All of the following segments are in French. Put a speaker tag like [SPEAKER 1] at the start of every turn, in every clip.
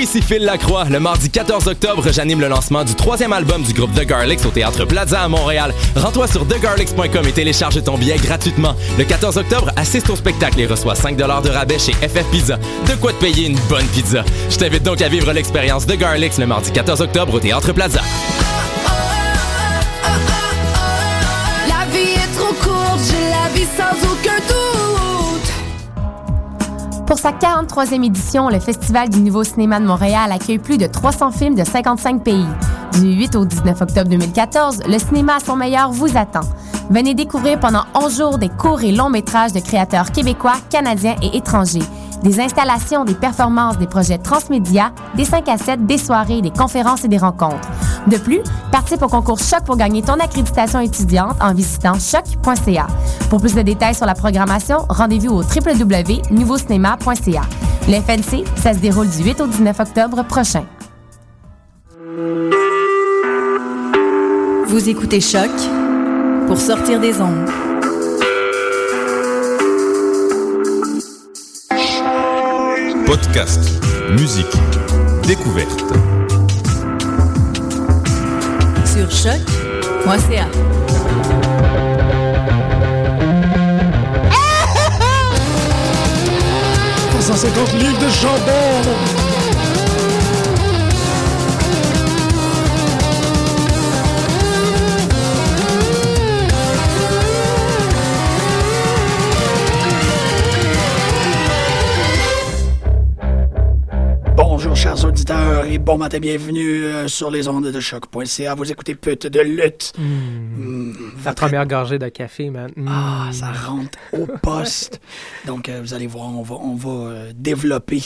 [SPEAKER 1] Ici Phil Lacroix. Le mardi 14 octobre, j'anime le lancement du troisième album du groupe The Garlics au Théâtre Plaza à Montréal. Rends-toi sur thegarlics.com et télécharge ton billet gratuitement. Le 14 octobre, assiste au spectacle et reçois 5 de rabais chez FF Pizza. De quoi te payer une bonne pizza. Je t'invite donc à vivre l'expérience The Garlics le mardi 14 octobre au Théâtre Plaza.
[SPEAKER 2] La vie est trop courte, j'ai la vie sans aucun doute.
[SPEAKER 3] Pour sa 43e édition, le Festival du Nouveau Cinéma de Montréal accueille plus de 300 films de 55 pays. Du 8 au 19 octobre 2014, le cinéma à son meilleur vous attend. Venez découvrir pendant 11 jours des courts et longs métrages de créateurs québécois, canadiens et étrangers. Des installations, des performances, des projets transmédia, des 5 à 7, des soirées, des conférences et des rencontres. De plus, participe au concours Choc pour gagner ton accréditation étudiante en visitant choc.ca. Pour plus de détails sur la programmation, rendez-vous au www.nouveaucinéma.ca. Le FNC, ça se déroule du 8 au 19 octobre prochain.
[SPEAKER 4] Vous écoutez Choc pour sortir des ondes.
[SPEAKER 5] Podcast, musique, découverte.
[SPEAKER 4] Sur choc.ca.
[SPEAKER 6] livres de chambon. Bonjour chers auditeurs et bon matin, bienvenue euh, sur les ondes de choc.ca. Vous écoutez pute de lutte. Hmm.
[SPEAKER 7] La première gorgée de café, man. Mm.
[SPEAKER 6] Ah, ça rentre au poste. Donc, euh, vous allez voir, on va, on va euh, développer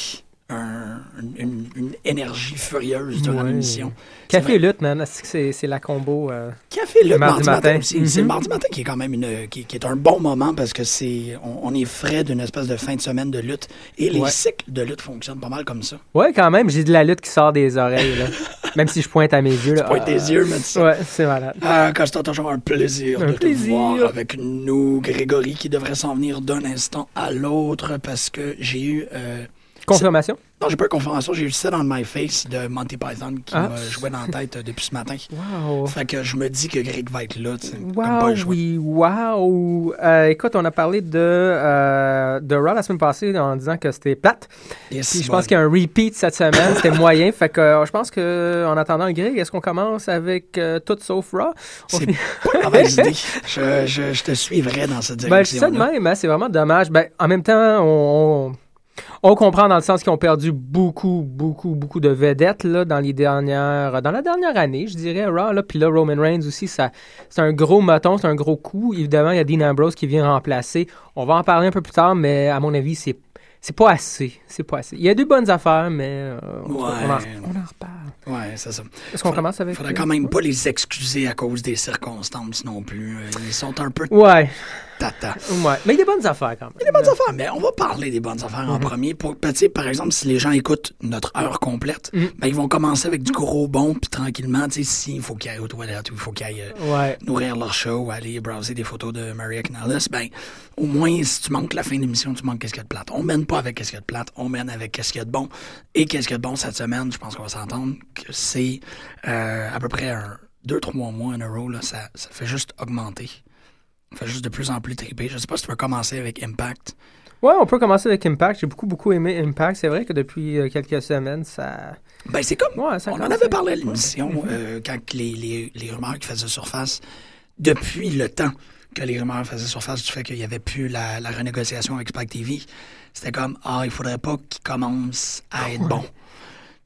[SPEAKER 6] un- une, une énergie furieuse durant
[SPEAKER 7] Ouais.
[SPEAKER 6] l'émission. C'est
[SPEAKER 7] Café
[SPEAKER 6] vrai.
[SPEAKER 7] et lutte, man. Est-ce que C'est c'est la combo. euh,
[SPEAKER 6] Café le
[SPEAKER 7] Le
[SPEAKER 6] mardi,
[SPEAKER 7] mardi
[SPEAKER 6] matin.
[SPEAKER 7] matin. Mhm.
[SPEAKER 6] aussi. C'est le mardi matin qui est quand même une, qui, qui est un bon moment parce que c'est on, on est frais d'une espèce de fin de semaine de lutte et les
[SPEAKER 7] Ouais.
[SPEAKER 6] cycles de lutte fonctionnent pas mal comme ça.
[SPEAKER 7] Ouais, quand même, j'ai de la lutte qui sort des oreilles, là. Même si je pointe à mes yeux, là.
[SPEAKER 6] Point
[SPEAKER 7] Ah.
[SPEAKER 6] tes yeux, mais ça.
[SPEAKER 7] Ouais, c'est malade.
[SPEAKER 6] Ah, Costa, toujours un plaisir
[SPEAKER 7] Un
[SPEAKER 6] de te
[SPEAKER 7] plaisir.
[SPEAKER 6] voir avec nous, Grégory, qui devrait s'en venir d'un instant à l'autre parce que j'ai eu euh,
[SPEAKER 7] Confirmation?
[SPEAKER 6] Non, j'ai pas eu confirmation, j'ai eu Set on My Face de Monty Python qui
[SPEAKER 7] Ah.
[SPEAKER 6] m'a joué dans la tête euh, depuis ce matin.
[SPEAKER 7] Wow.
[SPEAKER 6] Fait que je me dis que Greg va être là, tu sais, comme pas
[SPEAKER 7] Wow,
[SPEAKER 6] le jouer.
[SPEAKER 7] oui, wow. Euh, écoute, on a parlé de, euh, de Raw la semaine passée en disant que c'était plate.
[SPEAKER 6] Yes,
[SPEAKER 7] Puis je
[SPEAKER 6] bon.
[SPEAKER 7] pense qu'il y a un repeat cette semaine, c'était moyen. Fait que euh, je pense que en attendant le Greg, est-ce qu'on commence avec euh, tout sauf Raw? On
[SPEAKER 6] C'est
[SPEAKER 7] finit-
[SPEAKER 6] pas une mauvaise idée. Ah, ben, Je, je- je te suivrai dans cette
[SPEAKER 7] Ben, je dis
[SPEAKER 6] direction.
[SPEAKER 7] ça de même, hein, c'est vraiment dommage. Ben, en même temps, on, on, on comprend dans le sens qu'ils ont perdu beaucoup, beaucoup, beaucoup de vedettes là, dans les dernières, dans la dernière année, je dirais. Raw, là, puis là, Roman Reigns aussi, ça, c'est un gros maton, c'est un gros coup. Évidemment, il y a Dean Ambrose qui vient remplacer. On va en parler un peu plus tard, mais à mon avis, c'est c'est pas assez, c'est pas assez. Il y a des bonnes affaires, mais euh, on,
[SPEAKER 6] Ouais.
[SPEAKER 7] on en, on en reparle.
[SPEAKER 6] Ouais, c'est ça.
[SPEAKER 7] Est-ce qu'on
[SPEAKER 6] Faudrait-
[SPEAKER 7] commence avec euh,
[SPEAKER 6] Faudrait quand même pas les excuser à cause des circonstances non plus. Euh, Ils sont un peu
[SPEAKER 7] Ouais,
[SPEAKER 6] tata.
[SPEAKER 7] ouais. Mais il y a des bonnes affaires quand même.
[SPEAKER 6] Des bonnes affaires, mais on va parler des bonnes affaires
[SPEAKER 7] Mm-hmm.
[SPEAKER 6] en premier. Pour, ben, tu sais, par exemple, si les gens écoutent notre heure complète,
[SPEAKER 7] Mm-hmm.
[SPEAKER 6] ben, ils vont commencer avec du gros bon, puis tranquillement, tu sais, s'il faut qu'ils aillent aux toilettes ou il faut qu'ils aillent euh,
[SPEAKER 7] Ouais.
[SPEAKER 6] nourrir leur chat ou aller browser des photos de Maria Canales, ben, au moins, si tu manques la fin de l'émission, tu manques qu'est-ce qu'il y a de plate. On mène pas avec qu'est-ce qu'il y a de plate, on mène avec qu'est-ce qu'il y a de bon. Et qu'est-ce qu'il y a de bon cette semaine, je pense qu'on va s'entendre que c'est euh, à peu près un, deux, trois mois en euro, là, ça, ça fait juste augmenter. Ça fait juste de plus en plus triper. Je sais pas si tu veux commencer avec Impact.
[SPEAKER 7] Ouais, on peut commencer avec Impact. J'ai beaucoup, beaucoup aimé Impact. C'est vrai que depuis euh, quelques semaines, ça.
[SPEAKER 6] Ben, c'est comme.
[SPEAKER 7] Ouais, ça
[SPEAKER 6] on en
[SPEAKER 7] commence
[SPEAKER 6] avait
[SPEAKER 7] à-
[SPEAKER 6] parlé à l'émission euh, quand les, les, les rumeurs qui faisaient surface, depuis le temps que les rumeurs faisaient surface du fait qu'il n'y avait plus la, la renégociation avec Spike TV, c'était comme Ah, il faudrait pas qu'ils commencent
[SPEAKER 7] Ah,
[SPEAKER 6] à être bons.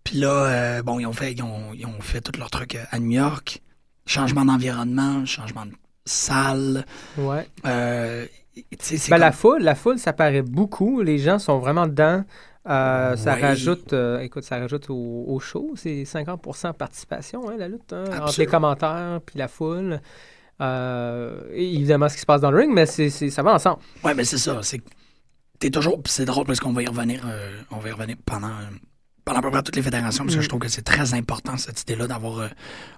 [SPEAKER 6] Puis là, euh, bon, ils ont fait, ils ont, ils ont fait tout leur truc euh, à New York. Changement d'environnement, changement de salle.
[SPEAKER 7] Ouais.
[SPEAKER 6] Euh, tu sais, c'est
[SPEAKER 7] Ben, la
[SPEAKER 6] comme-
[SPEAKER 7] foule, la foule, ça paraît beaucoup. Les gens sont vraiment dedans. Euh, ça
[SPEAKER 6] Oui.
[SPEAKER 7] rajoute, euh, écoute, ça rajoute au, au show. C'est 50% participation, hein, la lutte, hein, entre les
[SPEAKER 6] Absolument.
[SPEAKER 7] commentaires puis la foule. Euh, et évidemment, ce qui se passe dans le ring, mais c'est, c'est- ça va ensemble.
[SPEAKER 6] Ouais, mais c'est ça. C'est que t'es toujours. pis C'est drôle parce qu'on va y revenir. euh, on va y revenir pendant euh, pendant à peu près toutes les fédérations parce que je trouve que c'est très important cette idée-là d'avoir euh,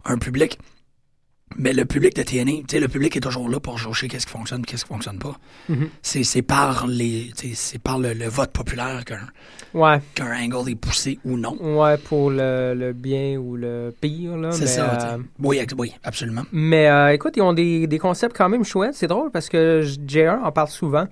[SPEAKER 6] un public. Mais le public de TNA, tu sais, le public est toujours là pour jauger qu'est-ce qui fonctionne, qu'est-ce qui fonctionne pas.
[SPEAKER 7] Mhm.
[SPEAKER 6] C'est- C'est par les, tu sais, c'est par le, le vote populaire qu'un
[SPEAKER 7] Ouais,
[SPEAKER 6] qu'un angle est poussé ou non.
[SPEAKER 7] ouais, pour le, le bien ou le pire. là,
[SPEAKER 6] C'est
[SPEAKER 7] mais,
[SPEAKER 6] ça. tu sais.
[SPEAKER 7] euh,
[SPEAKER 6] Oui, ex- oui, absolument.
[SPEAKER 7] Mais euh, écoute, ils ont des, des concepts quand même chouettes. C'est drôle parce que j- JR en parle souvent.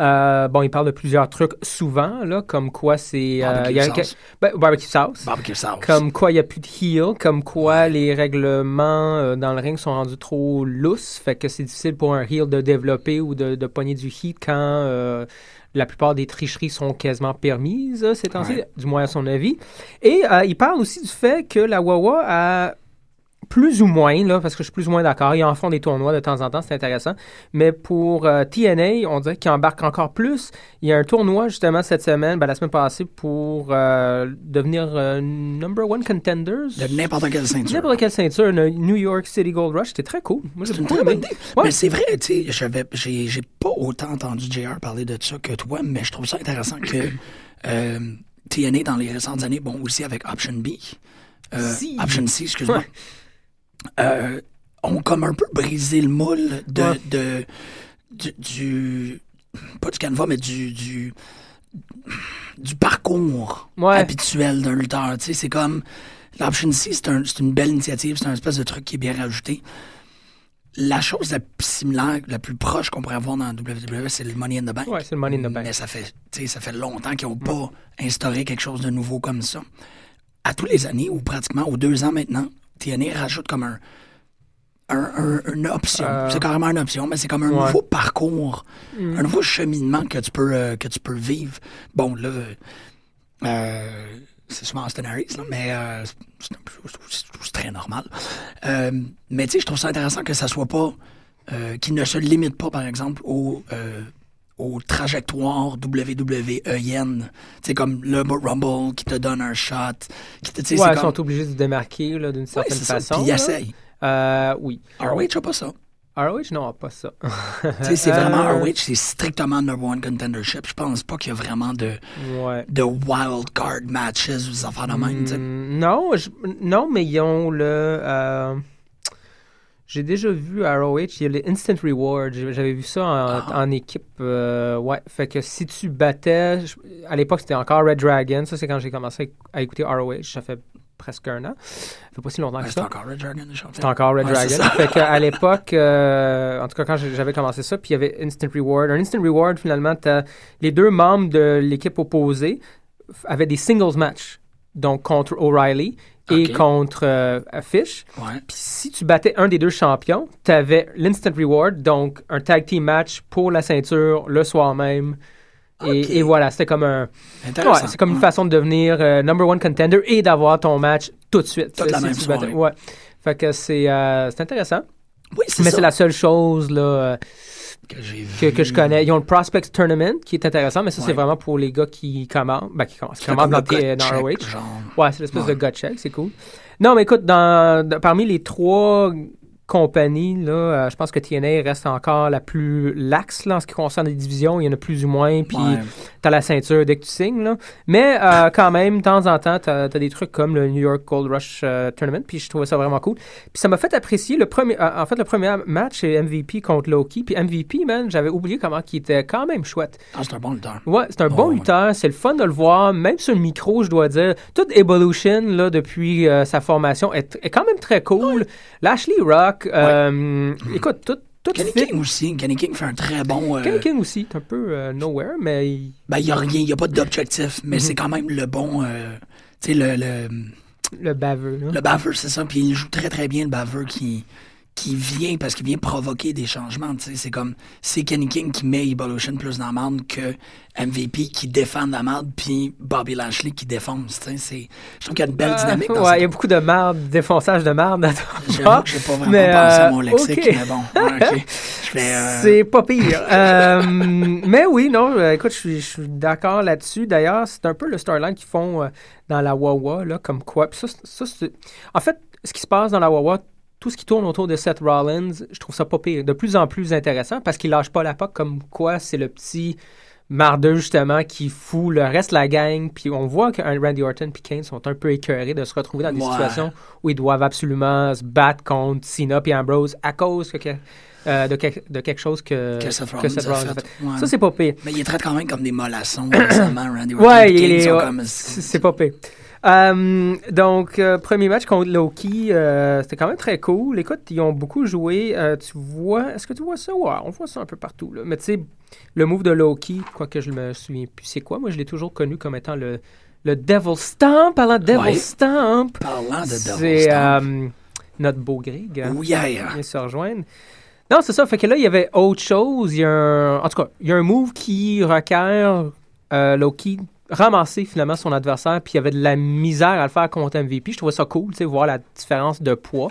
[SPEAKER 7] Euh, bon, il parle de plusieurs trucs souvent, là, comme quoi c'est. euh,
[SPEAKER 6] Barbecue
[SPEAKER 7] il y a-
[SPEAKER 6] sauce.
[SPEAKER 7] Ben, barbecue sauce.
[SPEAKER 6] Barbecue sauce.
[SPEAKER 7] Comme quoi il n'y a plus de heel, comme quoi les règlements euh, dans le ring sont rendus trop lousses, fait que c'est difficile pour un heel de développer ou de, de pogner du heat quand euh, la plupart des tricheries sont quasiment permises euh, ces temps-ci,
[SPEAKER 6] Ouais.
[SPEAKER 7] du moins à son avis. Et euh, il parle aussi du fait que la Wawa a plus ou moins, là, parce que je suis plus ou moins d'accord, ils en font des tournois de temps en temps, c'est intéressant, mais pour euh, TNA, on dirait qu'ils embarquent encore plus. Il y a un tournoi justement cette semaine, ben, la semaine passée, pour euh, devenir euh, number one contenders.
[SPEAKER 6] De n'importe quelle ceinture.
[SPEAKER 7] N'importe quelle ceinture, le New York City Gold Rush, c'était très cool. Moi, j'ai
[SPEAKER 6] C'est une
[SPEAKER 7] beaucoup
[SPEAKER 6] très bonne
[SPEAKER 7] aimé.
[SPEAKER 6] idée.
[SPEAKER 7] Ouais.
[SPEAKER 6] Mais c'est vrai, tu sais, j'avais- j'ai j'ai pas autant entendu JR parler de ça que toi, mais je trouve ça intéressant que euh, TNA, dans les récentes années, bon, aussi avec Option B, euh,
[SPEAKER 7] Si.
[SPEAKER 6] Option C, excuse-moi,
[SPEAKER 7] Ouais.
[SPEAKER 6] euh, ont comme un peu brisé le moule de,
[SPEAKER 7] Ouais.
[SPEAKER 6] de- du, du- pas du canevas, mais du, du, du parcours
[SPEAKER 7] Ouais.
[SPEAKER 6] habituel d'un lutteur. Tu sais, c'est comme... L'Option C, c'est un- c'est une belle initiative, c'est un espèce de truc qui est bien rajouté. La chose la plus similaire, la plus proche qu'on pourrait avoir dans WWE, c'est le Money in the Bank.
[SPEAKER 7] Ouais, c'est le Money in the Bank.
[SPEAKER 6] Mais ça fait, tu sais, ça fait longtemps qu'ils n'ont pas instauré quelque chose de nouveau comme ça. À tous les années, ou pratiquement aux deux ans maintenant, TNA rajoute comme un, un- un- une option.
[SPEAKER 7] Euh.
[SPEAKER 6] C'est carrément une option, mais c'est comme un
[SPEAKER 7] Ouais. Mm.
[SPEAKER 6] nouveau parcours, un nouveau cheminement que tu peux, euh, que tu peux vivre. Bon, là, euh, c'est souvent Austin Harris, là, mais euh, c'est- c'est un peu- c'est- c'est très normal. Euh, mais tu sais, je trouve ça intéressant que ça soit pas. euh, qu'il ne se limite pas, par exemple, au. euh, aux trajectoires E WWEN. C'est comme le Rumble qui te donne un shot. Qui te, tu sais,
[SPEAKER 7] Ouais,
[SPEAKER 6] c'est
[SPEAKER 7] ils
[SPEAKER 6] comme-
[SPEAKER 7] sont obligés de se démarquer là, d'une
[SPEAKER 6] Ouais,
[SPEAKER 7] certaine
[SPEAKER 6] c'est ça.
[SPEAKER 7] façon.
[SPEAKER 6] Puis ils
[SPEAKER 7] là.
[SPEAKER 6] essayent.
[SPEAKER 7] Euh, oui.
[SPEAKER 6] ROH n'a pas ça.
[SPEAKER 7] ROH, non, pas ça.
[SPEAKER 6] Tu sais, c'est
[SPEAKER 7] Euh,
[SPEAKER 6] vraiment ROH, c'est strictement number one contendership. Je pense pas qu'il y a vraiment de,
[SPEAKER 7] Ouais.
[SPEAKER 6] de wild card matches ou des affaires de même. tu sais.
[SPEAKER 7] Mm, non, je- non, mais ils ont le. euh, j'ai déjà vu à ROH, il y a le Instant Reward. J'ai- J'avais vu ça en,
[SPEAKER 6] Ah.
[SPEAKER 7] en équipe. euh, ouais, fait que si tu battais. je- à l'époque, c'était encore Red Dragon. Ça, c'est quand j'ai commencé à écouter ROH. Ça fait presque un an. Ça fait pas si longtemps
[SPEAKER 6] Ouais,
[SPEAKER 7] que
[SPEAKER 6] Ah, c'est
[SPEAKER 7] ça.
[SPEAKER 6] encore Red Dragon, les
[SPEAKER 7] C'est encore Red
[SPEAKER 6] Ouais, c'est ça.
[SPEAKER 7] Dragon. Fait que à l'époque, euh, en tout cas quand j'ai- j'avais commencé ça, puis il y avait Instant Reward. Un Instant Reward, finalement, t'as- les deux membres de l'équipe opposée f- avaient des singles matchs. Donc contre O'Reilly et
[SPEAKER 6] Ok.
[SPEAKER 7] contre euh, Fish.
[SPEAKER 6] Ouais.
[SPEAKER 7] Puis si tu battais un des deux champions, tu avais l'Instant Reward, donc un tag team match pour la ceinture le soir même. Et,
[SPEAKER 6] Ok.
[SPEAKER 7] et voilà, c'était comme un,
[SPEAKER 6] Intéressant.
[SPEAKER 7] ouais, c'est comme une
[SPEAKER 6] Ouais.
[SPEAKER 7] façon de devenir euh, number one contender et d'avoir ton match tout de suite.
[SPEAKER 6] Toute la même
[SPEAKER 7] tu battais-
[SPEAKER 6] soirée.
[SPEAKER 7] ouais. Fait que c'est euh, c'est intéressant.
[SPEAKER 6] Oui, c'est
[SPEAKER 7] Mais
[SPEAKER 6] ça
[SPEAKER 7] c'est la seule chose là, euh,
[SPEAKER 6] que j'ai
[SPEAKER 7] que,
[SPEAKER 6] vu.
[SPEAKER 7] que je connais. Ils ont le Prospects Tournament qui est intéressant, mais ça, c'est
[SPEAKER 6] Ouais.
[SPEAKER 7] vraiment pour les gars qui commencent. Ben, qui commencent. qui
[SPEAKER 6] C'est comme
[SPEAKER 7] commencent dans,
[SPEAKER 6] le gut
[SPEAKER 7] T- dans
[SPEAKER 6] check,
[SPEAKER 7] ROH.
[SPEAKER 6] genre.
[SPEAKER 7] Ouais, c'est l'espèce
[SPEAKER 6] Ouais.
[SPEAKER 7] de gut check, c'est cool. Non, mais écoute, dans, dans- parmi les trois compagnies, là, euh, je pense que TNA reste encore la plus laxe là, en ce qui concerne les divisions. Il y en a plus ou moins, puis
[SPEAKER 6] Ouais.
[SPEAKER 7] t'as la ceinture dès que tu signes. Là. Mais euh, quand même, de temps en temps, t'as as des trucs comme le New York Gold Rush euh, Tournament, puis je trouvais ça vraiment cool. Puis ça m'a fait apprécier le premier... euh, en fait, le premier match, c'est MVP contre Loki. Puis MVP, man, j'avais oublié comment qu'il était quand même chouette.
[SPEAKER 6] Ah, c'est un bon lutteur.
[SPEAKER 7] Ouais, c'est un bon
[SPEAKER 6] Oh, ouais.
[SPEAKER 7] lutteur, c'est le fun de le voir, même sur le micro, je dois dire. Toute Evolution, là, depuis euh, sa formation, est, est quand même très cool. Lashley Rock, euh, écoute, tout... tout
[SPEAKER 6] Kenny
[SPEAKER 7] fit.
[SPEAKER 6] King aussi. Kenny King fait un très bon. euh,
[SPEAKER 7] Kenny King aussi, c'est un peu euh, nowhere, mais... il-
[SPEAKER 6] Ben, il n'y a rien, il n'y a pas d'objectif,
[SPEAKER 7] Mhm.
[SPEAKER 6] mais c'est quand même le bon. euh, tu sais, le, le,
[SPEAKER 7] Le baveux, là.
[SPEAKER 6] le baveur, c'est ça. Puis il joue très, très bien le baveur qui, qui vient, parce qu'il vient provoquer des changements. tu sais. C'est comme. C'est Kenny King qui met Evolution plus dans la marde que MVP qui défend la marde, puis Bobby Lashley qui défonce. tu sais. C'est- Je trouve qu'il y a une belle dynamique
[SPEAKER 7] Ah,
[SPEAKER 6] dans
[SPEAKER 7] ouais, il y
[SPEAKER 6] ça.
[SPEAKER 7] a beaucoup de marde, défonçage de marde dans ton
[SPEAKER 6] J'avoue
[SPEAKER 7] corps,
[SPEAKER 6] que j'ai pas vraiment
[SPEAKER 7] Ah, mais,
[SPEAKER 6] pensé à
[SPEAKER 7] euh,
[SPEAKER 6] mon lexique,
[SPEAKER 7] ok.
[SPEAKER 6] mais bon. ouais, ok. Je fais, euh,
[SPEAKER 7] C'est pas pire. Euh, mais oui, non, euh, écoute, je suis, je suis d'accord là-dessus. D'ailleurs, c'est un peu le storyline qu'ils font euh, dans la Wawa, là, comme quoi. Puis ça, c'est- ça, c'est- en fait, ce qui se passe dans la Wawa, tout ce qui tourne autour de Seth Rollins, je trouve ça pas pire. De plus en plus intéressant parce qu'il lâche pas la POC, comme quoi c'est le petit Mardeux, justement, qui fout le reste de la gang. Puis on voit que Randy Orton et Kane sont un peu écœurés de se retrouver dans des
[SPEAKER 6] Ouais.
[SPEAKER 7] situations où ils doivent absolument se battre contre Cena et Ambrose à cause que- que- euh, de, quelque- de quelque chose que,
[SPEAKER 6] Que Seth
[SPEAKER 7] que Seth
[SPEAKER 6] Rollins a
[SPEAKER 7] Rollins a
[SPEAKER 6] fait.
[SPEAKER 7] fait.
[SPEAKER 6] Ouais.
[SPEAKER 7] Ça, c'est pas pire.
[SPEAKER 6] Mais il est traite quand même comme des mollassons, récemment, Randy Orton.
[SPEAKER 7] Ouais,
[SPEAKER 6] Puis
[SPEAKER 7] il
[SPEAKER 6] Kane,
[SPEAKER 7] est-
[SPEAKER 6] sont
[SPEAKER 7] ouais,
[SPEAKER 6] comme-
[SPEAKER 7] c'est c'est pas pire. Euh, donc, euh, premier match contre Loki, euh, c'était quand même très cool. Écoute, ils ont beaucoup joué. Euh, tu vois, est-ce que tu vois ça? Ouais, on voit ça un peu partout. là. Mais tu sais, le move de Loki, quoique je me souviens plus, c'est quoi? Moi, je l'ai toujours connu comme étant le, le Devil Stamp. Parlant de Devil
[SPEAKER 6] Ouais.
[SPEAKER 7] Stamp,
[SPEAKER 6] Parlant de
[SPEAKER 7] c'est
[SPEAKER 6] Stamp.
[SPEAKER 7] euh, notre beau Greg. hein,
[SPEAKER 6] Oui, yeah.
[SPEAKER 7] vient se rejoindre. Non, c'est ça. Fait que là, il y avait autre chose. Il y a un... En tout cas, il y a un move qui requiert euh, Loki ramasser finalement son adversaire, puis il y avait de la misère à le faire contre MVP. Je trouvais ça cool, tu sais, voir la différence de poids.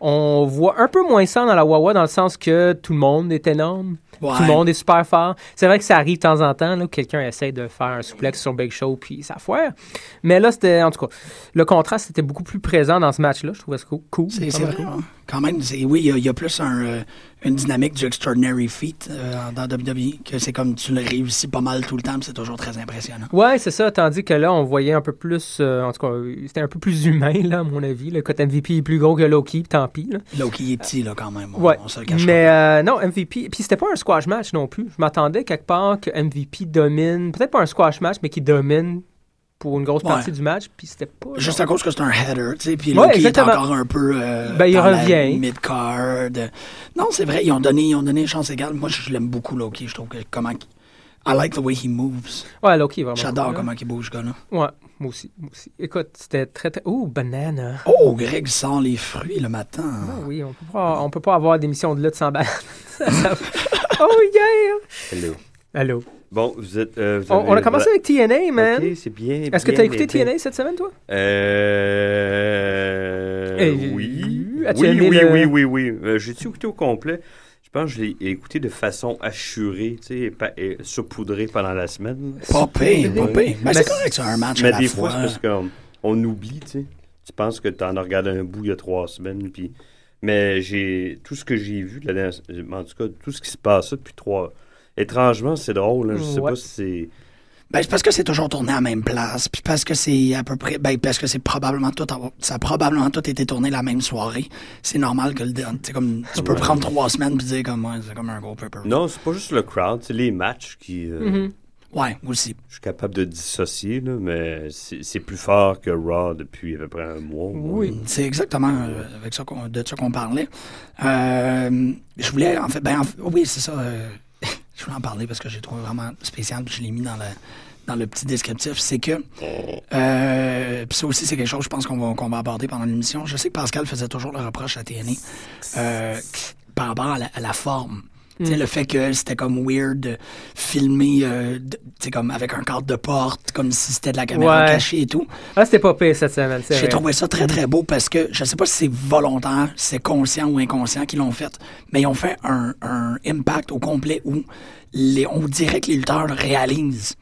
[SPEAKER 7] On voit un peu moins ça dans la Wawa, dans le sens que tout le monde est énorme.
[SPEAKER 6] Ouais.
[SPEAKER 7] Tout le monde est super fort. C'est vrai que ça arrive de temps en temps, là, où quelqu'un essaie de faire un souplex sur Big Show, puis ça foire. Mais là, c'était, en tout cas, le contraste était beaucoup plus présent dans ce match-là. Je trouvais ça cool. cool.
[SPEAKER 6] C'est c'est
[SPEAKER 7] Vraiment
[SPEAKER 6] vrai,
[SPEAKER 7] cool.
[SPEAKER 6] hein. quand même. c'est- Oui, il y a- il y, a plus un, euh, une dynamique du Extraordinary Feat euh, dans WWE, que c'est comme tu le réussis pas mal tout le temps, puis c'est toujours très impressionnant.
[SPEAKER 7] Ouais, c'est ça. Tandis que là, on voyait un peu plus. euh, en tout cas, euh, c'était un peu plus humain, là, à mon avis. Le côté MVP est plus gros que Loki, tant pis. là.
[SPEAKER 6] Loki est petit, là, quand même. On,
[SPEAKER 7] Ouais.
[SPEAKER 6] on se le cache
[SPEAKER 7] Mais euh, non, MVP. Puis c'était pas un squash match non plus. Je m'attendais quelque part que MVP domine. Peut-être pas un squash match, mais qui domine pour une grosse
[SPEAKER 6] Ouais.
[SPEAKER 7] partie du match. Puis c'était pas.
[SPEAKER 6] pas. Juste à cause que c'est un header, tu sais, puis
[SPEAKER 7] Ouais,
[SPEAKER 6] Loki est
[SPEAKER 7] exactement.
[SPEAKER 6] encore un peu euh,
[SPEAKER 7] Ben, il
[SPEAKER 6] dans la
[SPEAKER 7] revient.
[SPEAKER 6] mid-card. Non, c'est vrai, ils ont donné, ils ont donné une chance égale. Moi, je, je l'aime beaucoup, Loki. Je trouve que comment... il- I like the way he moves.
[SPEAKER 7] Ouais, Loki, est vraiment.
[SPEAKER 6] J'adore
[SPEAKER 7] cool, là.
[SPEAKER 6] comment il bouge, ce gars-là.
[SPEAKER 7] Ouais, moi aussi. Moi aussi. Écoute, c'était très, très. Ouh, banana.
[SPEAKER 6] Oh, Greg sent les fruits le matin.
[SPEAKER 7] Ah oui, on peut pas, on peut pas avoir d'émission de lutte sans banane. Ça- ça- oh yeah!
[SPEAKER 8] Hello.
[SPEAKER 7] Allô.
[SPEAKER 8] Bon, vous êtes. euh, vous
[SPEAKER 7] On,
[SPEAKER 8] avez- Bah,
[SPEAKER 7] on a commencé avec TNA, man.
[SPEAKER 8] Ok, c'est bien.
[SPEAKER 7] Est-ce que
[SPEAKER 8] bien,
[SPEAKER 7] tu as écouté
[SPEAKER 8] bien, bien.
[SPEAKER 7] TNA cette semaine, toi?
[SPEAKER 8] Euh...
[SPEAKER 7] Euh,
[SPEAKER 8] oui.
[SPEAKER 7] as-tu
[SPEAKER 8] Oui,
[SPEAKER 7] aimé
[SPEAKER 8] oui,
[SPEAKER 7] le-
[SPEAKER 8] oui, oui, oui. Euh, J'ai-tu écouté au complet? Je pense que je l'ai écouté de façon assurée, tu sais, pa- et saupoudrée pendant la semaine.
[SPEAKER 6] Pas pire, pas pire. Mais
[SPEAKER 7] Mais-
[SPEAKER 6] c'est correct, c'est un match à
[SPEAKER 8] Mais
[SPEAKER 6] la
[SPEAKER 8] des
[SPEAKER 6] fois.
[SPEAKER 8] fois, c'est parce qu'on on oublie, tu sais. Tu penses que tu en as regardé un bout il y a trois semaines, puis... Mais j'ai tout ce que j'ai vu, de la dernière- en tout cas, tout ce qui se passait depuis trois... Étrangement, c'est drôle, hein, je sais
[SPEAKER 7] Ouais.
[SPEAKER 8] pas si c'est...
[SPEAKER 6] Ben, c'est parce que c'est toujours tourné à la même place, puis parce que c'est à peu près, ben, parce que c'est probablement tout, avoir- ça a probablement tout été tourné la même soirée. C'est normal que le, dé- c'est comme, tu peux prendre trois semaines puis dire comme, ouais, c'est comme un gros paper.
[SPEAKER 8] Non, c'est pas juste le crowd, c'est les matchs qui... euh,
[SPEAKER 6] Mm-hmm. Ouais, aussi.
[SPEAKER 8] Je suis capable de dissocier, là, mais c'est c'est plus fort que Raw depuis à peu près un mois.
[SPEAKER 7] Oui.
[SPEAKER 6] C'est exactement euh, avec ça qu'on- de ça qu'on parlait. Euh, je voulais, en fait, ben, en fait- oui, c'est ça. euh, je voulais en parler parce que j'ai trouvé vraiment spécial, puis je l'ai mis dans le, dans le petit descriptif. C'est que, euh, puis ça aussi, c'est quelque chose, je pense qu'on va, qu'on va aborder pendant l'émission. Je sais que Pascal faisait toujours le reproche à TNA euh, par rapport à la, à la forme. Tu sais, Le fait que c'était comme weird de filmer euh, de- tu sais, comme avec un cadre de porte, comme si c'était de la caméra
[SPEAKER 7] Ouais.
[SPEAKER 6] cachée et tout.
[SPEAKER 7] Ah, c'était pas pire cette semaine, c'est
[SPEAKER 6] J'ai
[SPEAKER 7] vrai.
[SPEAKER 6] trouvé ça très, très beau parce que je sais pas si c'est volontaire, si c'est conscient ou inconscient qu'ils l'ont fait, mais ils ont fait un, un impact au complet où les, on dirait que les lutteurs réalisent.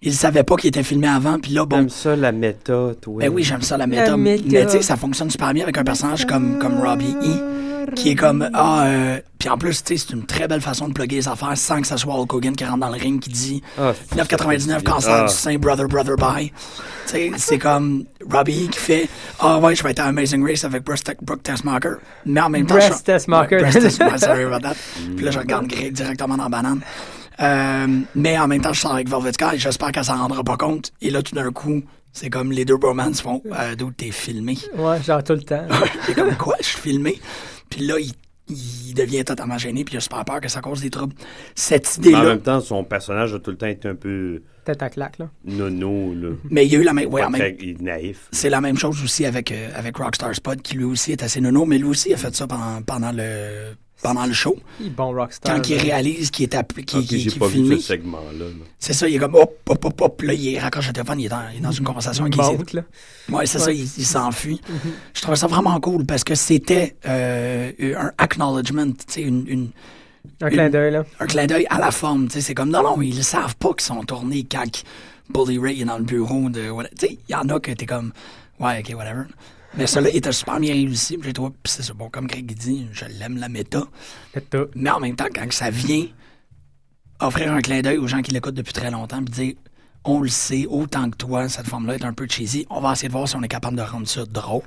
[SPEAKER 6] Ils savaient pas qu'ils étaient filmés avant, puis là, bon.
[SPEAKER 8] Comme ça, la méta, toi.
[SPEAKER 6] Ben oui, j'aime ça, la méthode. Mais
[SPEAKER 7] méthode.
[SPEAKER 6] tu sais, ça fonctionne super bien avec un personnage comme, comme Robbie E. Qui est comme, ah, euh, Puis en plus, tu sais, c'est une très belle façon de plugger les affaires sans que ça soit Hulk Hogan qui rentre dans le ring qui dit
[SPEAKER 8] Ah,
[SPEAKER 6] 9,99 cancer
[SPEAKER 8] ah.
[SPEAKER 6] du sein, brother, brother, bye. Tu sais, c'est comme Robbie E qui fait, ah ouais, je vais être à Amazing Race avec Bruce Te- Brooke Tessmacher. Mais en même temps,
[SPEAKER 7] Breast
[SPEAKER 6] je-
[SPEAKER 7] Tessmacher.
[SPEAKER 6] Ouais, Breast Tessmacher, sorry about that. Puis là, je regarde Greg directement dans la banane. Euh, mais en même temps, je sors avec Velvet Sky, j'espère qu'elle s'en rendra pas compte. Et là, tout d'un coup, c'est comme les deux bromans font euh, D'où t'es filmé.
[SPEAKER 7] Ouais, genre tout le temps.
[SPEAKER 6] C'est comme quoi, je suis filmé. Puis là, il, il devient totalement gêné, puis il a super peur que ça cause des troubles. Cette
[SPEAKER 8] Mais en
[SPEAKER 6] idée-là.
[SPEAKER 8] même temps, son personnage a tout le temps été un peu
[SPEAKER 7] Tête à claque, là.
[SPEAKER 8] nono, là.
[SPEAKER 6] Mais il y a eu la même. ouais,
[SPEAKER 8] Pas
[SPEAKER 6] en même-
[SPEAKER 8] très- il est naïf.
[SPEAKER 6] C'est la même chose aussi avec, euh, avec Rockstar Spot, qui lui aussi est assez nono, mais lui aussi a fait ça pendant, pendant le. Pendant le show,
[SPEAKER 7] Il est bon rockstar.
[SPEAKER 6] quand il
[SPEAKER 7] là.
[SPEAKER 6] réalise qu'il est, appelé- qu'il
[SPEAKER 8] Ah, puis
[SPEAKER 6] qu'il-
[SPEAKER 8] j'ai
[SPEAKER 6] qu'il
[SPEAKER 8] pas
[SPEAKER 6] est filmé,
[SPEAKER 8] vu ce segment-là. là.
[SPEAKER 6] c'est ça, il est comme hop, hop, hop, hop, là, il raccroche le téléphone, il est dans, il est dans
[SPEAKER 8] Mm-hmm.
[SPEAKER 6] une conversation avec ses-
[SPEAKER 7] Monte, là.
[SPEAKER 6] Ouais, c'est ça, il, il s'enfuit.
[SPEAKER 8] Mm-hmm.
[SPEAKER 6] Je trouvais ça vraiment cool parce que c'était euh, un acknowledgement, tu sais, une- une,
[SPEAKER 7] Un clin d'œil, là.
[SPEAKER 6] un clin d'œil à la forme. tu sais, C'est comme, non, non, ils ne savent pas qu'ils sont tournés quand Bully Ray est dans le bureau. de voilà. Tu sais, Il y en a que t'es comme, ouais, ok, whatever. Mais celui-là, il était super bien réussi. puis J'ai trouvé, puis c'est ça, bon, comme Greg dit, je l'aime la méta.
[SPEAKER 7] C'est tout.
[SPEAKER 6] Mais en même temps, quand ça vient offrir un clin d'œil aux gens qui l'écoutent depuis très longtemps, puis dire on le sait autant que toi, cette forme-là est un peu cheesy. On va essayer de voir si on est capable de rendre ça drôle.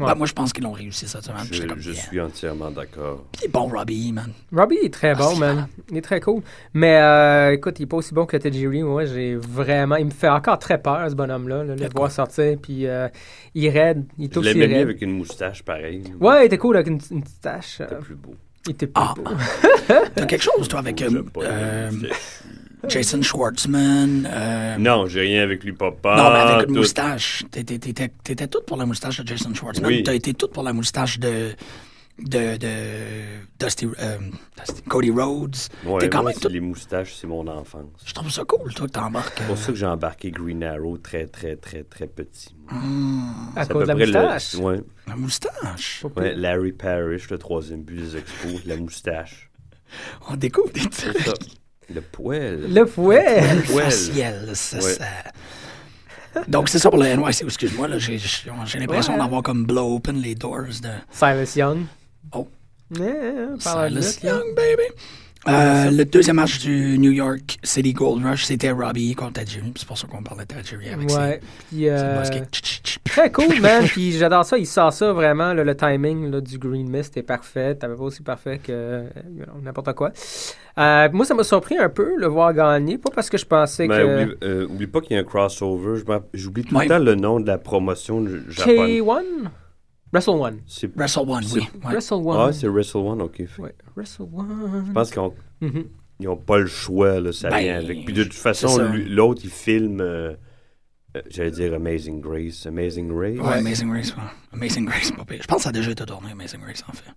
[SPEAKER 7] Ouais.
[SPEAKER 6] Ben, moi, je pense qu'ils l'ont réussi cette semaine. puis
[SPEAKER 8] Je,
[SPEAKER 6] j'étais comme,
[SPEAKER 8] je
[SPEAKER 6] yeah.
[SPEAKER 8] suis entièrement d'accord.
[SPEAKER 6] Puis bon, Robbie, man.
[SPEAKER 7] Robbie est très bon,
[SPEAKER 6] Ah, c'est
[SPEAKER 7] man. Il est très cool. Mais euh, écoute, il est pas aussi bon que Tajiri. Moi, j'ai vraiment. Il me fait encore très peur, ce bonhomme-là, là, de le voir sortir. Puis euh, il est raide. Il est
[SPEAKER 8] Je
[SPEAKER 7] aussi
[SPEAKER 8] l'aimais bien
[SPEAKER 7] raide.
[SPEAKER 8] avec une moustache pareille.
[SPEAKER 7] Ouais, il était cool avec une, une petite tache. euh,
[SPEAKER 8] C'était plus beau.
[SPEAKER 7] il était plus
[SPEAKER 6] Ah.
[SPEAKER 7] beau.
[SPEAKER 6] T'as quelque chose, toi, avec euh,
[SPEAKER 8] J'aime pas.
[SPEAKER 6] euh, Jason Schwartzman. euh,
[SPEAKER 8] Non, j'ai rien avec lui, papa.
[SPEAKER 6] non, mais avec une
[SPEAKER 8] Ah, tout.
[SPEAKER 6] moustache. T'étais- T'étais t'étais toute pour la moustache de Jason Schwartzman.
[SPEAKER 8] Oui.
[SPEAKER 6] T'as été toute pour la moustache de. De, de Dusty, euh, Dusty- Cody Rhodes.
[SPEAKER 8] Ouais,
[SPEAKER 6] T'es quand
[SPEAKER 8] moi,
[SPEAKER 6] même
[SPEAKER 8] c'est
[SPEAKER 6] tout-
[SPEAKER 8] les moustaches, c'est mon enfance.
[SPEAKER 6] Je trouve ça cool, toi, que t'embarques. euh,
[SPEAKER 8] C'est pour ça que j'ai embarqué Green Arrow très, très, très, très petit.
[SPEAKER 7] À
[SPEAKER 8] C'est
[SPEAKER 7] cause de la
[SPEAKER 8] peu près le-
[SPEAKER 7] moustache.
[SPEAKER 8] ouais,
[SPEAKER 6] La moustache.
[SPEAKER 8] ouais, Larry Parrish, le troisième but des expos, la moustache.
[SPEAKER 6] On découvre des trucs.
[SPEAKER 8] Ça, le poil.
[SPEAKER 7] Le fouet!
[SPEAKER 8] Ouais.
[SPEAKER 6] facial, ça,
[SPEAKER 8] Ouais.
[SPEAKER 6] ça. Donc, c'est ça pour le NYC. Excuse-moi, là, j'ai, j'ai j'ai l'impression d'avoir comme blow open les doors de
[SPEAKER 7] Cyrus Young.
[SPEAKER 6] Oh.
[SPEAKER 7] Eh, eh, parle
[SPEAKER 6] Silas
[SPEAKER 7] de-
[SPEAKER 6] Young, baby. Euh, le deuxième match du New York City Gold Rush, c'était Robbie contre Tajiri. C'est pour ça qu'on parlait de Tajiri avec
[SPEAKER 7] Ouais. Puis,
[SPEAKER 6] ses, ses
[SPEAKER 7] euh,
[SPEAKER 6] boss kicks. Tch, tch, tch.
[SPEAKER 7] Très cool, man. Puis j'adore ça. Il sort ça vraiment. là, le timing là, du Green Mist est parfait. T'avais pas aussi parfait que euh, you know, n'importe quoi. Euh, moi, ça m'a surpris un peu le voir gagner. Pas parce que je pensais
[SPEAKER 8] Mais
[SPEAKER 7] que.
[SPEAKER 8] oublie, euh, oublie pas qu'il y a un crossover. Je m'en- J'oublie tout
[SPEAKER 6] Ouais.
[SPEAKER 8] le temps le nom de la promotion j- japonaise.
[SPEAKER 7] K1 Wrestle One.
[SPEAKER 8] C'est-
[SPEAKER 6] Wrestle One, oui. Ouais.
[SPEAKER 7] Wrestle One.
[SPEAKER 8] Ah, c'est Wrestle One, ok. Fait-
[SPEAKER 7] Ouais, Wrestle
[SPEAKER 8] Je
[SPEAKER 7] One.
[SPEAKER 8] pense qu'ils
[SPEAKER 7] Mhm.
[SPEAKER 8] n'ont pas le choix, là, ça
[SPEAKER 6] Ben,
[SPEAKER 8] vient avec. Puis de toute façon,
[SPEAKER 6] c'est ça.
[SPEAKER 8] lui- l'autre, il filme, euh, euh, j'allais dire Amazing Grace. Amazing Grace.
[SPEAKER 6] Ouais, Amazing Grace. ouais. Amazing Grace, pas pire. Je pense que ça a déjà été tourné, Amazing Grace, en fait.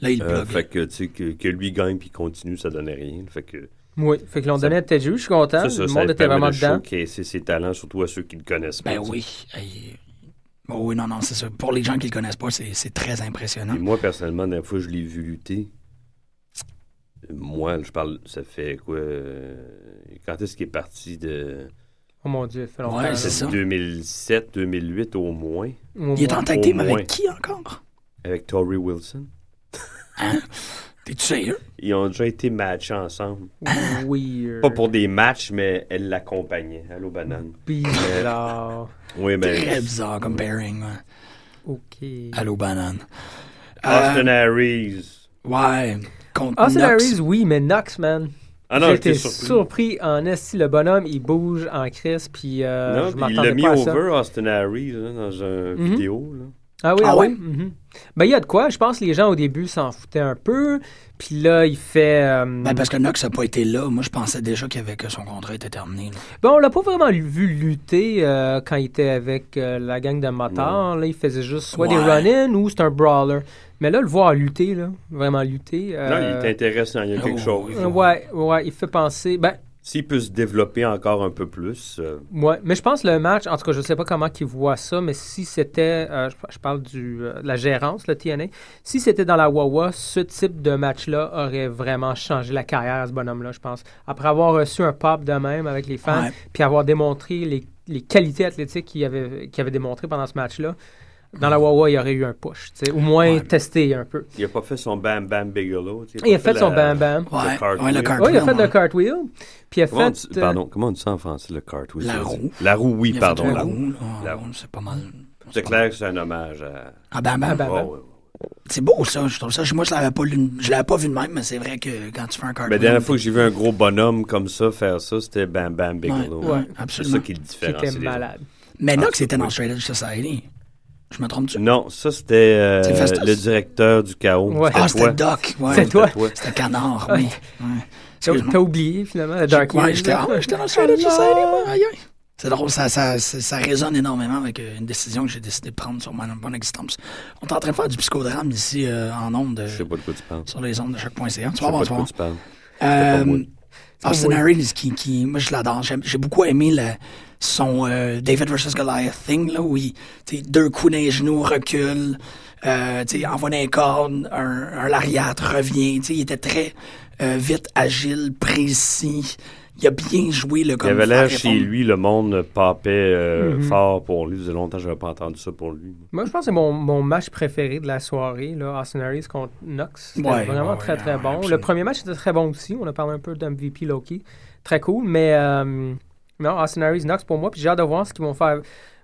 [SPEAKER 6] Là, il
[SPEAKER 8] Euh,
[SPEAKER 6] blogue.
[SPEAKER 8] fait que, tu sais, que, que lui gagne puis continue, ça donnait rien. Fait que,
[SPEAKER 7] Oui, fait que l'on
[SPEAKER 8] Ça-
[SPEAKER 7] donnait à Teju, je suis content.
[SPEAKER 6] Ah,
[SPEAKER 8] ça, ça,
[SPEAKER 7] Le
[SPEAKER 8] ça
[SPEAKER 7] monde
[SPEAKER 8] lui
[SPEAKER 7] était
[SPEAKER 8] permet
[SPEAKER 7] vraiment
[SPEAKER 8] de
[SPEAKER 7] dedans.
[SPEAKER 8] showcaser ses talents, surtout à ceux qui le connaissent pas.
[SPEAKER 6] Ben
[SPEAKER 8] tu sais.
[SPEAKER 6] oui. Hey. Oh oui, non, non, c'est ça. Pour les gens qui le connaissent pas, c'est, c'est très impressionnant.
[SPEAKER 8] Puis moi, personnellement, la dernière fois que je l'ai vu lutter, moi, je parle, ça fait quoi euh, Quand est-ce qu'il est parti de
[SPEAKER 7] Oh mon dieu, ça fait longtemps.
[SPEAKER 6] Ouais, c'est ça.
[SPEAKER 8] 2007, 2008 au moins,
[SPEAKER 7] Au
[SPEAKER 6] Il est
[SPEAKER 7] moins.
[SPEAKER 6] en tag team
[SPEAKER 8] Au moins.
[SPEAKER 6] avec qui encore?
[SPEAKER 8] avec Tori Wilson
[SPEAKER 6] T'es-tu sérieux?
[SPEAKER 8] Ils ont déjà été matchés ensemble.
[SPEAKER 7] Weird.
[SPEAKER 8] Pas pour des matchs, mais elle l'accompagnait. Allô, banane.
[SPEAKER 7] Bizarre.
[SPEAKER 8] Oui,
[SPEAKER 6] Très
[SPEAKER 8] ben.
[SPEAKER 6] bizarre comme pairing. ouais.
[SPEAKER 7] ok.
[SPEAKER 6] Allô, banane.
[SPEAKER 8] Austin Harris.
[SPEAKER 6] Ouais, contre
[SPEAKER 7] Ah, c'est
[SPEAKER 6] Knox.
[SPEAKER 7] Larry's, oui, mais Nox, man.
[SPEAKER 8] Ah non,
[SPEAKER 7] J'étais
[SPEAKER 8] j'étais
[SPEAKER 7] surpris.
[SPEAKER 8] surpris.
[SPEAKER 7] en esti. Le bonhomme, il bouge en crise, puis euh,
[SPEAKER 8] Non,
[SPEAKER 7] je
[SPEAKER 8] puis il l'a
[SPEAKER 7] m'attendais
[SPEAKER 8] mis
[SPEAKER 7] pas à ça.
[SPEAKER 8] over, Austin Harris, là, dans une
[SPEAKER 7] Mhm.
[SPEAKER 8] vidéo. Là.
[SPEAKER 7] Ah oui,
[SPEAKER 6] Ah
[SPEAKER 7] ah
[SPEAKER 6] ouais?
[SPEAKER 7] oui. mhm. Ben, il y a de quoi. Je pense que les gens, au début, s'en foutaient un peu. Puis là, il fait... euh,
[SPEAKER 6] Ben, parce que Knox n'a pas été là. Moi, je pensais déjà qu'il avait que son contrat était terminé. là.
[SPEAKER 7] Bon, on l'a pas vraiment vu lutter euh, quand il était avec euh, la gang de motards. Là, il faisait juste soit des
[SPEAKER 6] Ouais.
[SPEAKER 7] run-in ou c'est un brawler. Mais là, le voir lutter, là, vraiment lutter...
[SPEAKER 8] Non,
[SPEAKER 7] euh,
[SPEAKER 8] il est intéressant, il y a quelque
[SPEAKER 6] Oh,
[SPEAKER 8] chose.
[SPEAKER 6] oui.
[SPEAKER 7] Ouais, ouais, il fait penser... Ben,
[SPEAKER 8] S'il peut se développer encore un peu plus, euh,
[SPEAKER 7] Ouais, mais je pense le match, en tout cas, je sais pas comment qu'ils voient ça, mais si c'était, euh, je, je parle du, euh, de la gérance, le TNA, si c'était dans la Wawa, ce type de match-là aurait vraiment changé la carrière à ce bonhomme-là, je pense. Après avoir reçu un pop de même avec les fans,
[SPEAKER 6] Ouais.
[SPEAKER 7] puis avoir démontré les, les qualités athlétiques qu'il avait, qu'il avait démontrées pendant ce match-là, dans la Wawa, il y aurait eu un push, tu sais, au moins tester un peu.
[SPEAKER 8] il n'a pas fait son Bam Bam Bigelow. tu sais,
[SPEAKER 7] Il a
[SPEAKER 8] pas
[SPEAKER 7] fait son
[SPEAKER 8] la-
[SPEAKER 7] bam-bam.
[SPEAKER 6] Ouais,
[SPEAKER 8] cartwheel.
[SPEAKER 6] ouais, le cartwheel,
[SPEAKER 7] Oui, il a fait
[SPEAKER 6] ouais.
[SPEAKER 7] le cartwheel, puis il a
[SPEAKER 8] Comment on
[SPEAKER 7] fait... euh,
[SPEAKER 8] dit- pardon, comment on dit ça en français, le cartwheel?
[SPEAKER 6] La
[SPEAKER 8] je veux
[SPEAKER 6] roue.
[SPEAKER 8] dire? La roue, oui,
[SPEAKER 6] Il a
[SPEAKER 8] pardon.
[SPEAKER 6] fait un
[SPEAKER 8] la roue.
[SPEAKER 6] roux, là.
[SPEAKER 8] La
[SPEAKER 6] Ouais, C'est pas mal.
[SPEAKER 8] C'est clair que c'est un hommage à...
[SPEAKER 6] Ah, ben, ben.
[SPEAKER 7] Ah, ben, ben.
[SPEAKER 8] Oh, ouais, ouais.
[SPEAKER 6] C'est beau, ça. Je trouve ça. Moi, je l'avais pas, lu- je l'avais pas vu de même, mais c'est vrai que quand tu fais un cartwheel...
[SPEAKER 8] Mais la dernière fois que j'ai vu un gros bonhomme comme ça faire ça, c'était Bam Bam Bigelow.
[SPEAKER 6] Ouais, ouais,
[SPEAKER 8] c'est
[SPEAKER 6] absolument.
[SPEAKER 8] ça qui le
[SPEAKER 7] qui
[SPEAKER 8] différencie.
[SPEAKER 7] était
[SPEAKER 8] des autres.
[SPEAKER 7] malade.
[SPEAKER 6] Mais Knox
[SPEAKER 8] Absolument.
[SPEAKER 6] était dans Straight Edge Society. Je me trompe-tu?
[SPEAKER 8] Non, ça Ah, c'était euh,
[SPEAKER 6] C'est Festus?
[SPEAKER 8] le directeur du chaos.
[SPEAKER 7] Ouais.
[SPEAKER 6] Ah,
[SPEAKER 8] C'était
[SPEAKER 6] c'était
[SPEAKER 8] toi.
[SPEAKER 6] Doc. Ouais.
[SPEAKER 7] C'est toi.
[SPEAKER 6] C'était Canard, oui. Ouais.
[SPEAKER 7] T'as
[SPEAKER 6] Excuse-moi.
[SPEAKER 7] t'as oublié, finalement, la Dark
[SPEAKER 6] Ouais,
[SPEAKER 7] Years,
[SPEAKER 6] j'étais
[SPEAKER 7] là.
[SPEAKER 6] ah, j'étais dans le Straight Edge Society, moi, aïe, aïe. C'est drôle, ça, ça, ça, ça résonne énormément avec euh, une décision que j'ai décidé de prendre sur ma bonne existence. On est en train de faire du psychodrame ici euh, en ondes, euh,
[SPEAKER 8] Je sais pas de quoi tu parles.
[SPEAKER 6] sur les ondes de choc.ca. Tu
[SPEAKER 8] Je
[SPEAKER 6] vas
[SPEAKER 8] sais pas
[SPEAKER 6] voir,
[SPEAKER 8] de
[SPEAKER 6] tu vas
[SPEAKER 8] quoi
[SPEAKER 6] voir.
[SPEAKER 8] tu parles.
[SPEAKER 6] Euh,
[SPEAKER 8] pas moi. Ah,
[SPEAKER 6] Austin
[SPEAKER 7] moi.
[SPEAKER 6] Harris, Ah, qui, qui, moi je l'adore. J'aime- J'ai beaucoup aimé le- son euh, David versus Goliath thing, là, où il, tu sais, deux coups dans les genoux, recule, euh, tu sais, envoie dans les cornes, un, un lariat, revient. tu sais, Il était très euh, vite, agile, précis. il a bien joué le
[SPEAKER 8] Il
[SPEAKER 6] comme
[SPEAKER 8] avait
[SPEAKER 6] faire
[SPEAKER 8] l'air chez
[SPEAKER 6] répondre.
[SPEAKER 8] lui, le monde papait euh,
[SPEAKER 7] Mhm.
[SPEAKER 8] fort pour lui. Ça faisait longtemps que je n'avais pas entendu ça pour lui.
[SPEAKER 7] Moi, je pense que c'est mon, mon match préféré de la soirée, là, Austin Harris contre Knox. C'était
[SPEAKER 6] Ouais,
[SPEAKER 7] vraiment
[SPEAKER 6] ouais,
[SPEAKER 7] très,
[SPEAKER 6] ouais,
[SPEAKER 7] très
[SPEAKER 6] ouais,
[SPEAKER 7] bon. Le
[SPEAKER 6] absolument.
[SPEAKER 7] premier match était très bon aussi. On a parlé un peu d'MVP Loki. Très cool. Mais euh, non, Austin Harris, Knox pour moi. Puis j'ai hâte de voir ce qu'ils vont faire.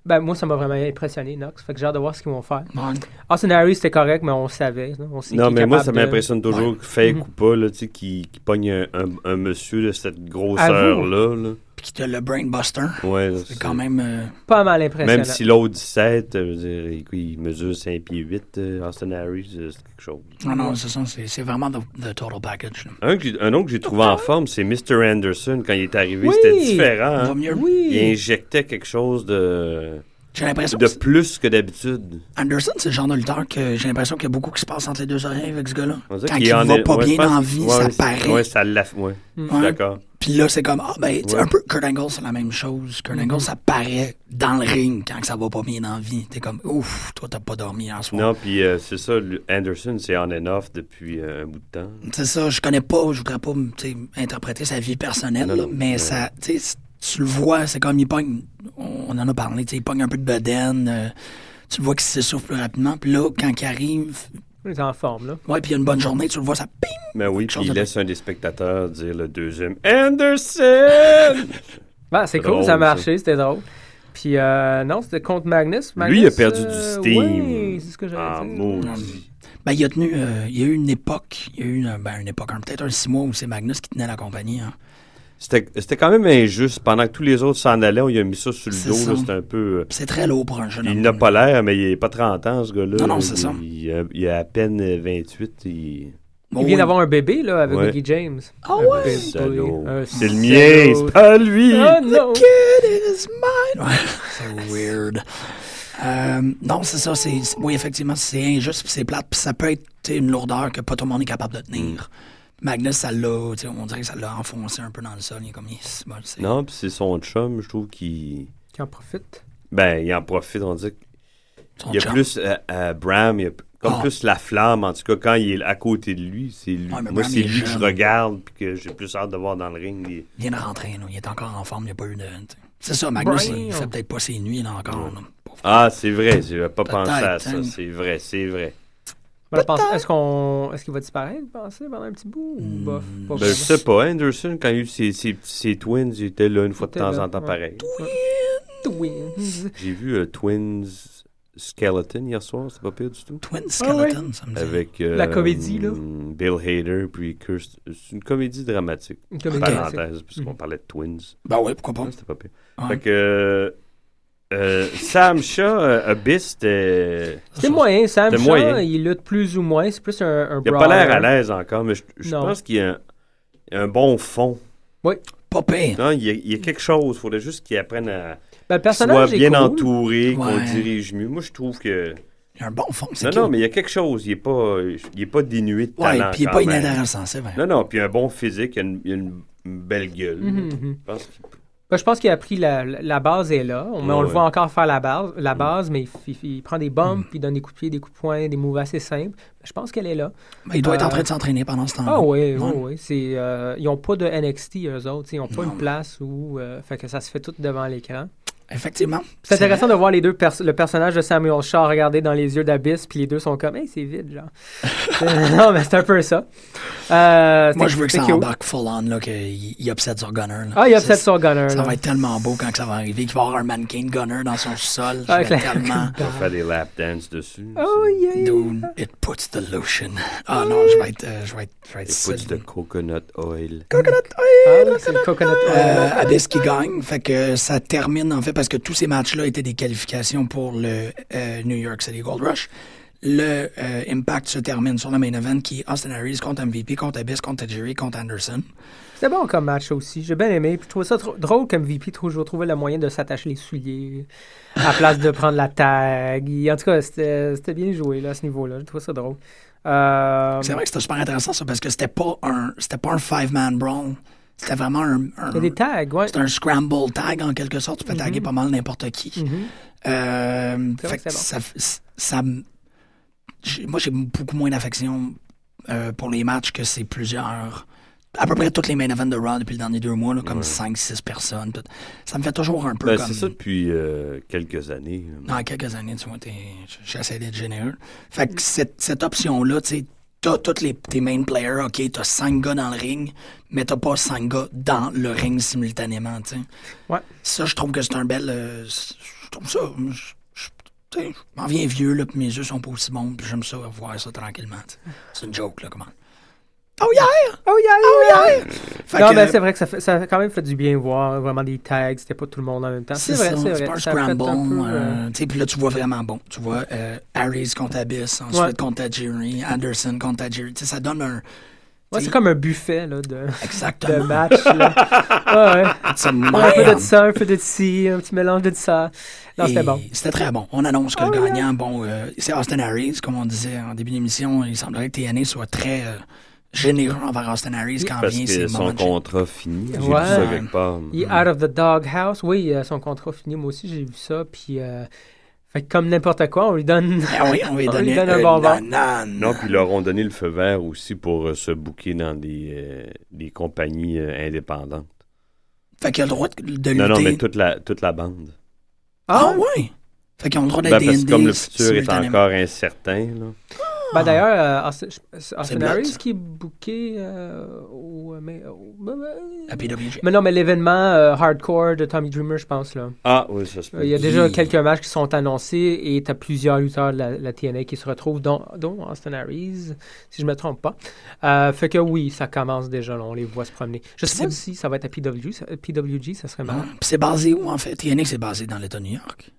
[SPEAKER 7] Ben, moi, ça m'a vraiment impressionné, Knox. Fait que j'ai hâte de voir ce qu'ils vont faire.
[SPEAKER 6] Ouais.
[SPEAKER 7] Austin Harris, c'était correct, mais on savait. là. On sait
[SPEAKER 8] Non,
[SPEAKER 7] qu'il est
[SPEAKER 8] mais moi,
[SPEAKER 7] capable
[SPEAKER 8] ça
[SPEAKER 7] de-
[SPEAKER 8] m'impressionne toujours, fake
[SPEAKER 7] Mhm.
[SPEAKER 8] ou pas, là, tu sais, qui, qui pogne un, un- un monsieur de cette grosseur-là. là.
[SPEAKER 6] Puis qu'il t'a le brainbuster.
[SPEAKER 8] Ouais,
[SPEAKER 6] C'est quand même. euh,
[SPEAKER 7] Pas mal impressionnant.
[SPEAKER 8] Même si l'autre 17, euh, je veux dire, il- il mesure 5 pieds 8, euh, Austin Harris, euh, c'est quelque chose.
[SPEAKER 6] Non, non, c'est ça. C'est c'est vraiment the, the total package. là.
[SPEAKER 8] Un, que j'ai- un autre que j'ai trouvé en forme, c'est Mr. Anderson. Quand il est arrivé,
[SPEAKER 7] Oui!
[SPEAKER 8] c'était différent.
[SPEAKER 6] Va
[SPEAKER 8] hein.
[SPEAKER 6] mieux.
[SPEAKER 8] Il
[SPEAKER 7] Oui.
[SPEAKER 8] injectait quelque chose de,
[SPEAKER 6] J'ai l'impression
[SPEAKER 8] de
[SPEAKER 6] que
[SPEAKER 8] plus que d'habitude.
[SPEAKER 6] Anderson, c'est le genre de lutteur que j'ai l'impression qu'il y a beaucoup qui se passe entre les deux oreilles avec ce gars-là.
[SPEAKER 8] On dirait
[SPEAKER 6] Quand
[SPEAKER 8] qu'il
[SPEAKER 6] il
[SPEAKER 8] en
[SPEAKER 6] va
[SPEAKER 8] est-
[SPEAKER 6] pas
[SPEAKER 8] ouais, je
[SPEAKER 6] bien
[SPEAKER 8] pense-
[SPEAKER 6] dans la vie,
[SPEAKER 8] ouais,
[SPEAKER 6] ça
[SPEAKER 8] c'est-
[SPEAKER 6] paraît.
[SPEAKER 8] Ouais, ça l'a. Ouais, je suis
[SPEAKER 6] Ouais.
[SPEAKER 8] d'accord.
[SPEAKER 6] Puis là, c'est comme, ah, ben, tu sais,
[SPEAKER 8] Ouais. Mm-hmm.
[SPEAKER 6] un peu Kurt Angle, c'est la même chose. Kurt Angle, ça paraît dans le ring quand que ça va pas bien dans la vie. T'es comme, ouf, toi, t'as pas dormi hier soir.
[SPEAKER 8] Non, puis euh, c'est ça, le- Anderson, c'est on and off depuis euh, un bout de temps.
[SPEAKER 6] C'est ça, je connais pas, je voudrais pas tu sais, interpréter sa vie personnelle,
[SPEAKER 8] Non,
[SPEAKER 6] là,
[SPEAKER 8] non,
[SPEAKER 6] mais
[SPEAKER 8] ouais.
[SPEAKER 6] ça, tu sais, c- tu le vois, c'est comme il pogne, on en a parlé, tu sais, il pogne un peu de bedaine, euh, tu le vois qu'il s'essouffle plus rapidement, puis là, quand il arrive,
[SPEAKER 7] Il est en forme, là.
[SPEAKER 6] ouais, puis il y a une bonne journée, tu le vois, ça ping!
[SPEAKER 8] Mais Ben oui,
[SPEAKER 6] chose
[SPEAKER 8] puis il
[SPEAKER 6] de-
[SPEAKER 8] laisse un des spectateurs dire le deuxième Anderson!
[SPEAKER 7] Ben, c'est cool,
[SPEAKER 8] Drôle,
[SPEAKER 7] ça a
[SPEAKER 8] ça.
[SPEAKER 7] marché, c'était drôle. Puis euh, non, c'était contre Magnus. Magnus,
[SPEAKER 8] Lui, il a perdu
[SPEAKER 7] euh,
[SPEAKER 8] du steam.
[SPEAKER 7] Oui, c'est ce que j'avais
[SPEAKER 8] Ah,
[SPEAKER 7] dit.
[SPEAKER 8] maudit.
[SPEAKER 6] Ben, il a tenu, euh, il y a eu une époque, il y a eu une, ben, une époque, un- peut-être un six mois où c'est Magnus qui tenait la compagnie, hein.
[SPEAKER 8] C'était c'était quand même injuste. Pendant que tous les autres s'en allaient, on lui a mis ça sur
[SPEAKER 6] C'est
[SPEAKER 8] le dos.
[SPEAKER 6] ça.
[SPEAKER 8] là, C'était un peu. euh,
[SPEAKER 6] Puis c'est très lourd pour un jeune homme.
[SPEAKER 8] Il n'a pas l'air, mais il n'est pas 30 ans, ce gars-là.
[SPEAKER 6] Non, non,
[SPEAKER 8] Il-
[SPEAKER 6] c'est ça.
[SPEAKER 8] Il a, il a à peine euh, 28. Il...
[SPEAKER 6] Oh,
[SPEAKER 7] Il
[SPEAKER 6] oui.
[SPEAKER 7] vient d'avoir un bébé, là, avec
[SPEAKER 8] Ouais.
[SPEAKER 7] Mickey James.
[SPEAKER 6] Ah
[SPEAKER 7] Un
[SPEAKER 6] ouais?
[SPEAKER 7] bébé,
[SPEAKER 8] Salaud.
[SPEAKER 7] un
[SPEAKER 8] C'est le
[SPEAKER 7] salaud.
[SPEAKER 8] mien, c'est pas lui!
[SPEAKER 7] Ah
[SPEAKER 8] Oh
[SPEAKER 7] non!
[SPEAKER 6] Kid is mine! Ouais, c'est weird. Euh, non, c'est ça. c'est c'est- oui, effectivement, c'est injuste, puis c'est plate, puis ça peut être tu sais, une lourdeur que pas tout le monde est capable de tenir.
[SPEAKER 8] Mm.
[SPEAKER 6] Magnus, ça l'a, tu sais, on dirait que ça l'a enfoncé un peu dans le sol. Il est comme, yes, bon, c'est-
[SPEAKER 8] Non, puis c'est son chum, je trouve qu'il.
[SPEAKER 7] Qui en profite.
[SPEAKER 8] Ben, il en profite, on dit.
[SPEAKER 6] son
[SPEAKER 8] Il y a
[SPEAKER 6] chum.
[SPEAKER 8] plus. euh, euh, Bram, il y a p- comme
[SPEAKER 6] Ah.
[SPEAKER 8] plus la flamme, en tout cas, quand il est à côté de lui, c'est lui.
[SPEAKER 6] Ouais, mais
[SPEAKER 8] Moi,
[SPEAKER 6] Bram,
[SPEAKER 8] c'est
[SPEAKER 6] il est
[SPEAKER 8] lui que je
[SPEAKER 6] jeune.
[SPEAKER 8] regarde, puis que j'ai plus hâte de voir dans le ring. Il-
[SPEAKER 6] Il vient de rentrer, là, il est encore en forme, il n'y a pas eu de. tu sais. C'est ça, Magnus,
[SPEAKER 7] Brian.
[SPEAKER 6] il fait peut-être pas ses nuits, là, encore. là. Pauvre.
[SPEAKER 8] Ah, c'est vrai, j'avais pas pensé à
[SPEAKER 6] Peut-être,
[SPEAKER 8] ça.
[SPEAKER 6] hein.
[SPEAKER 8] C'est vrai, c'est vrai.
[SPEAKER 7] Ben, pense- Est-ce qu'on, est-ce qu'il va disparaître, vous pensez, pendant un petit bout? Ou bof, pas
[SPEAKER 8] Ben, je
[SPEAKER 7] vraiment?
[SPEAKER 8] sais pas, Anderson, quand il y a eu ses, ses- ses twins, il était là une fois de
[SPEAKER 7] était
[SPEAKER 8] temps
[SPEAKER 7] là,
[SPEAKER 8] en temps
[SPEAKER 7] ouais.
[SPEAKER 8] pareil.
[SPEAKER 7] Twins.
[SPEAKER 8] J'ai vu euh, Twins Skeleton hier soir, c'est pas pire du tout.
[SPEAKER 6] Twin
[SPEAKER 7] Ah
[SPEAKER 6] Skeleton, ça me dit.
[SPEAKER 8] Avec euh,
[SPEAKER 7] La comédie, là.
[SPEAKER 8] hum, Bill Hader, puis Kirsten. C'est une comédie dramatique.
[SPEAKER 7] Une comédie classique.
[SPEAKER 8] Parenthèse, puisqu'on
[SPEAKER 7] Mhm.
[SPEAKER 8] parlait de Twins.
[SPEAKER 6] Ben oui, pourquoi pas.
[SPEAKER 8] C'était pas pire.
[SPEAKER 6] Ouais.
[SPEAKER 8] Fait que. euh, euh, Sam Shah, euh, Abyss, c'était.
[SPEAKER 7] C'est moyen, Sam
[SPEAKER 8] C'est
[SPEAKER 7] Shaw,
[SPEAKER 8] moyen.
[SPEAKER 7] il lutte plus ou moins. C'est plus un, un
[SPEAKER 8] Il a pas
[SPEAKER 7] brawler.
[SPEAKER 8] l'air à l'aise encore, mais je, je
[SPEAKER 7] Non.
[SPEAKER 8] pense qu'il y a un, un bon fond.
[SPEAKER 6] Pas pire.
[SPEAKER 8] Non, il y, a, il y a quelque chose. Il faudrait juste qu'il apprenne à.
[SPEAKER 7] Ben, le
[SPEAKER 8] soit
[SPEAKER 7] personnage est
[SPEAKER 8] bien
[SPEAKER 7] cool.
[SPEAKER 8] entouré, qu'on
[SPEAKER 6] Ouais.
[SPEAKER 8] dirige mieux. Moi, je trouve que.
[SPEAKER 6] Il y a un bon fond, c'est
[SPEAKER 8] Non,
[SPEAKER 6] cute.
[SPEAKER 8] non, mais il y a quelque chose. Il n'est pas, il est pas dénué de talent.
[SPEAKER 6] Ouais, puis il est
[SPEAKER 8] quand
[SPEAKER 6] pas
[SPEAKER 8] même.
[SPEAKER 6] inintéressant, c'est vrai.
[SPEAKER 8] Non, non, puis un bon physique, il a une, il a une belle gueule.
[SPEAKER 7] Mm-hmm,
[SPEAKER 8] Je pense qu'il-
[SPEAKER 7] Ben, je pense qu'il a pris la, la base est là. On, mais on
[SPEAKER 8] Ouais,
[SPEAKER 7] le
[SPEAKER 8] ouais.
[SPEAKER 7] voit encore faire la base, la
[SPEAKER 6] Mm.
[SPEAKER 7] base mais il, il- il prend des bombes, puis il donne des coups de pied, des coups de poing, des moves assez simples. Ben, je pense qu'elle est là.
[SPEAKER 6] Ben, il doit être en
[SPEAKER 7] Euh,
[SPEAKER 6] train de s'entraîner pendant ce temps-là.
[SPEAKER 7] Ah oui, oui,
[SPEAKER 6] Ouais.
[SPEAKER 7] oui. C'est, euh, ils n'ont pas de NXT, eux autres. Ils n'ont pas
[SPEAKER 6] Non.
[SPEAKER 7] une place où... euh, fait que ça se fait tout devant l'écran.
[SPEAKER 6] Effectivement.
[SPEAKER 7] C'est intéressant de voir les deux pers- le personnage de Samuel Shaw regarder dans les yeux d'Abyss, puis les deux sont comme « Hey, c'est vide, genre. » Non, mais c'est un peu ça. Euh,
[SPEAKER 6] Moi,
[SPEAKER 7] c'est-
[SPEAKER 6] je veux que
[SPEAKER 7] c'est
[SPEAKER 6] ça
[SPEAKER 7] cute.
[SPEAKER 6] embarque full on, là, qu'il il upset son gunner. là.
[SPEAKER 7] Ah, il y a
[SPEAKER 6] Ça,
[SPEAKER 7] peut-être son gunner.
[SPEAKER 6] Ça
[SPEAKER 7] là.
[SPEAKER 6] va être tellement beau quand que ça va arriver qu'il va avoir un mannequin de gunner dans son sol. Ça
[SPEAKER 7] Ah,
[SPEAKER 6] va être
[SPEAKER 7] clair.
[SPEAKER 6] tellement.
[SPEAKER 8] On va faire des lap dance dessus.
[SPEAKER 7] Oh, yeah.
[SPEAKER 6] Dude, it puts the lotion. Ah non, je vais être. euh, je vais être. Je vais être
[SPEAKER 8] Écoute de
[SPEAKER 6] solide.
[SPEAKER 8] coconut oil.
[SPEAKER 7] Ah, oui, c'est le coconut.
[SPEAKER 6] Euh, Abyss qui gagne, fait que ça termine en fait parce que tous ces matchs-là étaient des qualifications pour le euh, New York City Gold Rush. Le euh, Impact se termine sur le main event qui est Austin Harris contre MVP, contre Abyss, contre Jerry, contre Anderson.
[SPEAKER 7] C'était bon comme match aussi. J'ai bien aimé. Puis je trouvais ça trop- drôle comme VP. Toujours trouver le moyen de s'attacher les souliers à la place de prendre la tag. Et en tout cas, c'était c'était bien joué là, à ce niveau-là. Je trouvais ça drôle. Euh,
[SPEAKER 6] C'est vrai que c'était super intéressant ça parce que c'était pas un c'était pas un five man brawl, c'était vraiment un, un-
[SPEAKER 7] il y a des tags, ouais.
[SPEAKER 6] c'était un scramble tag en quelque sorte, tu peux taguer pas mal n'importe qui.
[SPEAKER 7] Mhm.
[SPEAKER 6] Euh,
[SPEAKER 7] C'est vrai
[SPEAKER 6] fait
[SPEAKER 7] que
[SPEAKER 6] que
[SPEAKER 7] c'est
[SPEAKER 6] ça, ça me- j'ai- moi j'ai beaucoup moins d'affection euh, pour les matchs que c'est plusieurs à peu près toutes les main events de Raw depuis les derniers deux mois, là, comme 5-6 personnes. tout. Ça me fait toujours un peu
[SPEAKER 8] Ben,
[SPEAKER 6] comme...
[SPEAKER 8] C'est ça depuis euh, quelques années. là.
[SPEAKER 6] Dans quelques années, tu vois, t'es- j'essaie d'être généreux. Fait que cette, cette option-là, tu sais, t'as tous les, tes main players, OK, t'as cinq gars dans le ring, mais t'as pas cinq gars dans le ring simultanément, tu sais.
[SPEAKER 7] Ouais.
[SPEAKER 6] Ça, je trouve que c'est un bel... euh, c'est- je trouve ça... je- je- tu sais, je m'en viens vieux, là, puis mes yeux sont pas aussi bons, puis j'aime ça voir ça tranquillement, tu sais. C'est une joke, là, comment... Oh yeah!
[SPEAKER 7] Oh yeah,
[SPEAKER 6] Fait
[SPEAKER 7] Non,
[SPEAKER 6] que-
[SPEAKER 7] ben c'est vrai que ça, fait, ça a quand même fait du bien voir vraiment des tags, c'était pas tout le monde en même temps. C'est vrai,
[SPEAKER 6] Hein, ça,
[SPEAKER 7] c'est
[SPEAKER 6] pas un
[SPEAKER 7] vrai. Ça a fait un
[SPEAKER 6] scramble.
[SPEAKER 7] peu, euh,
[SPEAKER 6] euh, tu sais, puis là, tu vois vraiment bon. Tu vois euh, Harry's contre Abyss, ensuite
[SPEAKER 7] Ouais.
[SPEAKER 6] contre Jerry, Anderson contre Jerry. Tu sais, ça donne un.
[SPEAKER 7] ouais, c'est comme un buffet là, de, de
[SPEAKER 6] Exactement.
[SPEAKER 7] match. Là. Ouais, ouais.
[SPEAKER 6] C'est
[SPEAKER 7] Un peu
[SPEAKER 6] man.
[SPEAKER 7] de ça, un peu de ci, un petit mélange de ça. Non,
[SPEAKER 6] Et
[SPEAKER 7] c'était bon. Ah hein.
[SPEAKER 6] C'était très bon. On annonce que le gagnant, bon, euh, c'est Austin Harris, comme on disait en début d'émission. Il semblerait que TNA soit très euh, généreux envers Austin Harris quand
[SPEAKER 8] Parce
[SPEAKER 6] vient
[SPEAKER 8] que
[SPEAKER 6] ses moments
[SPEAKER 8] son
[SPEAKER 6] de génie.
[SPEAKER 8] contrat fini. J'ai
[SPEAKER 7] Ouais.
[SPEAKER 8] vu ça quelque part.
[SPEAKER 7] Il est
[SPEAKER 6] Mm-hmm.
[SPEAKER 7] out of the doghouse. Oui, euh, son contrat fini, moi aussi, j'ai vu ça. Puis, euh, fait que comme n'importe quoi, on lui donne.
[SPEAKER 6] Ah oui, on va lui
[SPEAKER 7] On lui
[SPEAKER 6] donner
[SPEAKER 7] donne un
[SPEAKER 6] une
[SPEAKER 7] bonbon.
[SPEAKER 6] banane.
[SPEAKER 8] Non, puis ils leur ont donné le feu vert aussi pour euh, se booker dans des, euh, des compagnies euh, indépendantes.
[SPEAKER 6] Fait qu'il a le droit de, de lutter.
[SPEAKER 8] Non, non, mais toute la, toute la bande.
[SPEAKER 6] Ah oui! Fait qu'ils ont le droit d'être
[SPEAKER 8] Ben, parce
[SPEAKER 6] des
[SPEAKER 8] que comme le
[SPEAKER 6] indies
[SPEAKER 8] futur est
[SPEAKER 6] simultanément.
[SPEAKER 8] encore incertain, là.
[SPEAKER 7] Ben, D'ailleurs, euh, Austin- c'est Austin
[SPEAKER 6] plate,
[SPEAKER 7] Harris
[SPEAKER 6] ça.
[SPEAKER 7] qui est booké euh, au. Mais, au-
[SPEAKER 6] La PWG.
[SPEAKER 7] mais non, mais l'événement euh, hardcore de Tommy Dreamer, je pense. là.
[SPEAKER 8] Ah, oui, ça se peut.
[SPEAKER 7] Euh, Il y a déjà
[SPEAKER 6] Hi.
[SPEAKER 7] quelques matchs qui sont annoncés et tu as plusieurs lutteurs de la, la TNA qui se retrouvent, dont, dont Austin Harris, si je me trompe pas. Euh, fait que oui, ça commence déjà, là, on les voit se promener. Je sais pas si ça va être à PWG, ça, PWG, ça serait marrant.
[SPEAKER 6] Hein? Puis c'est basé où, en fait? TNA, c'est basé dans l'État de New York.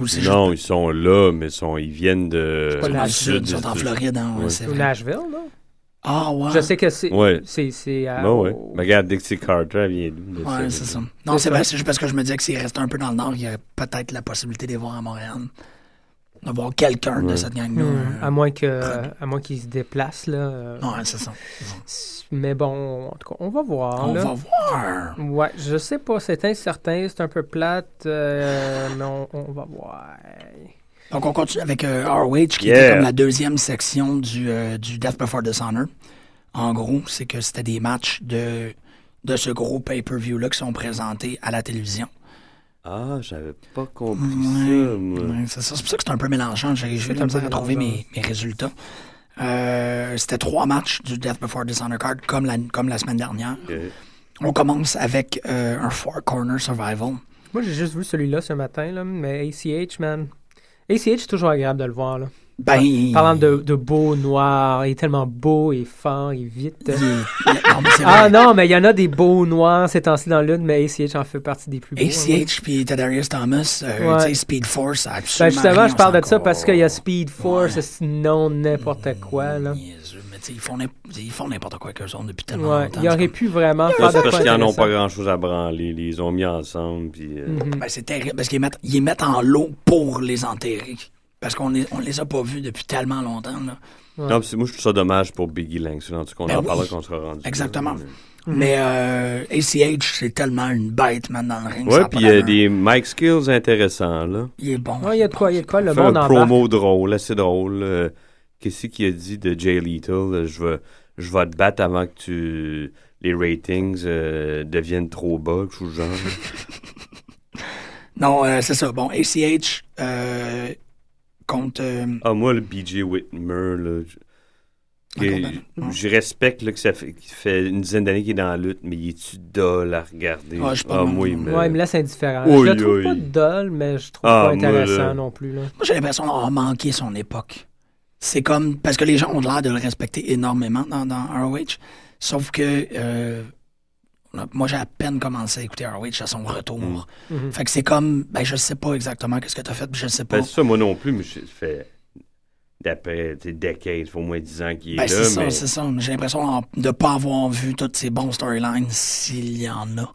[SPEAKER 6] Ou c'est juste
[SPEAKER 8] Non, ils sont là, mais sont, ils viennent de.
[SPEAKER 7] pas
[SPEAKER 6] dans le
[SPEAKER 7] du
[SPEAKER 6] sud, ils sont en Floride, hein, ouais,
[SPEAKER 8] Ouais.
[SPEAKER 6] c'est
[SPEAKER 7] Ou
[SPEAKER 6] vrai.
[SPEAKER 7] Nashville, non?
[SPEAKER 6] Ah, ouais.
[SPEAKER 7] Je sais que c'est.
[SPEAKER 8] Ouais.
[SPEAKER 7] C'est. c'est, euh,
[SPEAKER 8] Non, Bah ouais.
[SPEAKER 7] au-
[SPEAKER 8] Mais regarde, Dixie Carter, elle vient
[SPEAKER 6] Ah, oh.
[SPEAKER 8] d'où? de
[SPEAKER 6] Ouais,
[SPEAKER 8] Floride.
[SPEAKER 6] c'est ça. Non, c'est vrai, c'est juste parce que je me disais que s'ils restaient un peu dans le nord, il y a peut-être la possibilité de les voir à Montréal. De voir quelqu'un de cette gang-là.
[SPEAKER 7] Mm. À moins que, à moins qu'ils se déplacent là. euh,
[SPEAKER 6] Ouais, c'est ça.
[SPEAKER 7] Mais bon, en tout cas, on va voir.
[SPEAKER 6] On
[SPEAKER 7] Ah, là.
[SPEAKER 6] va voir.
[SPEAKER 7] Ouais, je sais pas, c'est incertain, c'est un peu plate, euh, mais on, on va voir.
[SPEAKER 6] Donc, on continue avec euh, ROH, qui
[SPEAKER 8] Yeah.
[SPEAKER 6] était comme la deuxième section du, euh, du Death Before Dishonor. En gros, c'est que c'était des matchs de, de ce gros pay-per-view-là qui sont présentés à la télévision.
[SPEAKER 8] Ah, j'avais pas compris ça, moi.
[SPEAKER 6] Ouais, c'est ça. C'est pour ça que c'est un peu mélangeant. J'ai j'ai eu de la misère à trouver mes, mes résultats. Euh, C'était trois matchs du Death Before Dishonor card comme la, comme la semaine dernière.
[SPEAKER 8] Ok.
[SPEAKER 6] On commence avec euh, un Four Corner Survival.
[SPEAKER 7] Moi, j'ai juste vu celui-là ce matin, là, mais ACH, man. ACH, c'est toujours agréable de le voir. Là.
[SPEAKER 6] Ben,
[SPEAKER 7] Parlant de, de beau, noir, il est tellement beau et fort et vite.
[SPEAKER 6] il- non, mais c'est vrai.
[SPEAKER 7] Ah non, mais il y en a des beaux noirs ces temps-ci dans l'une, mais ACH en fait partie des plus beaux. hein, oui.
[SPEAKER 6] ACH puis Tadarius Thomas, euh,
[SPEAKER 7] Ouais.
[SPEAKER 6] tu sais, Speed Force, ça a
[SPEAKER 7] Ben
[SPEAKER 6] absolument
[SPEAKER 7] justement,
[SPEAKER 6] rien,
[SPEAKER 7] je parle
[SPEAKER 6] on
[SPEAKER 7] de ça
[SPEAKER 6] s'en
[SPEAKER 7] parce qu'il y a Speed Force, c'est non n'importe quoi. Là.
[SPEAKER 6] niaiseux, mais tu sais, ils font n'im- ils font n'importe quoi qu'eux autres depuis tellement
[SPEAKER 7] Ouais,
[SPEAKER 6] longtemps.
[SPEAKER 7] il
[SPEAKER 6] c'est
[SPEAKER 7] aurait
[SPEAKER 6] comme-
[SPEAKER 7] pu vraiment
[SPEAKER 8] Ça,
[SPEAKER 7] faire de
[SPEAKER 8] C'est parce
[SPEAKER 7] quoi
[SPEAKER 8] qu'ils en ont
[SPEAKER 7] intéressant.
[SPEAKER 8] pas grand chose à branler. Ils les ont mis ensemble. Puis, euh,
[SPEAKER 6] Ben, c'est terrible parce qu'ils mettent, ils les mettent en l'eau pour les enterrer. Parce qu'on les, on les a pas vus depuis tellement longtemps. là.
[SPEAKER 8] Non, puis moi, je trouve ça dommage pour Biggie Langston. En tout cas, on
[SPEAKER 6] Ben
[SPEAKER 8] en
[SPEAKER 6] oui.
[SPEAKER 8] parlera quand on sera rendu. là. Mm.
[SPEAKER 6] Exactement. Mais euh, ACH, c'est tellement une bête, man, dans le ring. ça
[SPEAKER 8] Ouais,
[SPEAKER 6] a
[SPEAKER 8] puis
[SPEAKER 6] pas
[SPEAKER 8] il y a
[SPEAKER 6] d'allure.
[SPEAKER 8] des mic skills intéressants, là.
[SPEAKER 6] Il est bon.
[SPEAKER 7] Ouais, il y a de quoi, il y a de quoi, le
[SPEAKER 8] Faire
[SPEAKER 7] monde
[SPEAKER 8] un
[SPEAKER 7] en
[SPEAKER 8] promo drôle, assez drôle. euh, Qu'est-ce qu'il a dit de Jay Little? euh, Je vais, je vais te battre avant que tu... les ratings euh, deviennent trop bas, quelque chose du genre.
[SPEAKER 6] Non, euh, c'est ça. Bon, ACH euh, contre... euh,
[SPEAKER 8] ah, moi, le BJ Whitmer, là... je-
[SPEAKER 6] Encore
[SPEAKER 8] que- Je respecte là, que ça fait, qu'il fait une dizaine d'années qu'il est dans la lutte, mais il est-tu dol à regarder?
[SPEAKER 6] Ah, je suis pas de
[SPEAKER 8] moi,
[SPEAKER 6] même.
[SPEAKER 8] il me...
[SPEAKER 7] Ouais, il me laisse indifférent.
[SPEAKER 8] Oui,
[SPEAKER 7] je le trouve pas
[SPEAKER 8] oui.
[SPEAKER 7] dull, mais je trouve
[SPEAKER 8] Ah,
[SPEAKER 7] pas intéressant
[SPEAKER 8] moi, là.
[SPEAKER 7] non plus. Là.
[SPEAKER 6] Moi, j'ai l'impression d'avoir manqué son époque. C'est comme. Parce que les gens ont l'air de le respecter énormément dans, dans ROH. Sauf que. euh, moi, j'ai à peine commencé à écouter ROH à son
[SPEAKER 8] Mm.
[SPEAKER 6] retour. Fait que c'est comme. Ben, je sais pas exactement qu'est-ce que t'as fait, puis je sais pas.
[SPEAKER 8] Ben, c'est ça, moi non plus, mais je- ça fait d'après tu sais, decades, il faut au moins 10 ans qu'il est
[SPEAKER 6] Ben,
[SPEAKER 8] là.
[SPEAKER 6] c'est ça,
[SPEAKER 8] mais
[SPEAKER 6] c'est ça. Mais J'ai l'impression en- de pas avoir vu toutes ces bons storylines, s'il y en a.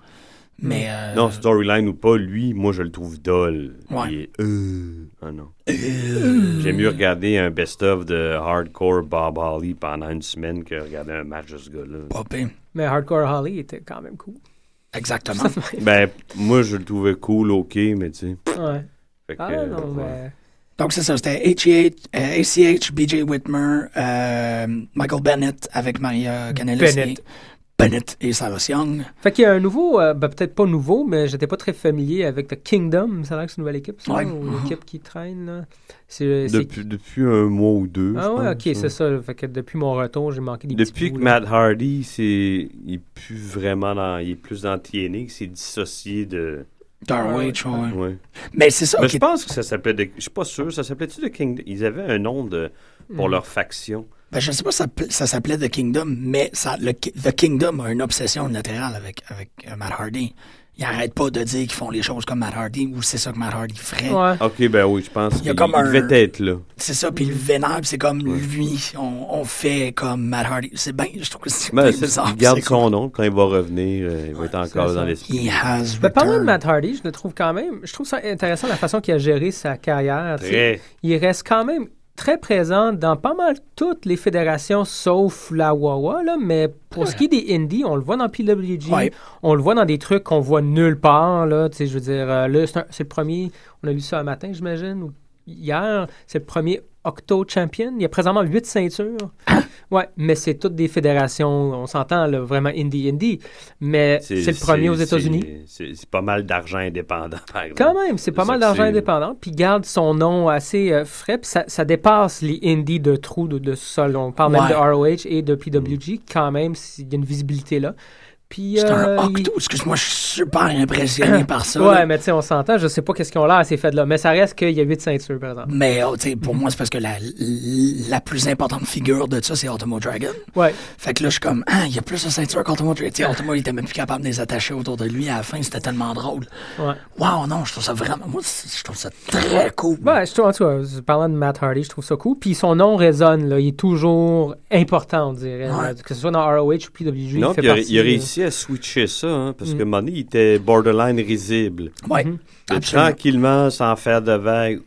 [SPEAKER 6] Mais. euh,
[SPEAKER 8] Mm. Non, storyline ou pas, lui, moi je le trouve dol.
[SPEAKER 6] Ouais. Euh.
[SPEAKER 8] Il est euh, Ah non. J'aime mieux regarder un best-of de hardcore Bob Holly pendant une semaine que regarder un match de ce gars-là.
[SPEAKER 6] pas pire.
[SPEAKER 7] Mais Hardcore Holly était quand même cool.
[SPEAKER 6] Exactement.
[SPEAKER 8] Ben, moi je le trouvais cool, ok, mais tu sais.
[SPEAKER 7] Ouais.
[SPEAKER 8] fait que,
[SPEAKER 7] Ah non,
[SPEAKER 8] ouais.
[SPEAKER 7] mais.
[SPEAKER 6] Donc, c'est ça. C'était ACH, euh, ACH, BJ Whitmer, euh, Michael Bennett avec Maria Kanellis.
[SPEAKER 7] Bennett.
[SPEAKER 6] et Bennett et Cyrus Young.
[SPEAKER 7] Fait qu'il y a un nouveau, euh, ben, peut-être pas nouveau, mais j'étais pas très familier avec The Kingdom. Ça a l'air que c'est une nouvelle équipe, ça,
[SPEAKER 6] Ouais.
[SPEAKER 7] ou une équipe qui traîne. là. C'est, c'est-
[SPEAKER 8] Depuis, depuis un mois ou deux. je
[SPEAKER 7] Ah ouais,
[SPEAKER 8] pense,
[SPEAKER 7] ok, c'est ça. Fait que depuis mon retour, j'ai manqué des petits
[SPEAKER 8] Depuis que
[SPEAKER 7] bouts, là.
[SPEAKER 8] Matt Hardy, c'est, il est plus vraiment dans, il est plus dans TNA, il s'est dissocié de.
[SPEAKER 6] Darwin, ouais.
[SPEAKER 8] Ouais.
[SPEAKER 6] Mais c'est ça.
[SPEAKER 8] Mais
[SPEAKER 6] qui
[SPEAKER 8] je
[SPEAKER 6] est-
[SPEAKER 8] pense que ça s'appelait. de- Je suis pas sûr. Ça s'appelait-tu de Kingdom Ils avaient un nom de,
[SPEAKER 7] Hmm.
[SPEAKER 8] pour leur faction.
[SPEAKER 6] ben, je sais pas si ça, pl- ça s'appelait The Kingdom, mais ça, le, Ki- The Kingdom a une obsession latérale avec, avec euh, Matt Hardy. Ils n'arrêtent pas de dire qu'ils font les choses comme Matt Hardy ou c'est ça que Matt Hardy ferait.
[SPEAKER 7] Ouais.
[SPEAKER 8] Ok, ben oui, je pense
[SPEAKER 6] Il y a
[SPEAKER 8] qu'il
[SPEAKER 6] comme
[SPEAKER 8] il
[SPEAKER 6] un-
[SPEAKER 8] devait être là.
[SPEAKER 6] C'est ça, puis le vénère, puis c'est comme lui, on, on fait comme Matt Hardy. C'est bien, je trouve que c'est
[SPEAKER 8] Mais
[SPEAKER 6] bien
[SPEAKER 8] Ben, ça,
[SPEAKER 6] bizarre.
[SPEAKER 8] il garde
[SPEAKER 6] c'est cool.
[SPEAKER 8] son nom quand il va revenir, euh, il va être encore
[SPEAKER 7] ça.
[SPEAKER 8] dans l'esprit.
[SPEAKER 6] He has
[SPEAKER 7] Ben, parlant de
[SPEAKER 6] returned.
[SPEAKER 7] Matt Hardy, je le trouve quand même. Je trouve ça intéressant la façon qu'il a géré sa carrière. tu sais.
[SPEAKER 8] Très.
[SPEAKER 7] Il reste quand même très présent dans pas mal toutes les fédérations sauf la Wawa, là, mais pour ce qui est des Indies, on le voit dans PWG,
[SPEAKER 6] Ouais.
[SPEAKER 7] on le voit dans des trucs qu'on voit nulle part. Là, tu sais, je veux dire, euh, là, c'est un- c'est le premier, on a lu ça un matin, j'imagine, ou hier, c'est le premier Octo Champion. Il y a présentement huit ceintures. ouais, mais c'est toutes des fédérations, on s'entend, là, vraiment indie-indie, mais c'est le premier aux
[SPEAKER 8] c'est-
[SPEAKER 7] États-Unis.
[SPEAKER 8] C'est c'est pas mal d'argent indépendant, par exemple.
[SPEAKER 7] Quand même, c'est pas
[SPEAKER 8] C'est
[SPEAKER 7] mal
[SPEAKER 8] ça que
[SPEAKER 7] d'argent
[SPEAKER 8] c'est.
[SPEAKER 7] indépendant. Puis garde son nom assez euh, frais. Puis ça, ça dépasse les indies de trous de, de sol. On parle même
[SPEAKER 6] Ouais.
[SPEAKER 7] de ROH et de
[SPEAKER 8] Mm.
[SPEAKER 7] PWG. Quand même, s'il y a une visibilité là. Puis,
[SPEAKER 6] C'est
[SPEAKER 7] euh,
[SPEAKER 6] un
[SPEAKER 7] il-
[SPEAKER 6] octo, excuse-moi, je suis super impressionné par ça.
[SPEAKER 7] Ouais,
[SPEAKER 6] là.
[SPEAKER 7] mais tu sais, on s'entend. Je sais pas qu'est-ce qu'ils ont l'air ces fêtes-là. Mais ça reste qu'il y a huit ceintures, par exemple.
[SPEAKER 6] Mais oh, tu sais, pour moi, c'est parce que la, la plus importante figure de ça, c'est Ultimo Dragon.
[SPEAKER 7] Ouais.
[SPEAKER 6] Fait que là, je suis comme, ah, il y a plus de ceinture qu'Ultimo Dragon. Tu sais, Ultimo, il était même plus capable de les attacher autour de lui à la fin, c'était tellement drôle.
[SPEAKER 7] Ouais.
[SPEAKER 6] Wow, non, je trouve ça vraiment, moi, c'est- je trouve ça très cool.
[SPEAKER 7] Ben, je trouve, en tout cas, parlant de Matt Hardy, je trouve ça cool. Puis son nom résonne, là. Il est toujours important, on dirait.
[SPEAKER 6] Ouais.
[SPEAKER 7] Que ce soit dans ROH ou PWG.
[SPEAKER 8] Non,
[SPEAKER 7] il fait
[SPEAKER 8] puis il a,
[SPEAKER 7] partie,
[SPEAKER 8] il a
[SPEAKER 7] là.
[SPEAKER 8] réussi à switcher ça, hein,
[SPEAKER 6] Mm.
[SPEAKER 8] parce que à un moment donné, il était borderline risible.
[SPEAKER 6] ouais,
[SPEAKER 7] Mhm.
[SPEAKER 8] Mais
[SPEAKER 6] absolument.
[SPEAKER 8] Tranquillement, sans faire de vagues,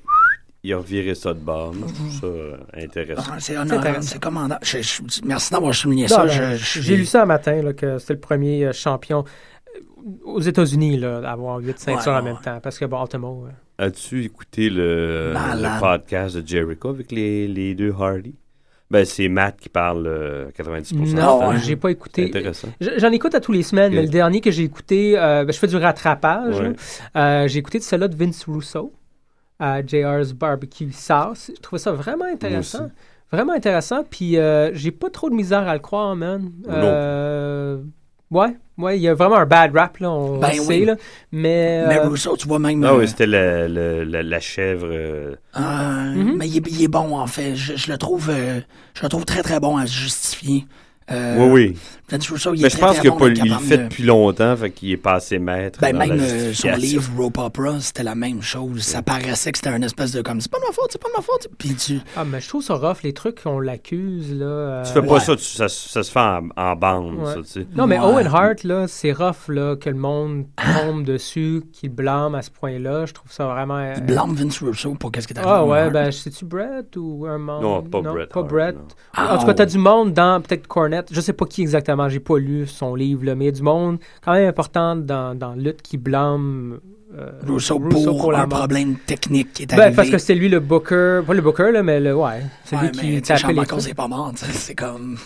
[SPEAKER 8] il a reviré ça de bord. Moi, Je trouve ça euh, intéressant.
[SPEAKER 6] Ah, C'est honorable,
[SPEAKER 7] intéressant.
[SPEAKER 6] c'est commandant. Je- je- merci d'avoir souligné
[SPEAKER 7] Non,
[SPEAKER 6] ça. je-
[SPEAKER 7] ben,
[SPEAKER 6] je-
[SPEAKER 7] J'ai lu ça un matin, là, que c'était le premier euh, champion euh, aux États-Unis là, d'avoir huit ceintures
[SPEAKER 6] Ouais,
[SPEAKER 7] en même
[SPEAKER 6] ouais.
[SPEAKER 7] temps. Parce que bon, Ultimo, euh,
[SPEAKER 8] As-tu écouté le,
[SPEAKER 6] Malade.
[SPEAKER 8] le podcast de Jericho avec les, les deux Hardy? Ben, c'est Matt qui parle euh, 90% du
[SPEAKER 7] non,
[SPEAKER 8] temps.
[SPEAKER 6] ouais.
[SPEAKER 7] j'ai pas
[SPEAKER 8] C'est
[SPEAKER 7] écouté.
[SPEAKER 8] intéressant.
[SPEAKER 7] Je- J'en écoute à tous les semaines,
[SPEAKER 8] Ok.
[SPEAKER 7] mais le dernier que j'ai écouté, euh, ben, je fais du rattrapage.
[SPEAKER 8] Ouais.
[SPEAKER 7] là. Euh, j'ai écouté celui-là de Vince Russo à JR's Barbecue Sauce. Je trouvais ça vraiment intéressant.
[SPEAKER 8] aussi.
[SPEAKER 7] Vraiment intéressant. Puis euh, j'ai pas trop de misère à le croire, man. Euh, ouais, ouais, il y a vraiment un bad rap, là, on
[SPEAKER 6] Ben
[SPEAKER 7] le
[SPEAKER 6] oui.
[SPEAKER 7] sait. Là, mais,
[SPEAKER 6] Mais
[SPEAKER 7] euh,
[SPEAKER 6] Rousseau, tu vois même.
[SPEAKER 8] Ah
[SPEAKER 6] euh,
[SPEAKER 8] oui, c'était la, la, la- la chèvre. euh,
[SPEAKER 6] Euh,
[SPEAKER 7] Mhm.
[SPEAKER 6] Mais il est, il est bon, en fait. Je, je le trouve, euh, je le trouve très, très bon à se justifier. Euh,
[SPEAKER 8] oui, oui.
[SPEAKER 6] Vince Russo, il est
[SPEAKER 8] Mais je
[SPEAKER 6] très,
[SPEAKER 8] pense
[SPEAKER 6] très
[SPEAKER 8] qu'il
[SPEAKER 6] bon
[SPEAKER 8] pas-
[SPEAKER 6] d'être
[SPEAKER 8] il le
[SPEAKER 6] capable
[SPEAKER 8] fait
[SPEAKER 6] de-
[SPEAKER 8] depuis longtemps, fait qu'il est passé maître.
[SPEAKER 6] Ben,
[SPEAKER 8] dans
[SPEAKER 6] même
[SPEAKER 8] la
[SPEAKER 6] euh, son
[SPEAKER 8] justification.
[SPEAKER 6] livre Rope Opera, c'était la même chose. Ça paraissait que c'était un espèce de comme c'est pas de ma faute, c'est pas de ma faute. Puis tu.
[SPEAKER 7] Ah, mais je trouve ça rough, les trucs qu'on l'accuse, là. euh,
[SPEAKER 8] Tu fais pas
[SPEAKER 6] Ouais.
[SPEAKER 8] ça, tu- ça, ça se fait en, en bande,
[SPEAKER 7] Ouais.
[SPEAKER 8] ça, tu sais.
[SPEAKER 7] Non, mais
[SPEAKER 6] Ouais.
[SPEAKER 7] Owen Hart, là, c'est rough, là, que le monde tombe dessus, qu'il blâme à ce point-là. Je trouve ça vraiment... euh,
[SPEAKER 6] Il blâme Vince Russo pour qu'est-ce qui est arrivé.
[SPEAKER 7] Ah
[SPEAKER 6] à
[SPEAKER 7] ouais,
[SPEAKER 6] Hart.
[SPEAKER 7] ben, sais-tu Brett ou un monde?
[SPEAKER 8] Non, pas Bret
[SPEAKER 7] Pas
[SPEAKER 8] Hart,
[SPEAKER 7] Bret.
[SPEAKER 8] non.
[SPEAKER 7] En tout
[SPEAKER 6] Ah,
[SPEAKER 7] cas, t'as du monde dans, peut-être Cornette, je sais pas qui exactement, j'ai pas lu son livre, là, mais il y a du monde quand même important dans, dans Lutte qui blâme euh,
[SPEAKER 6] Russo, pour,
[SPEAKER 7] la
[SPEAKER 6] un
[SPEAKER 7] mort.
[SPEAKER 6] problème technique qui est
[SPEAKER 7] Ben,
[SPEAKER 6] arrivé.
[SPEAKER 7] parce que c'est lui le booker, pas le booker, là, mais le, ouais, c'est
[SPEAKER 6] Ouais,
[SPEAKER 7] lui
[SPEAKER 6] mais,
[SPEAKER 7] qui
[SPEAKER 6] tu sais,
[SPEAKER 7] tapait
[SPEAKER 6] Shawn
[SPEAKER 7] les
[SPEAKER 6] Michaels
[SPEAKER 7] trucs.
[SPEAKER 6] n'est pas mort, tu sais, c'est comme.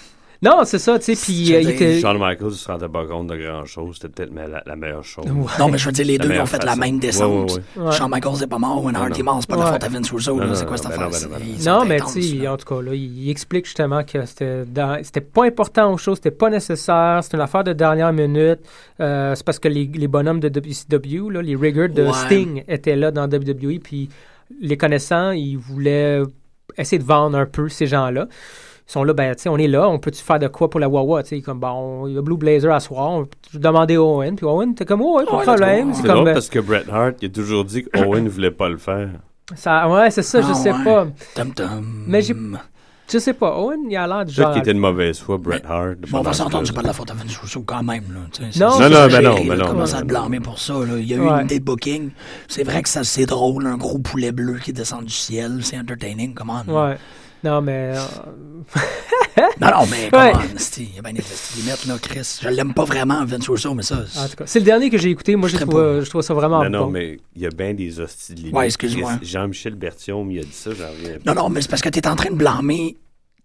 [SPEAKER 7] Non, c'est ça, tu sais, puis
[SPEAKER 6] Je
[SPEAKER 7] euh, il
[SPEAKER 6] veux dire,
[SPEAKER 7] était...
[SPEAKER 8] Shawn Michaels ne se rendait pas compte de grand-chose. C'était peut-être ma- la, la meilleure chose.
[SPEAKER 6] Non, mais je veux dire, les
[SPEAKER 8] La
[SPEAKER 6] deux ils ont
[SPEAKER 8] meilleure
[SPEAKER 6] fait la
[SPEAKER 8] façon.
[SPEAKER 6] même
[SPEAKER 8] Ouais,
[SPEAKER 6] descente.
[SPEAKER 8] ouais,
[SPEAKER 7] Ouais.
[SPEAKER 6] Shawn Michaels n'est pas mort, Owen Hart est mort, c'est pas de
[SPEAKER 7] Ouais.
[SPEAKER 6] la faute à Vince Russo,
[SPEAKER 8] Non,
[SPEAKER 6] là,
[SPEAKER 8] non,
[SPEAKER 6] c'est quoi
[SPEAKER 8] non,
[SPEAKER 6] cette
[SPEAKER 8] ben
[SPEAKER 6] affaire?
[SPEAKER 8] non, ben non, ben
[SPEAKER 6] Ils sont
[SPEAKER 7] Non, mais
[SPEAKER 6] intenses,
[SPEAKER 7] tu sais,
[SPEAKER 6] là.
[SPEAKER 7] en tout cas, là, il, il explique justement que c'était dans- c'était pas important aux choses, c'était pas nécessaire, c'était une affaire de dernière minute. Euh, c'est parce que les, les bonhommes de WCW, là, les riggers de
[SPEAKER 6] Ouais.
[SPEAKER 7] Sting étaient là dans WWE, puis les connaissants, ils voulaient essayer de vendre un peu ces gens-là. Ils sont là, ben, tu sais, on est là, on peut-tu faire de quoi pour la Wawa? Tu sais, comme, bon, il y a Blue Blazer à soir, on peut demander à Owen, puis Owen, t'es comme, ouais, ouais, pas de
[SPEAKER 6] Ouais, let's
[SPEAKER 7] problème.
[SPEAKER 6] go.
[SPEAKER 7] C'est
[SPEAKER 8] C'est
[SPEAKER 7] comme,
[SPEAKER 8] drôle
[SPEAKER 7] ben,
[SPEAKER 8] parce que Bret Hart, il a toujours dit qu'Owen ne voulait pas le faire.
[SPEAKER 7] ça, ouais, c'est ça, je
[SPEAKER 6] Ah,
[SPEAKER 7] sais
[SPEAKER 6] ouais.
[SPEAKER 7] pas.
[SPEAKER 6] Tom Tom.
[SPEAKER 7] Mais j'ai- Je sais pas, Owen, il a l'air du genre.
[SPEAKER 8] Peut-être qu'il était de mauvaise foi, Bret Hart.
[SPEAKER 6] Bon, on
[SPEAKER 8] pendant
[SPEAKER 6] va
[SPEAKER 8] ce
[SPEAKER 6] s'entendre, c'est
[SPEAKER 8] cas-là.
[SPEAKER 6] pas de la faute à Vince Russo quand même. Là, tu sais,
[SPEAKER 7] Non,
[SPEAKER 6] c'est- c'est
[SPEAKER 7] non,
[SPEAKER 8] ben
[SPEAKER 6] géré,
[SPEAKER 8] non,
[SPEAKER 6] là,
[SPEAKER 8] ben non,
[SPEAKER 6] Commence
[SPEAKER 8] ben
[SPEAKER 6] à
[SPEAKER 8] non.
[SPEAKER 6] te blâmer pour ça. là. Il y a eu
[SPEAKER 7] Ouais.
[SPEAKER 6] une idée de booking. C'est vrai que ça c'est drôle, un gros poulet bleu qui descend du ciel. C'est entertaining, comment?
[SPEAKER 7] Ouais. Non, mais. euh,
[SPEAKER 6] Non, non, mais comment?
[SPEAKER 7] Ouais.
[SPEAKER 6] Il y a bien des petites limites, là, Chris. Je l'aime pas vraiment, Vince Russo, mais ça. c'est-
[SPEAKER 7] en tout cas, c'est le dernier que j'ai écouté. Moi, je
[SPEAKER 6] Très
[SPEAKER 7] trouve,
[SPEAKER 6] bon.
[SPEAKER 7] euh, je trouve ça vraiment
[SPEAKER 8] Non, non,
[SPEAKER 7] bon.
[SPEAKER 8] mais il y a bien des hosties de limites.
[SPEAKER 6] Ouais, excuse-moi.
[SPEAKER 8] Chris- Jean-Michel Berthiaume, il a dit ça, j'en reviens pas.
[SPEAKER 6] Non, non, mais c'est parce que t'es en train de blâmer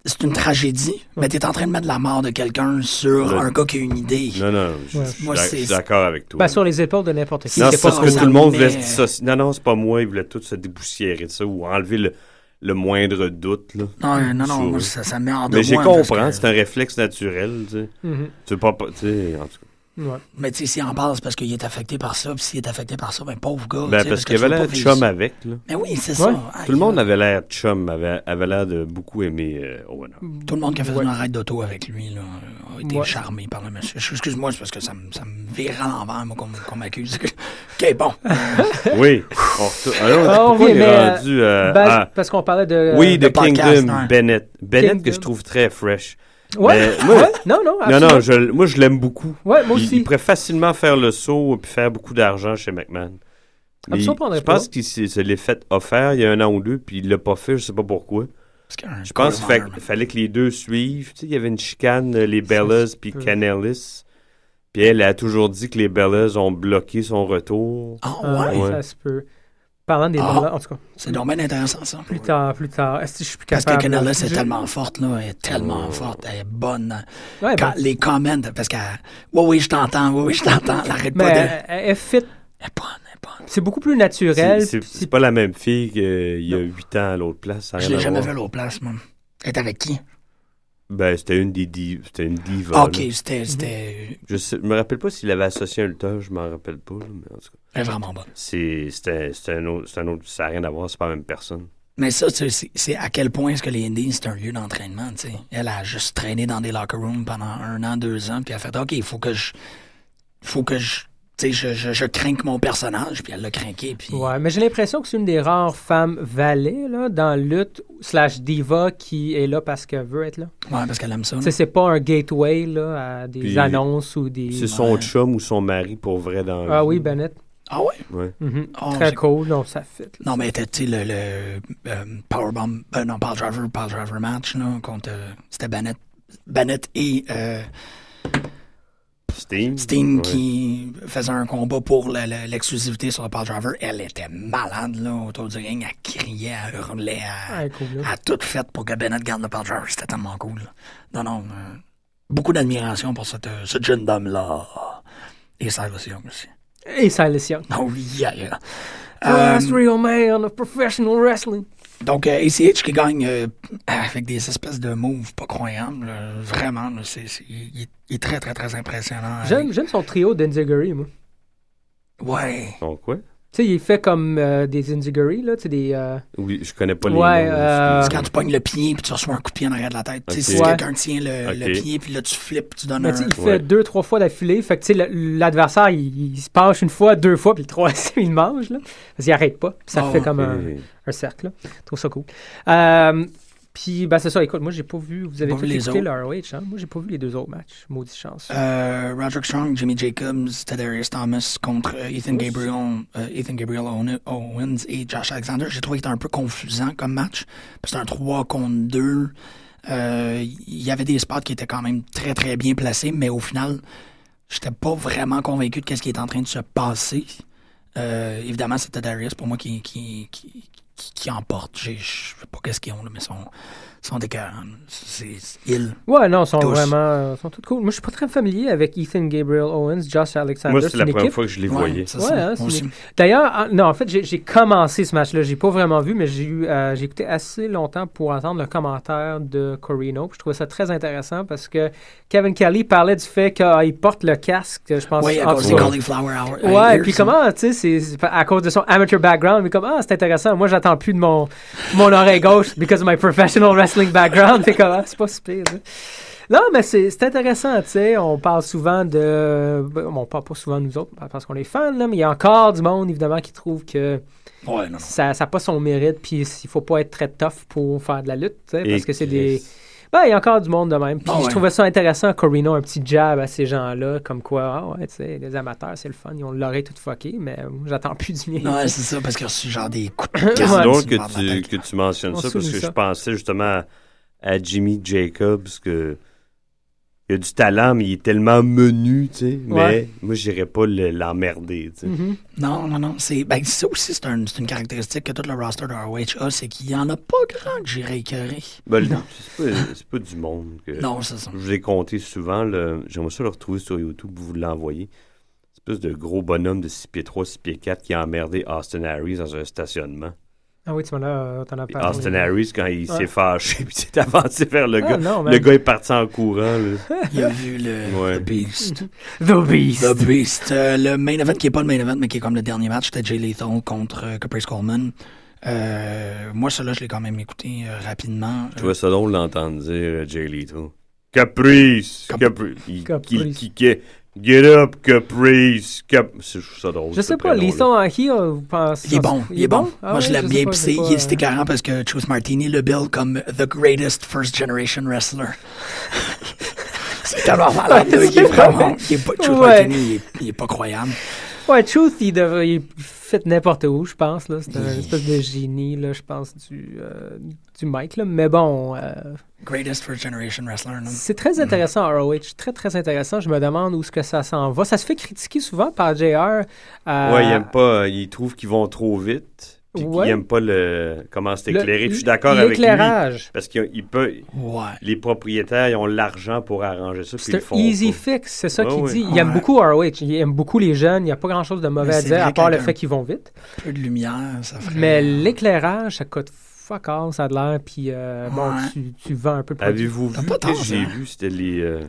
[SPEAKER 6] c'est une tragédie, mais t'es en train de mettre la mort de quelqu'un sur
[SPEAKER 8] Le-
[SPEAKER 6] un gars qui a une idée.
[SPEAKER 8] Non, non, je,
[SPEAKER 7] Ouais.
[SPEAKER 8] je suis
[SPEAKER 6] Moi,
[SPEAKER 8] d'ac-
[SPEAKER 6] c'est-
[SPEAKER 8] je suis d'accord avec toi.
[SPEAKER 7] Ben, sur les épaules de n'importe qui.
[SPEAKER 8] non,
[SPEAKER 6] c'est
[SPEAKER 8] c'est parce
[SPEAKER 6] pas
[SPEAKER 8] que
[SPEAKER 6] ça,
[SPEAKER 8] tout le monde
[SPEAKER 6] mais-
[SPEAKER 8] voulait se disso- Non, non, c'est pas moi. Ils voulaient tous se déboussiérer de ça ou enlever le, le moindre doute. Là.
[SPEAKER 6] Non, non, non,
[SPEAKER 8] Sur-
[SPEAKER 6] moi, ça, ça me met en de
[SPEAKER 8] Mais j'ai
[SPEAKER 6] moi, parce
[SPEAKER 8] compris.
[SPEAKER 6] que-
[SPEAKER 8] C'est un réflexe naturel. Tu sais.
[SPEAKER 7] Mhm.
[SPEAKER 8] Tu veux pas. pas- Tu sais, en tout cas.
[SPEAKER 7] Ouais.
[SPEAKER 6] Mais tu sais, s'il en parle, c'est parce qu'il est affecté par ça, puis s'il est affecté par ça, ben pauvre gars. tu
[SPEAKER 8] Ben,
[SPEAKER 6] sais,
[SPEAKER 8] parce
[SPEAKER 6] que
[SPEAKER 8] qu'il
[SPEAKER 6] tu
[SPEAKER 8] avait
[SPEAKER 6] veux
[SPEAKER 8] l'air
[SPEAKER 6] pas vivre
[SPEAKER 8] chum
[SPEAKER 6] ça.
[SPEAKER 8] avec. Là.
[SPEAKER 6] Mais oui, c'est
[SPEAKER 7] Ouais.
[SPEAKER 6] ça. Aïe,
[SPEAKER 8] Tout le monde
[SPEAKER 6] là.
[SPEAKER 8] avait l'air chum, avait, avait l'air de beaucoup aimer euh, Owen Hart.
[SPEAKER 6] Tout le monde qui a fait
[SPEAKER 7] Ouais.
[SPEAKER 6] une arrête d'auto avec lui là, a été
[SPEAKER 7] Ouais.
[SPEAKER 6] charmé par le monsieur. Je- Excuse-moi, c'est parce que ça me, ça me vire à l'envers, moi, qu'on qu'on m'accuse. OK, bon.
[SPEAKER 8] Oui. On retourne- Alors,
[SPEAKER 7] Ah,
[SPEAKER 8] pourquoi
[SPEAKER 7] oui,
[SPEAKER 8] il
[SPEAKER 7] mais,
[SPEAKER 8] est
[SPEAKER 7] euh,
[SPEAKER 8] rendu euh,
[SPEAKER 7] Ben,
[SPEAKER 8] à-
[SPEAKER 7] Parce qu'on parlait de.
[SPEAKER 8] Oui, de
[SPEAKER 6] de podcast,
[SPEAKER 8] Kingdom,
[SPEAKER 6] hein.
[SPEAKER 8] Bennett. Bennett que
[SPEAKER 7] Kingdom.
[SPEAKER 8] je trouve très fresh.
[SPEAKER 7] Ouais,
[SPEAKER 8] Mais moi-
[SPEAKER 7] ouais, non, non.
[SPEAKER 8] Non, non,
[SPEAKER 7] absolument.
[SPEAKER 8] je, l- moi je l'aime beaucoup.
[SPEAKER 7] Ouais, moi
[SPEAKER 8] Il-
[SPEAKER 7] aussi.
[SPEAKER 8] Il, pourrait facilement faire le saut et faire beaucoup d'argent chez McMahon.
[SPEAKER 7] me
[SPEAKER 8] il-
[SPEAKER 7] surprendrait
[SPEAKER 8] je pense
[SPEAKER 7] pas.
[SPEAKER 8] qu'il s'est- se l'est fait offert il y a un an ou deux, puis il l'a pas fait, je sais pas pourquoi. Je pense qu'il fa- fallait que les deux suivent. Tu sais, il y avait une chicane, euh, les
[SPEAKER 7] Ça
[SPEAKER 8] Bellas
[SPEAKER 7] se
[SPEAKER 8] puis
[SPEAKER 7] peut.
[SPEAKER 8] Canelis. Puis elle a toujours dit que les Bellas ont bloqué son retour.
[SPEAKER 6] Ah
[SPEAKER 7] Ah,
[SPEAKER 6] ouais?
[SPEAKER 8] Ouais.
[SPEAKER 7] Ça se peut. Parlant des.
[SPEAKER 6] Ah.
[SPEAKER 7] Berlins, En tout cas,
[SPEAKER 6] C'est donc bien intéressant, ça.
[SPEAKER 7] plus tard, plus tard. Est-ce que je suis plus
[SPEAKER 6] Parce
[SPEAKER 7] capable?
[SPEAKER 6] que Canella, c'est
[SPEAKER 7] Je-
[SPEAKER 6] tellement forte, là. Elle est tellement forte, elle est bonne.
[SPEAKER 7] Ouais,
[SPEAKER 6] Quand
[SPEAKER 7] ben,
[SPEAKER 6] les comments, parce que Oui, oui, je t'entends, oui, oui, je t'entends. Elle arrête
[SPEAKER 7] mais euh,
[SPEAKER 6] pas de.
[SPEAKER 7] elle- elle elle fit.
[SPEAKER 6] Elle est bonne, elle est bonne.
[SPEAKER 7] C'est beaucoup plus naturel.
[SPEAKER 8] C'est- C'est
[SPEAKER 7] puis
[SPEAKER 8] c'est pas la même fille qu'il y a huit ans à l'autre place. ça a
[SPEAKER 6] Je
[SPEAKER 8] rien
[SPEAKER 6] l'ai
[SPEAKER 8] à
[SPEAKER 6] jamais
[SPEAKER 8] voir.
[SPEAKER 6] vue à l'autre place, moi. Elle est avec qui? Ah,
[SPEAKER 8] Ben, c'était une des div- c'était une diva.
[SPEAKER 6] Ok,
[SPEAKER 8] Ben, là.
[SPEAKER 7] Mhm.
[SPEAKER 6] c'était. C'était.
[SPEAKER 8] Je, sais- je me rappelle pas s'il avait associé un lutteur, je m'en rappelle pas. là, mais en tout cas,
[SPEAKER 6] Elle est vraiment bonne.
[SPEAKER 8] c'est c'était- c'était un autre, c'est un autre- ça n'a rien à voir, c'est pas la même personne.
[SPEAKER 6] Mais ça, tu sais, c'est c'est à quel point est-ce que les Indies, c'est un lieu d'entraînement, tu sais. Elle a juste traîné dans des locker rooms pendant un an, deux ans, puis elle a fait, OK, il faut que je... faut que je... Tu sais, je, je, je crains que mon personnage, puis elle l'a craqué, puis...
[SPEAKER 7] Ouais, mais j'ai l'impression que c'est une des rares femmes valets là, dans lutte slash diva qui est là parce qu'elle veut être là.
[SPEAKER 6] Ouais, parce qu'elle aime ça.
[SPEAKER 7] Tu sais, c'est pas un gateway là, à des
[SPEAKER 8] Puis-
[SPEAKER 7] annonces ou des.
[SPEAKER 8] C'est son
[SPEAKER 6] Ouais.
[SPEAKER 8] chum ou son mari pour vrai dans la
[SPEAKER 7] Ah oui,
[SPEAKER 8] vie.
[SPEAKER 7] Bennett.
[SPEAKER 6] Ah ouais?
[SPEAKER 8] Ouais.
[SPEAKER 7] Mhm.
[SPEAKER 6] Oh,
[SPEAKER 7] Très
[SPEAKER 6] j'ai-
[SPEAKER 7] cool, non, ça fit. là.
[SPEAKER 6] Non, mais t'as, tu sais, le, le euh, Powerbomb... euh, non, Power Driver, Power Driver match, là, contre... euh, C'était Bennett. Bennett et euh,
[SPEAKER 8] Sting.
[SPEAKER 6] Sting
[SPEAKER 8] Ouais.
[SPEAKER 6] qui faisaient un combat pour le- le- l'exclusivité sur le Power Driver. Elle était malade, là, autour du ring. Elle criait, elle hurlait, elle...
[SPEAKER 7] Ah, cool, là.
[SPEAKER 6] à tout fait pour que Bennett garde le Power Driver. C'était tellement cool. Non, non. euh, beaucoup d'admiration pour cette, euh, ce jeune homme-là. Et Cyrus Young aussi.
[SPEAKER 7] Et Silas Young.
[SPEAKER 6] Oh, yeah, yeah. Euh,
[SPEAKER 7] Last Ah, real man of professional wrestling.
[SPEAKER 6] donc, euh, ACH qui gagne euh, avec des espèces de moves pas croyables. euh, vraiment, là, c'est, c'est- il, est- il est très, très, très impressionnant.
[SPEAKER 7] J'aime, j'aime son trio d'Enziguri, moi.
[SPEAKER 6] Ouais.
[SPEAKER 8] Son quoi?
[SPEAKER 7] Tu sais, il fait comme euh, des Enziguri, là, tu sais, des... euh,
[SPEAKER 8] Oui, je connais pas les
[SPEAKER 7] Ouais,
[SPEAKER 8] noms.
[SPEAKER 7] euh,
[SPEAKER 6] C'est quand tu pognes le pied puis tu reçois un coup de pied en arrière de la tête. Tu sais,
[SPEAKER 8] Ok.
[SPEAKER 6] Si
[SPEAKER 7] Ouais.
[SPEAKER 6] quelqu'un tient le, le
[SPEAKER 8] Ok.
[SPEAKER 6] pied puis là, tu flippes, tu donnes
[SPEAKER 7] mais ben, tu sais,
[SPEAKER 6] un.
[SPEAKER 7] il fait
[SPEAKER 8] Ouais.
[SPEAKER 7] deux, trois fois d'affilée. Fait que, tu sais, le- l'adversaire, il, il se penche une fois, deux fois, puis le troisième, il le mange, là. Parce qu'il arrête pas. Puis ça
[SPEAKER 6] Ah,
[SPEAKER 7] fait comme un,
[SPEAKER 8] Ok.
[SPEAKER 7] un cercle, là. Je trouve ça cool. Euh, puis, ben, c'est ça. Écoute, moi, j'ai pas vu... Vous avez
[SPEAKER 6] Pas vu
[SPEAKER 7] tous
[SPEAKER 6] les
[SPEAKER 7] écouté le
[SPEAKER 6] autres.
[SPEAKER 7] ROH, hein? Moi, j'ai pas vu les deux autres matchs. Maudite chance.
[SPEAKER 6] Euh, Roderick Strong, Jimmy Jacobs, Tadarius Thomas contre euh, Ethan Gabriel, euh, Ethan Gabriel Owen- Owens et Josh Alexander. J'ai trouvé que c'était un peu confusant comme match. C'était un 3 contre 2. Euh, Il y avait des spots qui étaient quand même très très bien placés, mais au final, j'étais pas vraiment convaincu de quest ce qui est en train de se passer. Euh, évidemment, c'est Tadarius pour moi qui, qui, qui, qui, qui emporte. J'ai- Je sais pas qu'est-ce qu'ils ont, là, mais ils sont, ils sont écœurants. C'est c'est- ils.
[SPEAKER 7] Ouais, non, ils sont
[SPEAKER 6] Tous.
[SPEAKER 7] vraiment... euh, sont toutes cool. Moi, je suis pas très familier avec Ethan Gabriel Owens, Josh Alexander.
[SPEAKER 8] Moi, c'est la
[SPEAKER 7] une
[SPEAKER 8] première
[SPEAKER 7] équipe.
[SPEAKER 8] fois que je les
[SPEAKER 6] Ouais,
[SPEAKER 8] voyais.
[SPEAKER 6] c'est
[SPEAKER 7] Ouais,
[SPEAKER 6] ça.
[SPEAKER 7] hein,
[SPEAKER 6] Moi
[SPEAKER 7] c'est-
[SPEAKER 6] aussi.
[SPEAKER 7] D'ailleurs, en- non, en fait, j'ai j'ai commencé ce match-là. J'ai pas vraiment vu, mais j'ai eu, euh, j'ai écouté assez longtemps pour entendre le commentaire de Corino. Puis Je trouvais ça très intéressant parce que Kevin Kelly parlait du fait qu'il porte le casque, je pense.
[SPEAKER 6] Oui, à
[SPEAKER 7] en
[SPEAKER 6] cause
[SPEAKER 7] tout
[SPEAKER 6] des
[SPEAKER 7] cas.
[SPEAKER 6] cauliflower hour.
[SPEAKER 7] Ah, Ouais,
[SPEAKER 6] ears,
[SPEAKER 7] puis
[SPEAKER 6] hein.
[SPEAKER 7] comment, tu sais, c'est- c'est à cause de son amateur background, mais comment, ah, c'est intéressant, moi j'attends plus de mon, mon oreille gauche because of my professional wrestling background, c'est comment, c'est pas super. Non, mais c'est c'est intéressant, tu sais, on parle souvent de, ben, bon, on parle pas souvent de nous autres parce qu'on est fans, là, mais il y a encore du monde, évidemment, qui trouve que
[SPEAKER 6] Ouais, non, non.
[SPEAKER 7] ça n'a pas son mérite, puis il faut pas être très tough pour faire de la lutte, tu sais,
[SPEAKER 8] Et
[SPEAKER 7] parce que c'est
[SPEAKER 8] Chris.
[SPEAKER 7] des... Ben, il y a encore du monde de même. Puis
[SPEAKER 6] Ah
[SPEAKER 7] je
[SPEAKER 6] ouais.
[SPEAKER 7] trouvais ça intéressant, Corino, un petit jab à ces gens-là, comme quoi, ah ouais, tu sais, les amateurs, c'est le fun, ils ont l'oreille toute fuckée, mais euh, j'attends plus du mien.
[SPEAKER 6] Non, ouais, c'est ça, parce qu'il a reçu genre des coups de
[SPEAKER 8] C'est
[SPEAKER 6] casse
[SPEAKER 8] drôle
[SPEAKER 6] sur le bord de la
[SPEAKER 8] que tu,
[SPEAKER 6] tête.
[SPEAKER 8] que tu mentionnes
[SPEAKER 7] On
[SPEAKER 8] ça parce
[SPEAKER 7] souligne
[SPEAKER 8] que
[SPEAKER 7] ça.
[SPEAKER 8] je pensais justement à, à Jimmy Jacobs que il a du talent, mais il est tellement menu, tu sais.
[SPEAKER 7] Ouais. Mm.
[SPEAKER 8] Mais moi, j'irais pas le- l'emmerder, tu sais.
[SPEAKER 7] Mhm.
[SPEAKER 6] Non, non, non. C'est, ben, ça aussi, c'est un- c'est une caractéristique que tout le roster de ROH a, c'est qu'il n'y en a pas grand que j'irais écœurer.
[SPEAKER 8] Ben, le- c'est pas, c'est pas du monde que...
[SPEAKER 6] Non, c'est ça.
[SPEAKER 8] Je vous ai compté souvent, le- j'aimerais ça le retrouver sur YouTube, vous l'envoyer. Espèce de gros bonhomme de 6 pieds 3, 6 pieds 4 qui a emmerdé Austin Harris dans un stationnement.
[SPEAKER 7] Ah oui, tu m'en as, euh, t'en as
[SPEAKER 8] Puis
[SPEAKER 7] parlé.
[SPEAKER 8] Austin Harris, quand il
[SPEAKER 7] Ouais.
[SPEAKER 8] s'est fâché, puis s'est avancé vers le
[SPEAKER 7] Ah,
[SPEAKER 8] gars.
[SPEAKER 7] non, man.
[SPEAKER 8] le gars est parti en courant. là.
[SPEAKER 6] Il a vu le
[SPEAKER 8] Ouais.
[SPEAKER 6] The Beast.
[SPEAKER 7] The Beast.
[SPEAKER 6] The Beast. Euh, le main event qui n'est pas le main event, mais qui est comme le dernier match, c'était Jay Lethal contre euh, Caprice Coleman. Euh, moi, celui-là, je l'ai quand même écouté euh, rapidement.
[SPEAKER 8] Je trouvais ça drôle de l'entendre dire euh, Jay Leto. Caprice!
[SPEAKER 6] Cap-
[SPEAKER 8] Caprice! Il,
[SPEAKER 7] Caprice.
[SPEAKER 8] il kickait. Get up, Caprice! Cap... Je trouve ça drôle.
[SPEAKER 7] Je
[SPEAKER 8] ce
[SPEAKER 7] sais pas,
[SPEAKER 8] prénom-là.
[SPEAKER 7] les sons en qui, euh, vous pensez.
[SPEAKER 6] Il est bon, il est bon.
[SPEAKER 7] Ah
[SPEAKER 6] Moi,
[SPEAKER 7] ouais,
[SPEAKER 6] je l'aime
[SPEAKER 7] sais
[SPEAKER 6] bien.
[SPEAKER 7] pas,
[SPEAKER 6] Puis
[SPEAKER 7] j'ai
[SPEAKER 6] c'est
[SPEAKER 7] pas,
[SPEAKER 6] il- c'est
[SPEAKER 7] euh,
[SPEAKER 6] éclairant parce que Truth Martini le bill comme The Greatest First Generation Wrestler. c'est tellement malade. là. il est
[SPEAKER 7] Ah, c'est vrai.
[SPEAKER 6] vraiment. Il est pas, Truth
[SPEAKER 7] Ouais.
[SPEAKER 6] Martini, il est, il est pas croyable.
[SPEAKER 7] Ouais, Truth, il devrait. Il fait n'importe où, je pense. là. C'est un espèce de génie, là, je pense, du, euh, du mic. Là. Mais bon, euh,
[SPEAKER 6] Greatest First Generation Wrestler. non?
[SPEAKER 7] c'est très intéressant,
[SPEAKER 8] Mm-hmm.
[SPEAKER 7] ROH. Très, très intéressant. Je me demande où est-ce que ça s'en va. Ça se fait critiquer souvent par JR. euh,
[SPEAKER 8] Ouais, il aime pas. euh, Il trouve qu'ils vont trop vite. Puis
[SPEAKER 7] Ouais.
[SPEAKER 8] qu'il aime pas le comment c'est
[SPEAKER 7] le-
[SPEAKER 8] éclairé. Puis je suis d'accord avec lui.
[SPEAKER 7] L'éclairage.
[SPEAKER 8] Parce qu'il il peut.
[SPEAKER 6] Ouais.
[SPEAKER 8] Les propriétaires, ils ont l'argent pour arranger ça. Puis ils
[SPEAKER 7] C'est
[SPEAKER 8] le
[SPEAKER 7] un
[SPEAKER 8] font.
[SPEAKER 7] easy
[SPEAKER 8] pas.
[SPEAKER 7] fix, c'est ça
[SPEAKER 8] Ouais,
[SPEAKER 7] qu'il
[SPEAKER 8] ouais.
[SPEAKER 7] dit. Il aime
[SPEAKER 6] Ouais.
[SPEAKER 7] beaucoup ROH, il aime beaucoup les jeunes, il n'y a pas grand-chose de mauvais
[SPEAKER 6] Mais
[SPEAKER 7] à
[SPEAKER 6] c'est
[SPEAKER 7] dire,
[SPEAKER 6] vrai
[SPEAKER 7] à part le
[SPEAKER 6] qu'un-
[SPEAKER 7] fait qu'ils vont vite.
[SPEAKER 6] Peu de lumière, ça ferait.
[SPEAKER 7] Mais l'éclairage, ça coûte fuck all, ça a de l'air, puis euh, bon,
[SPEAKER 6] Ouais.
[SPEAKER 7] tu, tu vends un peu le produit.
[SPEAKER 8] Avez-vous vu
[SPEAKER 6] T'as pas
[SPEAKER 8] qu'est-ce
[SPEAKER 6] tort,
[SPEAKER 8] que j'ai
[SPEAKER 6] hein?
[SPEAKER 8] vu C'était les euh,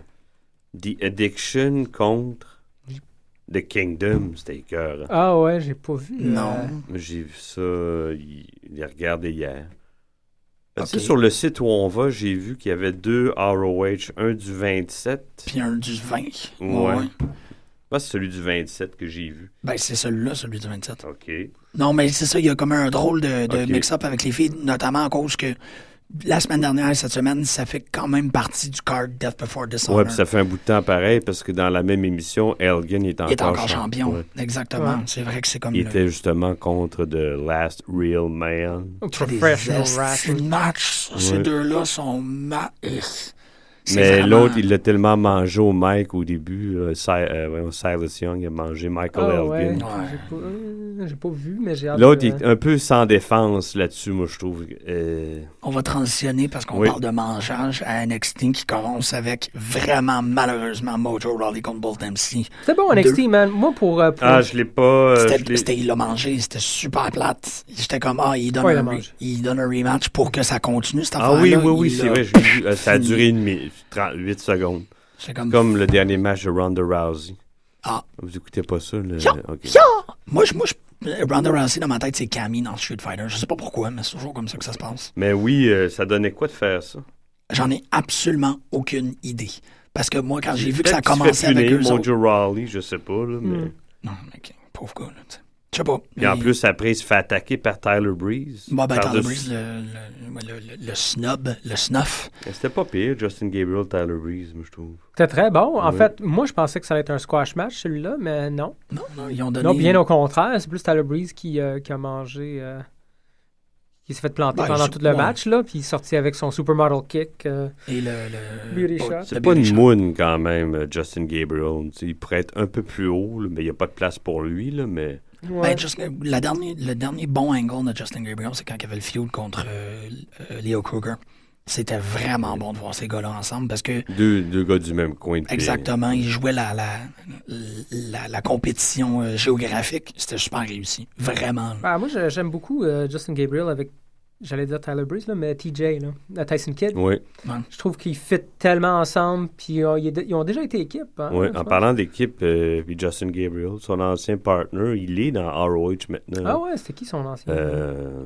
[SPEAKER 8] The Addiction contre The Kingdom. C'était écœurant.
[SPEAKER 7] Ah ouais, j'ai pas vu. euh,
[SPEAKER 6] Non.
[SPEAKER 8] Moi, J'ai vu ça. euh, il- Il a regardé hier. Parce que
[SPEAKER 6] Ok.
[SPEAKER 8] sur le site où on va, j'ai vu qu'il y avait deux ROH, un du 27.
[SPEAKER 6] Puis un du 20.
[SPEAKER 8] Ouais. Pas celui du 27 que j'ai vu.
[SPEAKER 6] Ben, c'est celui-là, celui du 27.
[SPEAKER 8] OK.
[SPEAKER 6] Non, mais c'est ça, il y a comme un drôle de, de
[SPEAKER 8] Ok.
[SPEAKER 6] mix-up avec les filles, notamment à cause que la semaine dernière et cette semaine, ça fait quand même partie du card Death Before Dishonor.
[SPEAKER 8] Ouais, puis ça fait un bout de temps pareil parce que dans la même émission, Elgin est encore,
[SPEAKER 6] il est encore
[SPEAKER 8] champ-
[SPEAKER 6] champion.
[SPEAKER 8] ouais.
[SPEAKER 6] Exactement.
[SPEAKER 7] Ouais.
[SPEAKER 6] C'est vrai que c'est comme
[SPEAKER 8] Il
[SPEAKER 6] le-
[SPEAKER 8] était justement contre The Last Real Man.
[SPEAKER 6] des
[SPEAKER 7] Professional
[SPEAKER 6] estis de
[SPEAKER 7] wrestling.
[SPEAKER 6] match. ça, Ces
[SPEAKER 8] Ouais.
[SPEAKER 6] deux-là sont ma... C'est
[SPEAKER 8] Mais
[SPEAKER 6] vraiment-
[SPEAKER 8] l'autre, il l'a tellement mangé au Mike au début. euh, Si- euh, voyons, Silas Young a mangé Michael
[SPEAKER 7] Ah ouais,
[SPEAKER 8] Elgin.
[SPEAKER 7] j'ai pas, euh, j'ai pas vu, mais j'ai hâte
[SPEAKER 8] L'autre
[SPEAKER 7] de-
[SPEAKER 6] Euh.
[SPEAKER 8] est un peu sans défense là-dessus, moi, je trouve. Euh,
[SPEAKER 6] On va transitionner parce qu'on
[SPEAKER 8] Oui.
[SPEAKER 6] parle de mangeage à NXT qui commence avec vraiment malheureusement Mojo Rawley contre Bolt MC.
[SPEAKER 7] C'était bon, NXT, man. Moi, pour... euh, pour-
[SPEAKER 8] Ah, je l'ai pas. euh, je
[SPEAKER 6] C'était,
[SPEAKER 8] l'ai-
[SPEAKER 6] c'était- il l'a mangé, c'était super plate. J'étais comme, ah, il donne,
[SPEAKER 7] Ouais, il
[SPEAKER 6] un,
[SPEAKER 7] l'a
[SPEAKER 6] re-
[SPEAKER 7] mangé.
[SPEAKER 6] il donne un rematch pour que ça continue cette
[SPEAKER 8] Ah oui,
[SPEAKER 6] affaire-là.
[SPEAKER 8] oui, oui,
[SPEAKER 6] Il
[SPEAKER 8] c'est
[SPEAKER 6] l'a-
[SPEAKER 8] vrai. je l'ai vu. Euh, ça a
[SPEAKER 6] fini.
[SPEAKER 8] duré une minute, 38 secondes.
[SPEAKER 6] J'étais comme,
[SPEAKER 8] Comme le dernier match de Ronda Rousey.
[SPEAKER 6] Ah.
[SPEAKER 8] Vous écoutez pas ça, là? Ok.
[SPEAKER 6] moi, je, moi, je, Ronda Rousey dans ma tête, c'est Camille dans Street Fighter. Je sais pas pourquoi, mais c'est toujours comme ça que ça se passe.
[SPEAKER 8] Mais oui, euh, ça donnait quoi de faire ça?
[SPEAKER 6] J'en ai absolument aucune idée. Parce que moi, quand Ah, j'ai vu que ça
[SPEAKER 8] Peut-être qu'il se
[SPEAKER 6] commençait
[SPEAKER 8] fait
[SPEAKER 6] avec
[SPEAKER 8] punir,
[SPEAKER 6] eux autres. Hmm.
[SPEAKER 8] Mojo Rawley, je sais pas, là, mais...
[SPEAKER 6] Non, mais ok, pauvre gars, là, tu sais. Je sais pas.
[SPEAKER 8] Puis en
[SPEAKER 6] mais-
[SPEAKER 8] plus, après, il se fait attaquer par Tyler Breeze.
[SPEAKER 6] Bon, ben,
[SPEAKER 8] Par
[SPEAKER 6] Tyler Breeze,
[SPEAKER 8] dessus-
[SPEAKER 6] le, le- le- le- le snob, le snuff.
[SPEAKER 8] C'était pas pire, Justin Gabriel, Tyler Breeze, moi, je trouve.
[SPEAKER 7] C'était très bon. En
[SPEAKER 8] Oui.
[SPEAKER 7] fait, moi, je pensais que ça allait être un squash match, celui-là, mais non.
[SPEAKER 6] Non, non, ils ont donné.
[SPEAKER 7] Non, bien au contraire. C'est plus Tyler Breeze qui, euh, qui a mangé... euh, qui s'est fait planter
[SPEAKER 6] Ben,
[SPEAKER 7] pendant
[SPEAKER 6] je-
[SPEAKER 7] tout le
[SPEAKER 6] ouais.
[SPEAKER 7] match, là, puis il est sorti avec son supermodel kick. euh,
[SPEAKER 6] Et le. le-
[SPEAKER 7] Beauty shot.
[SPEAKER 8] C'est
[SPEAKER 6] le
[SPEAKER 8] pas
[SPEAKER 6] beauty
[SPEAKER 8] une
[SPEAKER 6] shot.
[SPEAKER 8] moon, quand même, euh, Justin Gabriel. Tu sais, il pourrait être un peu plus haut, là, mais il n'y a pas de place pour lui, là, mais...
[SPEAKER 7] ouais.
[SPEAKER 6] Ben, Justin- la dernière- le dernier bon angle de Justin Gabriel, c'est quand il y avait le feud contre euh, euh, Leo Kruger. C'était vraiment bon de voir ces gars-là ensemble parce que,
[SPEAKER 8] Deux, deux gars du même coin de pied.
[SPEAKER 6] exactement, ils jouaient la, la, la, la compétition euh, géographique. C'était super réussi. Vraiment.
[SPEAKER 8] Eh
[SPEAKER 7] Ah, moi, je- j'aime beaucoup euh, Justin Gabriel avec, j'allais dire Tyler Breeze, là, mais TJ, là, la Tyson Kidd.
[SPEAKER 8] Oui,
[SPEAKER 7] Je trouve qu'ils fit tellement ensemble, puis euh, ils, ils ont déjà été équipe. hein,
[SPEAKER 8] oui.
[SPEAKER 7] je
[SPEAKER 8] En
[SPEAKER 7] pense.
[SPEAKER 8] parlant d'équipe, euh, puis Justin Gabriel, son ancien partner, il est dans ROH maintenant.
[SPEAKER 7] Ah ouais, c'était qui son ancien
[SPEAKER 8] Euh,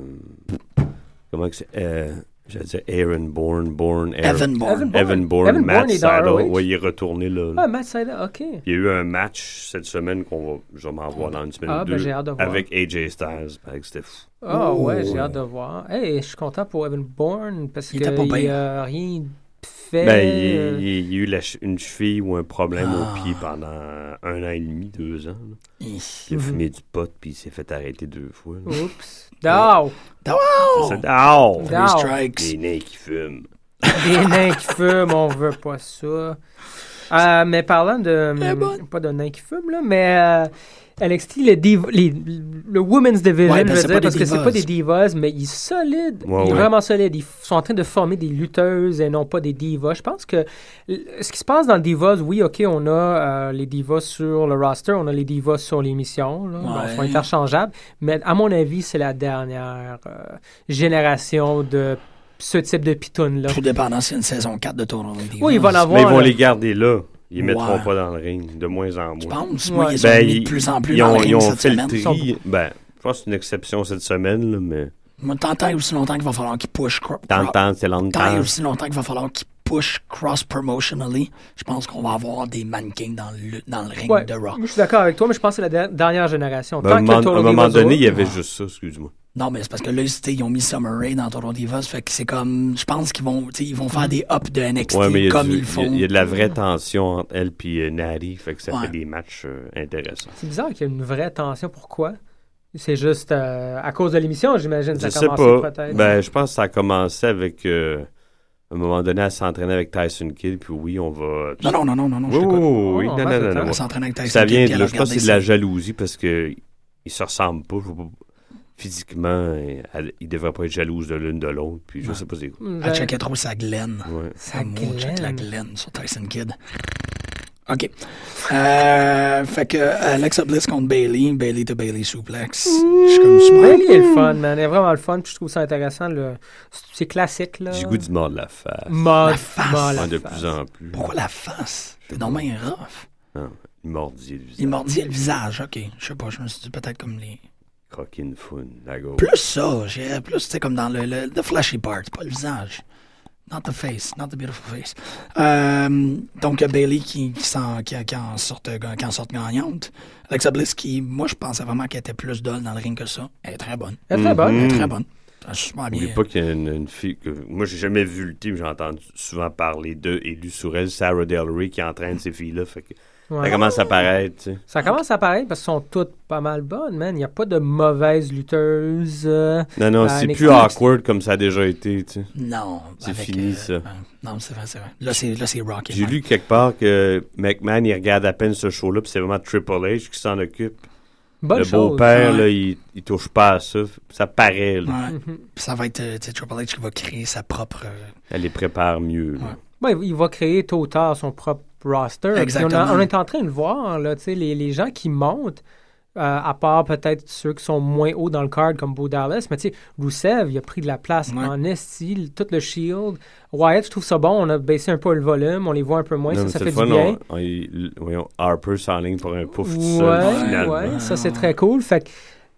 [SPEAKER 8] comment que c'est euh, J'allais dire Aaron Bourne, Bourne, Aaron.
[SPEAKER 6] Evan Bourne.
[SPEAKER 7] Evan
[SPEAKER 8] Evan Bourne,
[SPEAKER 7] Evan
[SPEAKER 8] Matt
[SPEAKER 7] Bourne est dans
[SPEAKER 8] Saddle.
[SPEAKER 7] ROH.
[SPEAKER 8] Oui, il est retourné là.
[SPEAKER 7] Ah, Matt Sydal, ok.
[SPEAKER 8] Il y a eu un match cette semaine qu'on va, je vais m'en voir dans une semaine
[SPEAKER 7] Ah,
[SPEAKER 8] ou
[SPEAKER 7] ben,
[SPEAKER 8] deux
[SPEAKER 7] j'ai hâte de voir.
[SPEAKER 8] avec AJ Styles. Fait que C'était fou.
[SPEAKER 7] Ah ouais, j'ai hâte de voir. Hey, je suis content pour Evan Bourne parce
[SPEAKER 6] Il était pas
[SPEAKER 7] qu'il
[SPEAKER 6] pire.
[SPEAKER 7] n'a rien fait.
[SPEAKER 8] Ben, il, il- il y a eu la che- une cheville ou un problème
[SPEAKER 6] Ah.
[SPEAKER 8] au pied pendant un an et demi, deux ans. là.
[SPEAKER 6] Hi.
[SPEAKER 8] Il a
[SPEAKER 7] Mhm.
[SPEAKER 8] fumé du pot puis il s'est fait arrêter deux fois. là.
[SPEAKER 7] Oups. Dow!
[SPEAKER 6] Oh!
[SPEAKER 8] C'est- Ah!
[SPEAKER 6] Three
[SPEAKER 7] Dow.
[SPEAKER 6] strikes.
[SPEAKER 8] Des nains qui fument.
[SPEAKER 7] Des nains qui fument, on veut pas ça. Euh, mais parlant de. hum, Pas de nains qui fument, là, mais. euh, NXT, le, div- les- le Women's Division,
[SPEAKER 6] Ouais, ben,
[SPEAKER 7] je veux
[SPEAKER 6] c'est
[SPEAKER 7] dire,
[SPEAKER 6] pas des
[SPEAKER 7] parce que c'est
[SPEAKER 6] divas.
[SPEAKER 7] pas des divas, mais il est solide.
[SPEAKER 8] Ouais,
[SPEAKER 7] il est
[SPEAKER 8] ouais.
[SPEAKER 7] vraiment solide. Ils sont en train de former des lutteuses et non pas des divas. Je pense que l- ce qui se passe dans le divas, oui, OK, on a euh, les divas sur le roster, on a les divas sur l'émission. là. Bon, Ils sont
[SPEAKER 6] Ouais.
[SPEAKER 7] interchangeables. Mais à mon avis, c'est la dernière euh, génération de ce type de pitounes-là.
[SPEAKER 6] Tout dépendant c'est une saison 4 de tournoi.
[SPEAKER 7] Oui, il va l'avoir.
[SPEAKER 8] Mais ils vont
[SPEAKER 7] là.
[SPEAKER 8] les garder là. Ils les mettront
[SPEAKER 6] Ouais.
[SPEAKER 8] pas dans le ring, de moins en
[SPEAKER 6] Tu
[SPEAKER 8] moins.
[SPEAKER 6] penses?
[SPEAKER 7] Ouais.
[SPEAKER 6] Moi, ils sont
[SPEAKER 8] Ben,
[SPEAKER 6] mis de
[SPEAKER 8] ils-
[SPEAKER 6] plus en plus
[SPEAKER 8] Ils
[SPEAKER 6] dans le
[SPEAKER 8] ont, ils
[SPEAKER 6] ring
[SPEAKER 8] ont
[SPEAKER 6] cette
[SPEAKER 8] fait le
[SPEAKER 6] semaine.
[SPEAKER 8] tri. Ben, je pense que c'est une exception cette semaine, là, mais.
[SPEAKER 6] Moi, Tant et aussi longtemps qu'il va falloir qu'ils push cro- cro-
[SPEAKER 8] T'entends, c'est
[SPEAKER 6] tant et
[SPEAKER 8] longtemps.
[SPEAKER 6] aussi longtemps qu'il va falloir qu'ils push cross-promotionally, je pense qu'on va avoir des mannequins dans le, dans le ring
[SPEAKER 7] Ouais.
[SPEAKER 6] de Raw.
[SPEAKER 7] Moi, Je suis d'accord avec toi, mais je pense que c'est la der- dernière génération.
[SPEAKER 8] Ben, à un
[SPEAKER 7] que
[SPEAKER 8] moment,
[SPEAKER 7] Total
[SPEAKER 8] à un moment
[SPEAKER 7] Divas
[SPEAKER 8] donné, il y
[SPEAKER 7] World-
[SPEAKER 8] avait juste ça, excuse-moi.
[SPEAKER 6] Non, mais c'est parce que là, tu sais, ils ont mis Summer Rae dans Toronto Divas, fait que c'est comme, je pense qu'ils vont, tu sais, ils vont faire des ups de NXT
[SPEAKER 8] Ouais, mais il y, a
[SPEAKER 6] comme
[SPEAKER 8] du-
[SPEAKER 6] ils le font.
[SPEAKER 8] il y a- il y a de la vraie tension entre elle et Nari, fait que ça
[SPEAKER 6] Ouais.
[SPEAKER 8] fait des matchs euh, intéressants.
[SPEAKER 7] C'est bizarre qu'il y ait une vraie tension. Pourquoi? C'est juste euh, à cause de l'émission, j'imagine.
[SPEAKER 8] Je
[SPEAKER 7] ça
[SPEAKER 8] sais
[SPEAKER 7] a commencé
[SPEAKER 8] pas.
[SPEAKER 7] peut-être.
[SPEAKER 8] Ben, je pense que ça a commencé avec. euh, à un moment donné, elle s'entraînait avec Tyson Kidd, puis oui, on va.
[SPEAKER 6] Non, non, non, non, non, non, je
[SPEAKER 8] Oui, oui,
[SPEAKER 6] t'écoute.
[SPEAKER 8] oui, oui.
[SPEAKER 7] Oh,
[SPEAKER 8] non, non, non,
[SPEAKER 7] attends,
[SPEAKER 8] non.
[SPEAKER 6] On s'entraîne avec Tyson
[SPEAKER 8] Ça
[SPEAKER 6] Kidd,
[SPEAKER 8] vient
[SPEAKER 6] puis
[SPEAKER 8] de là.
[SPEAKER 6] elle
[SPEAKER 8] Je pense que c'est de
[SPEAKER 6] a
[SPEAKER 8] la
[SPEAKER 6] regardé
[SPEAKER 8] jalousie parce que ils se ressemblent pas. Je vois pas- Physiquement, elle- elle- ils devraient pas être jalouses de l'une de l'autre. Puis je sais pas c'est quoi.
[SPEAKER 6] ça. Elle checkait trop sa Glen.
[SPEAKER 8] Ouais.
[SPEAKER 7] Hmm, Ça
[SPEAKER 6] Moi, je check la
[SPEAKER 7] glaine.
[SPEAKER 6] Glen sur Tyson Kidd. OK. Euh, fait que Alexa Bliss contre Bailey, Bailey to Bailey suplex. Je suis comme super.
[SPEAKER 7] Bailey est le fun, man. Elle est vraiment le fun. puis je trouve ça intéressant. le- C'est c'est classique, là.
[SPEAKER 8] J'ai goût du mort de la face.
[SPEAKER 7] Mort,
[SPEAKER 6] La face.
[SPEAKER 7] mort, la
[SPEAKER 8] Moi, de
[SPEAKER 7] face.
[SPEAKER 8] plus en plus.
[SPEAKER 6] Pourquoi la face? T'es dans main rough.
[SPEAKER 8] Non, il mordit le visage.
[SPEAKER 6] Il mordit le visage, ok. Je sais pas, je me suis dit peut-être comme les.
[SPEAKER 8] Croquine fun, la gauche.
[SPEAKER 6] Plus ça, j'ai plus, tu sais, comme dans le, le the flashy part, pas le visage. Not the face, not the beautiful face. Euh, donc, Bailey qui, qui, s'en- qui, qui en sorte, qui en sorte gagnante. Alexa Bliss qui, moi, je pensais vraiment qu'elle était plus dolle dans le ring que ça. Elle est très bonne.
[SPEAKER 7] Elle est très bonne.
[SPEAKER 6] Elle est très bonne. Elle est super bien.
[SPEAKER 8] N'oublie Hmm. pas qu'il y a une, une fille que moi j'ai jamais vu le team, j'ai entendu souvent parler d'eux et lu sur elle, Sarah Del Rey qui entraîne ces filles-là. Fait que
[SPEAKER 7] Ouais.
[SPEAKER 8] Mm-hmm. ça commence à paraître, tu sais.
[SPEAKER 7] Ça commence à paraître parce qu'elles sont toutes pas mal bonnes, man. Il n'y a pas de mauvaises lutteuses. euh,
[SPEAKER 8] Non, non,
[SPEAKER 7] Euh,
[SPEAKER 8] c'est
[SPEAKER 7] Nick
[SPEAKER 8] plus
[SPEAKER 7] Fox.
[SPEAKER 8] awkward comme ça a déjà été, tu sais.
[SPEAKER 6] Non.
[SPEAKER 8] C'est
[SPEAKER 6] avec, euh,
[SPEAKER 8] fini, ça.
[SPEAKER 6] non, c'est vrai, c'est vrai. Là, c'est, là, c'est Rocky.
[SPEAKER 8] J'ai lu quelque part que McMahon, il regarde à peine ce show-là, puis c'est vraiment Triple H qui s'en occupe.
[SPEAKER 7] bonne
[SPEAKER 8] le
[SPEAKER 7] chose.
[SPEAKER 8] beau-père,
[SPEAKER 6] ouais.
[SPEAKER 8] là, il, il touche pas à ça. Ça paraît, là.
[SPEAKER 6] Ouais. Puis Ça va être euh, tu sais, Triple H qui va créer sa propre. euh,
[SPEAKER 8] Elle les prépare mieux. là.
[SPEAKER 7] Ouais, Ben, il va créer tôt ou tard son propre roster. Puis On,
[SPEAKER 6] Exactement.
[SPEAKER 7] a- on est en train de le voir, là, tu sais, les, les gens qui montent, euh, à part peut-être ceux qui sont moins hauts dans le card comme Bo Dallas, mais tu sais, Rusev, il a pris de la place
[SPEAKER 6] Ouais.
[SPEAKER 7] en esti, le- tout le shield. Wyatt, je trouve ça bon, on a baissé un peu le volume, on les voit un peu moins,
[SPEAKER 8] Non,
[SPEAKER 7] ça,
[SPEAKER 8] mais
[SPEAKER 7] ça
[SPEAKER 8] c'est
[SPEAKER 7] fait
[SPEAKER 8] le fun,
[SPEAKER 7] du bien.
[SPEAKER 8] on- on- il- voyons, Harper s'enligne pour un pouf tout seul,
[SPEAKER 7] Ouais,
[SPEAKER 8] finalement.
[SPEAKER 7] ouais, ça c'est très cool. Fait que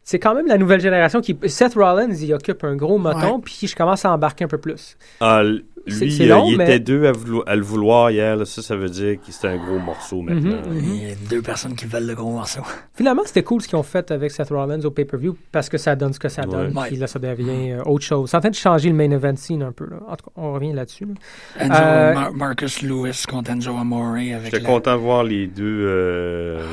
[SPEAKER 7] c'est quand même la nouvelle génération qui. Seth Rollins, il occupe un gros moton,
[SPEAKER 6] Ouais.
[SPEAKER 7] puis je commence à embarquer un peu plus.
[SPEAKER 8] Ah, l-
[SPEAKER 7] C'est-
[SPEAKER 8] lui,
[SPEAKER 7] c'est
[SPEAKER 8] euh,
[SPEAKER 7] long,
[SPEAKER 8] il
[SPEAKER 7] mais-
[SPEAKER 8] était deux à, voulo- à le vouloir hier. là. Ça, ça veut dire que c'était un gros morceau
[SPEAKER 7] Mhm.
[SPEAKER 8] maintenant.
[SPEAKER 6] Il y a deux personnes qui veulent le gros morceau.
[SPEAKER 7] Finalement, c'était cool ce qu'ils ont fait avec Seth Rollins au pay-per-view parce que ça donne ce que ça donne.
[SPEAKER 6] Ouais.
[SPEAKER 7] Puis là, ça devient euh, autre chose. C'est en train de changer le main event scene un peu. Là. En tout cas, on revient là-dessus. là.
[SPEAKER 6] Enzo-
[SPEAKER 7] Euh,
[SPEAKER 6] Mar- Marcus Lewis contre Enzo Amore avec.
[SPEAKER 8] J'étais
[SPEAKER 6] la- Ah,
[SPEAKER 8] content de voir les deux. euh,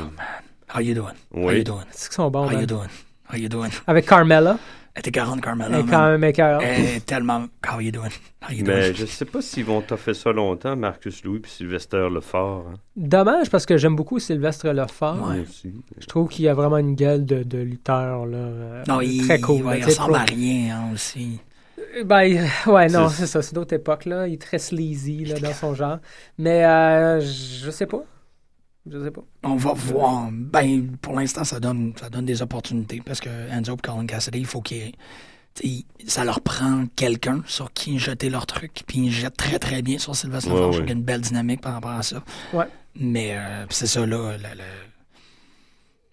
[SPEAKER 6] How you doing? How
[SPEAKER 8] Oui.
[SPEAKER 6] you doing?
[SPEAKER 7] C'est qu'ils sont bons.
[SPEAKER 6] How
[SPEAKER 7] man.
[SPEAKER 6] you doing? How you doing?
[SPEAKER 7] Avec Carmella,
[SPEAKER 6] Elle était 40 Carmela.
[SPEAKER 7] elle est quand même écœurante.
[SPEAKER 6] Elle est tellement. How you doing? How you
[SPEAKER 8] mais
[SPEAKER 6] doing?
[SPEAKER 8] je sais pas s'ils vont toffer ça longtemps, Marcus Louis puis Sylvester Lefort. hein.
[SPEAKER 7] Dommage parce que j'aime beaucoup Sylvestre Lefort.
[SPEAKER 6] Ouais.
[SPEAKER 8] Moi aussi.
[SPEAKER 7] Je trouve qu'il a vraiment une gueule de, de lutteur. Là, euh,
[SPEAKER 6] Non, il,
[SPEAKER 7] très cool. là,
[SPEAKER 6] ouais, il
[SPEAKER 7] tu sais,
[SPEAKER 6] ressemble
[SPEAKER 7] trop-
[SPEAKER 6] à rien hein, aussi.
[SPEAKER 7] Ben, il- ouais, non,
[SPEAKER 8] C'est-
[SPEAKER 7] c'est ça. C'est d'autres époques. Là. Il est très sleazy là, dans son genre. Mais euh, je sais pas. Je sais pas.
[SPEAKER 6] On va voir. Ben, pour l'instant, ça donne, ça donne des opportunités parce que Enzo et Colin Cassidy, il faut qu'ils. tu sais, Ça leur prend quelqu'un sur qui jeter leur truc. Puis ils jettent très très bien sur Sylvester
[SPEAKER 8] Ouais,
[SPEAKER 6] Lefort.
[SPEAKER 8] ouais.
[SPEAKER 6] Je trouve qu'il y a une belle dynamique par rapport à ça.
[SPEAKER 7] Ouais.
[SPEAKER 6] Mais euh, c'est ça, là. Le, le-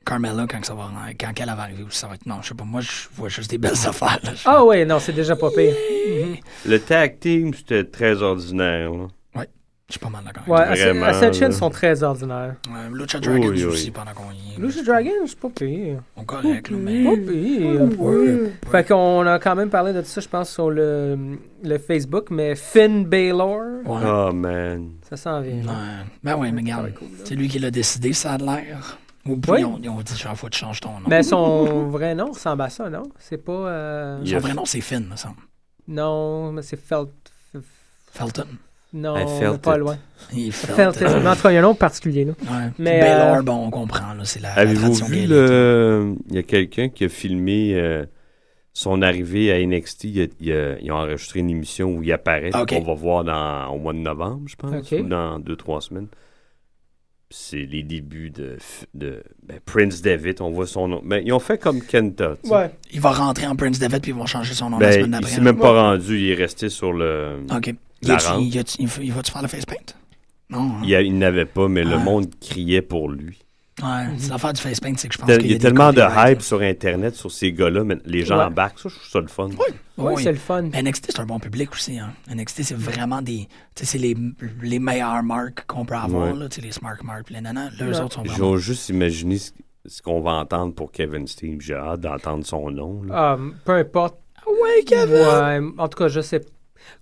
[SPEAKER 6] Carmella, quand, ça va, hein, quand elle va arriver, ça va être. Non, je sais pas. Moi, je vois juste des belles affaires. là. Mm-hmm.
[SPEAKER 7] Ah ouais, non, c'est déjà pas pire.
[SPEAKER 8] Le tag team, c'était très ordinaire. là.
[SPEAKER 6] Je suis pas mal d'accord.
[SPEAKER 7] Ouais,
[SPEAKER 6] avec
[SPEAKER 8] Vraiment,
[SPEAKER 7] Ascension
[SPEAKER 8] là.
[SPEAKER 7] sont très ordinaires.
[SPEAKER 6] toi. Euh, Lucha Dragons
[SPEAKER 8] Oui, oui.
[SPEAKER 6] aussi, pendant qu'on y est.
[SPEAKER 7] Lucy Dragon, c'est pas pire.
[SPEAKER 6] On correct, là, mais.
[SPEAKER 7] Mm. Pas pire.
[SPEAKER 6] Ouais,
[SPEAKER 7] Fait qu'on a quand même parlé de ça, je pense, sur le, le Facebook, mais Finn Baylor,
[SPEAKER 6] ouais.
[SPEAKER 8] Oh man.
[SPEAKER 7] ça s'en vient.
[SPEAKER 6] Ouais.
[SPEAKER 7] là.
[SPEAKER 6] Ben oui, mais regarde, c'est lui qui l'a décidé, ça a l'air. Ou puis
[SPEAKER 7] Oui.
[SPEAKER 6] ils, ont, ils ont dit genre, faut que tu changes ton nom.
[SPEAKER 7] Mais son vrai nom ressemble à ça, non? C'est pas... euh,
[SPEAKER 6] Son
[SPEAKER 8] Il a-
[SPEAKER 6] vrai nom, c'est Finn, me semble.
[SPEAKER 7] Non, mais c'est Felt... F-
[SPEAKER 6] Felton.
[SPEAKER 7] Non,
[SPEAKER 9] I
[SPEAKER 7] on
[SPEAKER 9] felt
[SPEAKER 7] est pas
[SPEAKER 9] it.
[SPEAKER 7] loin.
[SPEAKER 6] Il
[SPEAKER 7] Felt it. Mais en tout cas, il y a un nom particulier. Là.
[SPEAKER 6] Ouais.
[SPEAKER 7] Mais,
[SPEAKER 6] Baylor,
[SPEAKER 7] euh,
[SPEAKER 6] bon, on comprend. là, C'est la, la
[SPEAKER 8] Avez-vous
[SPEAKER 6] tradition
[SPEAKER 8] vu
[SPEAKER 6] gaélique.
[SPEAKER 8] le. Il y a quelqu'un qui a filmé euh, son arrivée à NXT. Il a- il a- Ils ont enregistré une émission où il apparaît.
[SPEAKER 6] Ok.
[SPEAKER 8] On va voir dans... au mois de novembre, je pense,
[SPEAKER 7] Ok.
[SPEAKER 8] ou dans deux, trois semaines. C'est les débuts de, f- de ben, Prince David. On voit son nom. Ben, ils ont fait comme Kenta. tu sais.
[SPEAKER 7] Ouais.
[SPEAKER 6] Il va rentrer en Prince David puis ils vont changer son nom la
[SPEAKER 8] Ben,
[SPEAKER 6] semaine
[SPEAKER 8] il
[SPEAKER 6] d'après. Ah.
[SPEAKER 8] s'est même pas rendu. Il est resté sur le.
[SPEAKER 6] OK. Il,
[SPEAKER 8] La
[SPEAKER 6] a-tu-
[SPEAKER 8] rampe.
[SPEAKER 6] il a-tu- il va- il va-tu faire le face paint? Non. hein?
[SPEAKER 8] Il, a- il n'avait pas, mais le
[SPEAKER 6] Ouais.
[SPEAKER 8] monde criait pour lui.
[SPEAKER 6] Ouais, c'est l'affaire du face paint, c'est que je pense
[SPEAKER 8] Tel-
[SPEAKER 6] qu'il
[SPEAKER 8] Il y a
[SPEAKER 6] des
[SPEAKER 8] tellement de
[SPEAKER 6] copyrights,
[SPEAKER 8] hype sur Internet sur ces gars-là, mais les gens
[SPEAKER 7] Ouais.
[SPEAKER 8] embarquent. Ça, je trouve ça le fun.
[SPEAKER 6] là.
[SPEAKER 7] Ouais,
[SPEAKER 6] Oui.
[SPEAKER 7] c'est le fun.
[SPEAKER 6] Mais NXT, c'est un bon public aussi. Hein. NXT, c'est vraiment des. Tu sais, c'est les, les meilleures marques qu'on peut avoir,
[SPEAKER 8] Ouais.
[SPEAKER 6] là, tu sais, les Smart Marks, puis les nanas. Là, eux
[SPEAKER 7] Ouais.
[SPEAKER 6] autres sont vraiment.
[SPEAKER 8] J'ose juste imaginer ce, ce qu'on va entendre pour Kevin Steve. J'ai hâte d'entendre son nom. là.
[SPEAKER 7] Ah, peu importe. Ouais, Kevin. en tout cas, je sais.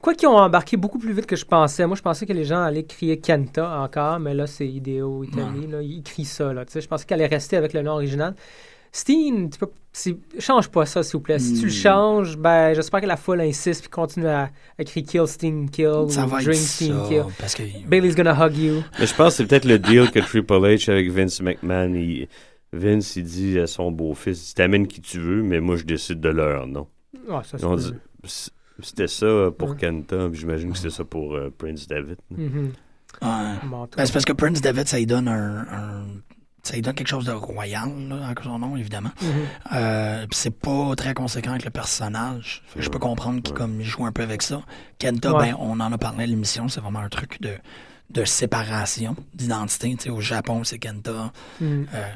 [SPEAKER 7] Quoi qu'ils ont embarqué beaucoup plus vite que je pensais. Moi, je pensais que les gens allaient crier Kenta encore, mais là, c'est Ideo Italie. là. Ils crient ça. Là. Tu sais, Je pensais qu'elle allait rester avec le nom original. Steen, tu peux, si- change pas ça, s'il vous plaît. Si tu le changes, ben, j'espère que la foule insiste et continue à, à crier Kill Steen Kill
[SPEAKER 6] Ça
[SPEAKER 7] ou
[SPEAKER 6] va être
[SPEAKER 7] Drink
[SPEAKER 6] ça,
[SPEAKER 7] Steen Kill.
[SPEAKER 6] parce que.
[SPEAKER 7] Bailey's gonna hug you.
[SPEAKER 8] Mais je pense que c'est peut-être le deal que Triple H avec Vince McMahon. il- Vince, il dit à son beau-fils T'amènes qui tu veux, mais moi, je décide de leur nom.
[SPEAKER 7] Ah, ça,
[SPEAKER 8] Ils
[SPEAKER 7] c'est
[SPEAKER 8] ont
[SPEAKER 7] cool.
[SPEAKER 8] dit, C- C'était ça pour
[SPEAKER 7] Ouais.
[SPEAKER 8] Kenta, puis j'imagine que c'était ça pour euh, Prince David. là.
[SPEAKER 7] Mhm.
[SPEAKER 6] Ouais.
[SPEAKER 7] Bon, en
[SPEAKER 6] Ben,
[SPEAKER 7] tout cas.
[SPEAKER 6] c'est parce que Prince David, ça lui donne un. un- ça lui donne quelque chose de royal, là, avec son nom, évidemment. Euh, puis c'est pas très conséquent avec le personnage. Fait que je peux comprendre qu'il comme, il joue un peu avec ça. Kenta,
[SPEAKER 7] Ouais.
[SPEAKER 6] ben, on en a parlé à l'émission, c'est vraiment un truc de, de séparation, d'identité. Tu sais, au Japon, c'est Kenta.
[SPEAKER 7] Mhm.
[SPEAKER 6] euh,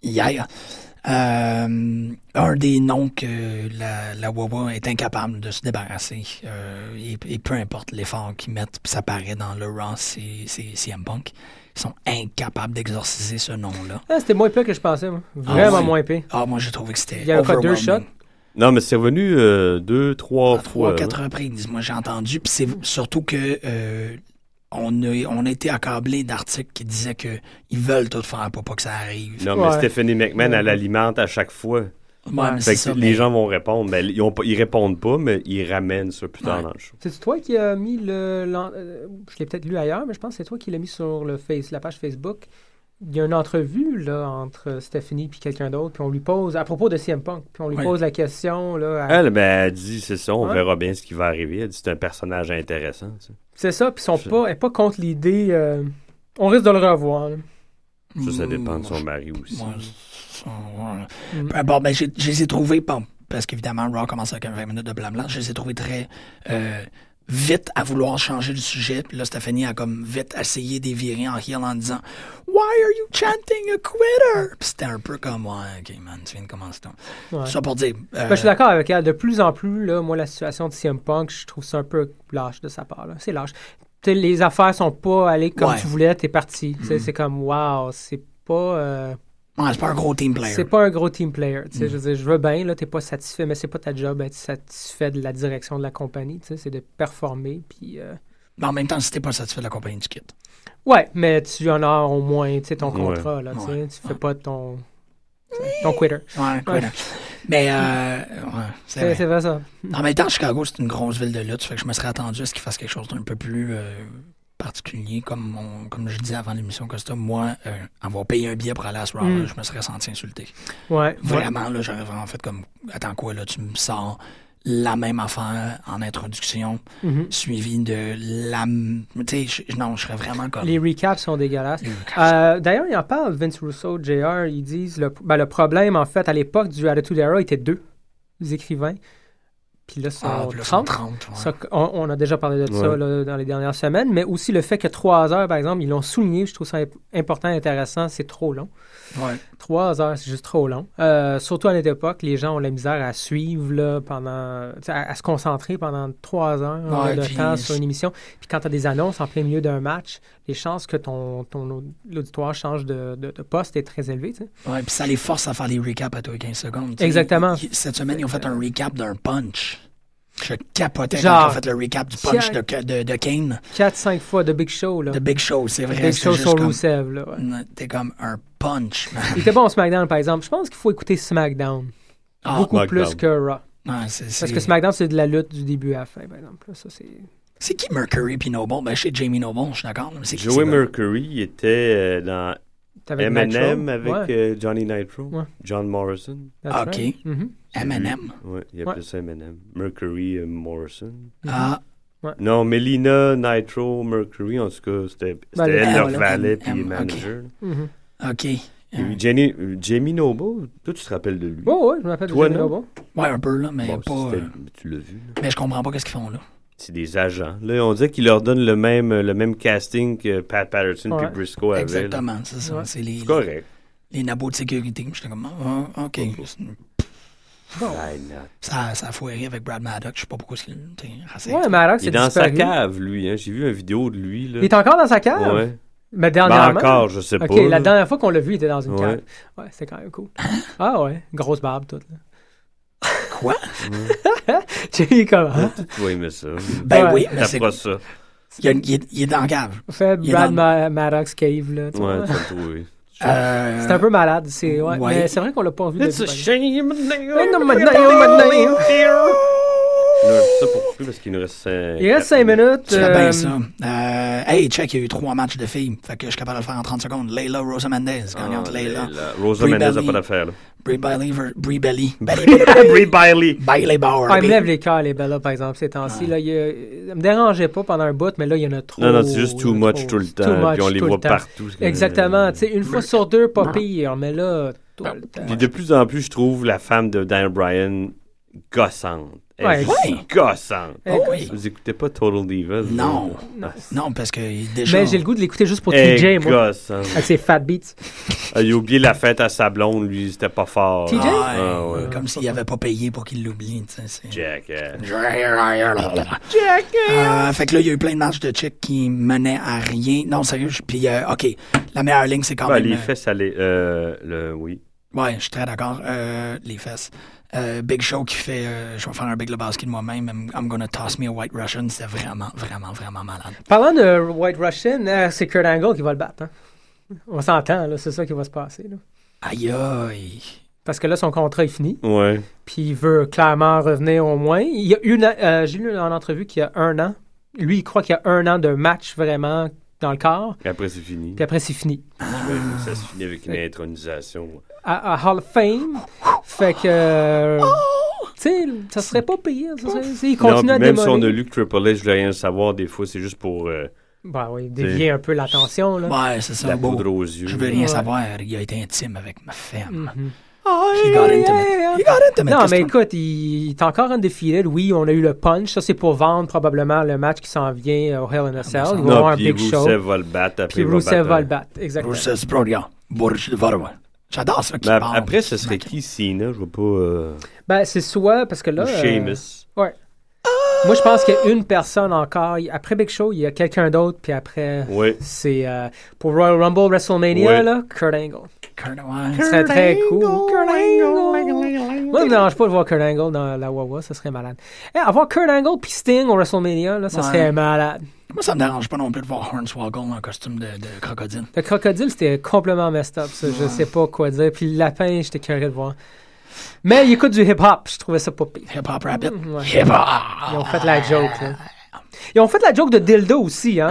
[SPEAKER 6] hier. Euh, un des noms que la, la Wawa est incapable de se débarrasser, euh, et, et peu importe l'effort qu'ils mettent, puis ça paraît dans le Raw, c'est c'est CM Punk, ils sont incapables d'exorciser ce nom-là.
[SPEAKER 7] Ah, C'était moins pire que je pensais. moi. Vraiment
[SPEAKER 6] ouais.
[SPEAKER 7] moins pire.
[SPEAKER 6] Ah, moi, j'ai trouvé que c'était
[SPEAKER 7] Il y avait pas deux
[SPEAKER 6] overwhelming.
[SPEAKER 7] shots?
[SPEAKER 8] Non, mais c'est revenu euh, deux, trois
[SPEAKER 6] À
[SPEAKER 8] euh, fois.
[SPEAKER 6] Ah, trois,
[SPEAKER 8] là.
[SPEAKER 6] quatre reprises, moi, j'ai entendu, puis c'est surtout que... euh, on a, on a été accablé d'articles qui disaient que ils veulent tout faire pour pas que ça arrive.
[SPEAKER 8] Non, mais
[SPEAKER 7] Ouais.
[SPEAKER 8] Stephanie McMahon, elle alimente à chaque fois.
[SPEAKER 6] Ouais, mais
[SPEAKER 8] Fait
[SPEAKER 6] c'est
[SPEAKER 8] que
[SPEAKER 6] ça,
[SPEAKER 8] les
[SPEAKER 6] mais-
[SPEAKER 8] gens vont répondre. mais ils, ont pas- ils répondent pas, mais ils ramènent ça plus tard
[SPEAKER 6] Ouais.
[SPEAKER 8] dans le show.
[SPEAKER 7] C'est toi qui as mis le. l'en- euh, Je l'ai peut-être lu ailleurs, mais je pense que c'est toi qui l'as mis sur le face, la page Facebook. Il y a une entrevue là, entre Stephanie et quelqu'un d'autre, puis on lui pose, à propos de CM Punk, puis on lui
[SPEAKER 6] Oui.
[SPEAKER 7] pose la question. Là, à-
[SPEAKER 6] Euh,
[SPEAKER 8] Elle, ben, elle dit, c'est ça, on
[SPEAKER 7] Ah. Ouais.
[SPEAKER 8] verra bien ce qui va arriver. Elle dit, c'est un personnage intéressant. ça.
[SPEAKER 7] C'est ça, puis ils sont
[SPEAKER 8] Je-
[SPEAKER 7] pas, elle est pas contre l'idée. euh, On risque de le revoir. là.
[SPEAKER 8] Ça, ça dépend
[SPEAKER 6] Mm,
[SPEAKER 8] de son mari aussi.
[SPEAKER 6] Moi, c'est- ouais.
[SPEAKER 7] Mm.
[SPEAKER 6] Peu importe, ben, j'ai- je les ai trouvés, bon, parce qu'évidemment, Raw commence avec un 20 minutes de blabla, je les ai trouvés très euh, vite à vouloir changer le sujet. Puis là, Stéphanie a comme vite essayé de virer en heel en disant Why are you chanting a quitter? Puis c'était un peu comme Ouais, ok, man, tu viens de commencer ton.
[SPEAKER 7] Ouais.
[SPEAKER 6] Ça pour dire. euh,
[SPEAKER 7] Ben, je suis d'accord avec elle. De plus en plus, là, moi, la situation de CM Punk, je trouve ça un peu lâche de sa part. là. C'est lâche. T'sais, Les affaires sont pas allées comme
[SPEAKER 6] Ouais. Mm-hmm.
[SPEAKER 7] tu voulais, t'es parti. T'sais, C'est comme, wow, c'est pas. euh,
[SPEAKER 6] ouais, c'est pas un gros team player. Mm.
[SPEAKER 7] C'est pas un gros team player. tu sais. Je veux dire, je veux bien, là, t'es pas satisfait, mais c'est pas ta job d'être satisfait de la direction de la compagnie, tu sais, c'est de performer, puis... euh,
[SPEAKER 6] Mais en même temps, si t'es pas satisfait de la compagnie du kit.
[SPEAKER 7] Ouais, mais tu honores au moins, tu sais, ton
[SPEAKER 8] Ouais.
[SPEAKER 7] contrat, là, tu sais,
[SPEAKER 6] Ouais.
[SPEAKER 7] tu fais pas ton... ton quitter.
[SPEAKER 6] Ouais, quitter. Mais, euh, ouais, c'est
[SPEAKER 7] C'est
[SPEAKER 6] vrai.
[SPEAKER 7] c'est vrai, ça.
[SPEAKER 6] En même temps, Chicago, c'est une grosse ville de lutte, fait que je me serais attendu à ce qu'il fasse quelque chose d'un peu plus euh, particulier. Comme, on- comme je disais avant l'émission Costa, moi, euh, avoir payé un billet pour aller à ce Raw,
[SPEAKER 7] Mm.
[SPEAKER 6] là, je me serais senti insulté.
[SPEAKER 7] Ouais.
[SPEAKER 6] Vraiment, là, j'aurais vraiment fait comme Attends quoi, là, tu me sors la même affaire en introduction,
[SPEAKER 7] Mhm.
[SPEAKER 6] suivie de la. m- Tu sais, je- non, je serais vraiment comme.
[SPEAKER 7] Les recaps sont dégueulasses.
[SPEAKER 6] Les recaps.
[SPEAKER 7] Euh, D'ailleurs, il en parle, Vince Russo, JR, ils disent le, ben, le problème, en fait, à l'époque du Attitude Era, était deux les écrivains. Puis là, sont
[SPEAKER 6] Ah, puis là,
[SPEAKER 7] 30.
[SPEAKER 6] 30, ouais.
[SPEAKER 7] Ça, on, on a déjà parlé de ça
[SPEAKER 8] Ouais.
[SPEAKER 7] là, dans les dernières semaines, mais aussi le fait que trois heures, par exemple, ils l'ont souligné, je trouve ça imp- important, intéressant, c'est trop long.
[SPEAKER 6] Ouais.
[SPEAKER 7] Trois heures, c'est juste trop long. Euh, surtout à l'époque, les gens ont la misère à suivre là, pendant, tu sais, à, à se concentrer pendant trois heures
[SPEAKER 6] Ouais,
[SPEAKER 7] euh, de
[SPEAKER 6] puis-
[SPEAKER 7] temps sur une émission. Puis quand tu as des annonces en plein milieu d'un match, les chances que ton, ton au- l'auditoire change de, de- de poste est très élevée. tu sais.
[SPEAKER 6] Ouais, puis ça les force à faire des recaps à tous les 15 secondes. Tu sais,
[SPEAKER 7] Exactement.
[SPEAKER 6] ils- ils- Cette semaine, ils ont fait un recap d'un punch. Je capotais
[SPEAKER 7] Genre,
[SPEAKER 6] quand ils ont fait le recap du punch de, de, de Kane,
[SPEAKER 7] Quatre, cinq fois de Big Show. Là.
[SPEAKER 6] de Big Show. C'est vrai,
[SPEAKER 7] Big
[SPEAKER 6] c'est
[SPEAKER 7] Show
[SPEAKER 6] juste
[SPEAKER 7] sur
[SPEAKER 6] comme-
[SPEAKER 7] Rusev. Là, ouais.
[SPEAKER 6] Mm, T'es comme un punch, man.
[SPEAKER 7] Il était bon SmackDown, par exemple. Je pense qu'il faut écouter SmackDown.
[SPEAKER 6] Ah,
[SPEAKER 7] beaucoup
[SPEAKER 8] SmackDown.
[SPEAKER 7] plus que Raw.
[SPEAKER 6] ouais, c'est-
[SPEAKER 7] Parce
[SPEAKER 6] c'est-
[SPEAKER 8] Hmm.
[SPEAKER 7] que SmackDown, c'est de la lutte du début à la fin, par exemple. là. Ça, c'est...
[SPEAKER 6] C'est qui Mercury puis Noble? Ben, chez Jamie Noble, je suis d'accord. mais c'est qui, c'est-
[SPEAKER 8] Joey Mercury il était euh, dans
[SPEAKER 7] T'avais
[SPEAKER 8] M&M
[SPEAKER 7] Nitro.
[SPEAKER 8] avec
[SPEAKER 7] Ouais,
[SPEAKER 8] euh, Johnny Nitro,
[SPEAKER 7] Ouais.
[SPEAKER 8] John Morrison.
[SPEAKER 7] that's
[SPEAKER 6] Ah,
[SPEAKER 7] right. Mhm.
[SPEAKER 6] M&M.
[SPEAKER 8] Ouais, il appelait
[SPEAKER 7] Ouais.
[SPEAKER 8] ça M&M. Mercury euh, Morrison.
[SPEAKER 6] Ah,
[SPEAKER 8] Non, Melina, Nitro, Mercury, en tout cas, c'était c'était
[SPEAKER 7] Valet.
[SPEAKER 8] elle,
[SPEAKER 6] Ah,
[SPEAKER 8] leur
[SPEAKER 6] voilà.
[SPEAKER 8] valet,
[SPEAKER 6] M,
[SPEAKER 8] puis
[SPEAKER 6] M,
[SPEAKER 8] manager.
[SPEAKER 7] Mhm.
[SPEAKER 6] OK.
[SPEAKER 8] Et Jenny- euh, Jamie Noble, toi, tu te rappelles de lui?
[SPEAKER 7] Oh, ouais, je m'appelle
[SPEAKER 8] Toi,
[SPEAKER 7] Jamie
[SPEAKER 8] non?
[SPEAKER 7] Noble.
[SPEAKER 6] Ouais, un peu, là, mais
[SPEAKER 8] Bon,
[SPEAKER 6] pas...
[SPEAKER 8] c'était-
[SPEAKER 6] euh,
[SPEAKER 8] Tu l'as vu, là.
[SPEAKER 6] Mais je comprends pas qu'est-ce qu'ils font, là.
[SPEAKER 8] C'est des agents. Là, on dirait qu'ils leur donnent le même, le même casting que Pat Patterson
[SPEAKER 7] Ouais.
[SPEAKER 8] puis Briscoe avaient. là.
[SPEAKER 6] Exactement, c'est ça.
[SPEAKER 7] Ouais.
[SPEAKER 6] C'est les,
[SPEAKER 8] C'est correct.
[SPEAKER 6] les nabots de sécurité. J'étais comme, ah, OK.
[SPEAKER 8] Why not?
[SPEAKER 6] Ça, ça a foiré avec Brad Maddox. Je sais pas pourquoi c'est... t'sais, raciste.
[SPEAKER 7] Ouais, Maddox,
[SPEAKER 8] Il est
[SPEAKER 7] c'est
[SPEAKER 8] dans sa
[SPEAKER 7] disparu.
[SPEAKER 8] cave, lui. Hein. J'ai vu une vidéo de lui. Là.
[SPEAKER 7] Il est encore dans sa cave?
[SPEAKER 8] Ouais.
[SPEAKER 7] Mais
[SPEAKER 8] Ben,
[SPEAKER 7] dernièrement.
[SPEAKER 8] encore, je sais
[SPEAKER 7] Ok,
[SPEAKER 8] pas. là.
[SPEAKER 7] la dernière fois qu'on l'a vu, il était dans une
[SPEAKER 8] Ouais.
[SPEAKER 7] cave. Ouais, c'est quand même cool. Ah ouais, grosse barbe toute. là.
[SPEAKER 6] Quoi?
[SPEAKER 7] Tu sais, comme, hein?
[SPEAKER 8] Tu vas aimer ça.
[SPEAKER 6] Ben
[SPEAKER 7] Ouais.
[SPEAKER 6] oui, mais c'est...
[SPEAKER 8] T'apprends ça.
[SPEAKER 6] Il, y a une- il est, il est dans la cave.
[SPEAKER 7] Fait
[SPEAKER 6] Il est
[SPEAKER 7] Brad
[SPEAKER 6] dans-
[SPEAKER 7] Ma- Maddox Cave, là. tu vois.
[SPEAKER 8] Ouais, tu vas le trouver.
[SPEAKER 6] Euh,
[SPEAKER 7] Ah, C'est un peu malade, c'est. Ouais.
[SPEAKER 6] Ouais.
[SPEAKER 7] Mais c'est vrai qu'on l'a pas vu.
[SPEAKER 8] It's
[SPEAKER 7] depuis-
[SPEAKER 8] a shame.
[SPEAKER 7] Mais non, mais non, mais non.
[SPEAKER 8] Là, ça pour plus parce qu'il nous reste 5
[SPEAKER 7] Il reste 5 minutes.
[SPEAKER 6] Tu fais
[SPEAKER 7] euh,
[SPEAKER 6] bien ça. Euh, hey, check, il y a eu trois matchs de filles. Fait que je suis capable de le faire en 30 secondes. Layla Rosa Mendez,
[SPEAKER 8] Ah,
[SPEAKER 6] gagnante Layla.
[SPEAKER 8] Rosa
[SPEAKER 6] Brie
[SPEAKER 8] Mendes n'a
[SPEAKER 6] Bailey.
[SPEAKER 8] pas d'affaire. là.
[SPEAKER 6] Brie Bailey, ver- Brie Belly. Bailey,
[SPEAKER 8] Brie Bailey.
[SPEAKER 6] Bailey Bauer.
[SPEAKER 7] Ah, il me
[SPEAKER 6] Brie-
[SPEAKER 7] lève les cœurs, les Bella, par exemple, ces temps-ci. Là, il, y a- elle me dérangeait pas pendant un bout, mais là, il y en a trop.
[SPEAKER 8] Non, non, c'est juste too
[SPEAKER 7] il y en a
[SPEAKER 8] much
[SPEAKER 7] trop.
[SPEAKER 8] tout le
[SPEAKER 7] C'est
[SPEAKER 8] temps.
[SPEAKER 7] Oh, much
[SPEAKER 8] Puis on les
[SPEAKER 7] tout le
[SPEAKER 8] voit
[SPEAKER 7] temps.
[SPEAKER 8] partout. c'est comme-
[SPEAKER 7] Exactement. Tu sais, une fois sur deux, pas pire, mais là, tout le temps.
[SPEAKER 8] Puis de plus en plus, je trouve la femme de Dan Bryan gossante. Elle
[SPEAKER 7] Ouais,
[SPEAKER 8] est juste
[SPEAKER 6] ouais.
[SPEAKER 8] gossante.
[SPEAKER 7] Eh,
[SPEAKER 6] Oh oui.
[SPEAKER 8] Vous écoutez pas Total Divas? vous?
[SPEAKER 6] Non.
[SPEAKER 8] Ah,
[SPEAKER 6] Non, parce que déjà.
[SPEAKER 7] Mais j'ai le goût de l'écouter juste pour
[SPEAKER 8] Elle est
[SPEAKER 7] TJ, moi.
[SPEAKER 8] gossante.
[SPEAKER 7] Avec ses fat beats.
[SPEAKER 8] Ah, Il a oublié la fête à sa blonde, lui, c'était pas fort.
[SPEAKER 7] TJ?
[SPEAKER 6] Ah,
[SPEAKER 8] Ah, ouais.
[SPEAKER 6] Comme s'il n'avait pas payé pour qu'il l'oublie. tu sais, c'est-
[SPEAKER 8] Jack. euh,
[SPEAKER 6] Euh, fait que là, il y a eu plein de matchs de chick qui menaient à rien. Non, sérieux. je- Puis, euh, OK, la meilleure ligne, c'est quand
[SPEAKER 8] ben,
[SPEAKER 6] même.
[SPEAKER 8] les
[SPEAKER 6] euh,
[SPEAKER 8] fesses, elle est. euh, le, oui.
[SPEAKER 6] Ouais, je suis très d'accord. Euh, les fesses. Euh, Big Show qui fait euh, Je vais faire un Big Lebowski de moi-même. I'm- I'm gonna toss me a white Russian. C'était vraiment, vraiment, vraiment malade.
[SPEAKER 7] Parlant de White Russian, euh, c'est Kurt Angle qui va le battre. hein. On s'entend, là, c'est ça qui va se passer. là.
[SPEAKER 6] Aïe, aïe.
[SPEAKER 7] Parce que là, son contrat est fini,
[SPEAKER 8] Ouais.
[SPEAKER 7] puis il veut clairement revenir au moins. Il y a une, euh, j'ai lu en entrevue qu'il y a un an, lui, il croit qu'il y a un an de match vraiment dans le corps,
[SPEAKER 8] Et après, c'est fini.
[SPEAKER 7] puis après, c'est fini.
[SPEAKER 8] Ben, Ça se finit avec une intronisation.
[SPEAKER 7] À, à Hall of Fame, fait que... euh, tu sais, ça serait pas payé. Ça serait, il
[SPEAKER 8] Non,
[SPEAKER 7] continue
[SPEAKER 8] puis
[SPEAKER 7] à
[SPEAKER 8] même si on a
[SPEAKER 7] démolir.
[SPEAKER 8] lu que Triple H, je voulais rien savoir, des fois, c'est juste pour euh,
[SPEAKER 7] Bah oui, dévier un peu l'attention, là.
[SPEAKER 6] Ouais, c'est ça.
[SPEAKER 8] la
[SPEAKER 6] beau.
[SPEAKER 8] poudre aux yeux.
[SPEAKER 6] Je veux rien
[SPEAKER 7] Ouais.
[SPEAKER 6] savoir. Il a été intime avec ma femme.
[SPEAKER 7] Mhm.
[SPEAKER 6] He got intimate. He got intimate.
[SPEAKER 7] Non,
[SPEAKER 6] Qu'est-ce
[SPEAKER 7] mais
[SPEAKER 6] que-
[SPEAKER 7] écoute, il, il est encore undefeated. Oui, on a eu le punch. Ça, c'est pour vendre probablement le match qui s'en vient au Hell in
[SPEAKER 6] Ah,
[SPEAKER 7] a Cell. Il va y avoir
[SPEAKER 8] Non,
[SPEAKER 7] un
[SPEAKER 8] puis
[SPEAKER 7] big show.
[SPEAKER 8] Rousseff va le battre. après,
[SPEAKER 7] Puis
[SPEAKER 8] il va
[SPEAKER 7] Rousseff
[SPEAKER 8] battre
[SPEAKER 7] va
[SPEAKER 8] un-
[SPEAKER 7] le battre. Exactement.
[SPEAKER 6] Rusev Sproul, Boris Levarois. J'adore ça qui
[SPEAKER 8] Mais ap-
[SPEAKER 6] parle.
[SPEAKER 8] Ben, après, ce serait qui, Cena? Je vois pas... euh,
[SPEAKER 7] Ben, c'est soit parce que là.
[SPEAKER 8] ou
[SPEAKER 7] euh,
[SPEAKER 8] Sheamus.
[SPEAKER 7] ouais. Moi, je pense qu'il y a une personne encore. Il- Après Big Show, il y a quelqu'un d'autre. Puis après,
[SPEAKER 8] Oui.
[SPEAKER 7] c'est euh, pour Royal Rumble, WrestleMania,
[SPEAKER 8] Ouais.
[SPEAKER 7] là, Kurt Angle.
[SPEAKER 6] Kurt- ouais.
[SPEAKER 7] Ce serait très cool. Kurt Angle. Moi, ça me dérange pas de voir Kurt Angle dans la Wawa. Ça serait malade. Eh, avoir Kurt Angle puis Sting au WrestleMania, là, ça
[SPEAKER 6] Ouais.
[SPEAKER 7] serait malade.
[SPEAKER 6] Moi, ça me dérange pas non plus de voir Hornswoggle en costume de, de crocodile.
[SPEAKER 7] Le crocodile, c'était complètement messed up, ça. Je sais pas quoi dire. Puis le lapin, j'étais curieux de voir. Mais il écoute du hip-hop, je trouvais ça pas pire.
[SPEAKER 6] Hip Hop Rabbit.
[SPEAKER 7] Ouais.
[SPEAKER 6] Hip
[SPEAKER 7] Ils
[SPEAKER 6] Hop!
[SPEAKER 7] ont fait la joke,
[SPEAKER 6] ah,
[SPEAKER 7] là. Ils ont fait la joke de dildo aussi, hein.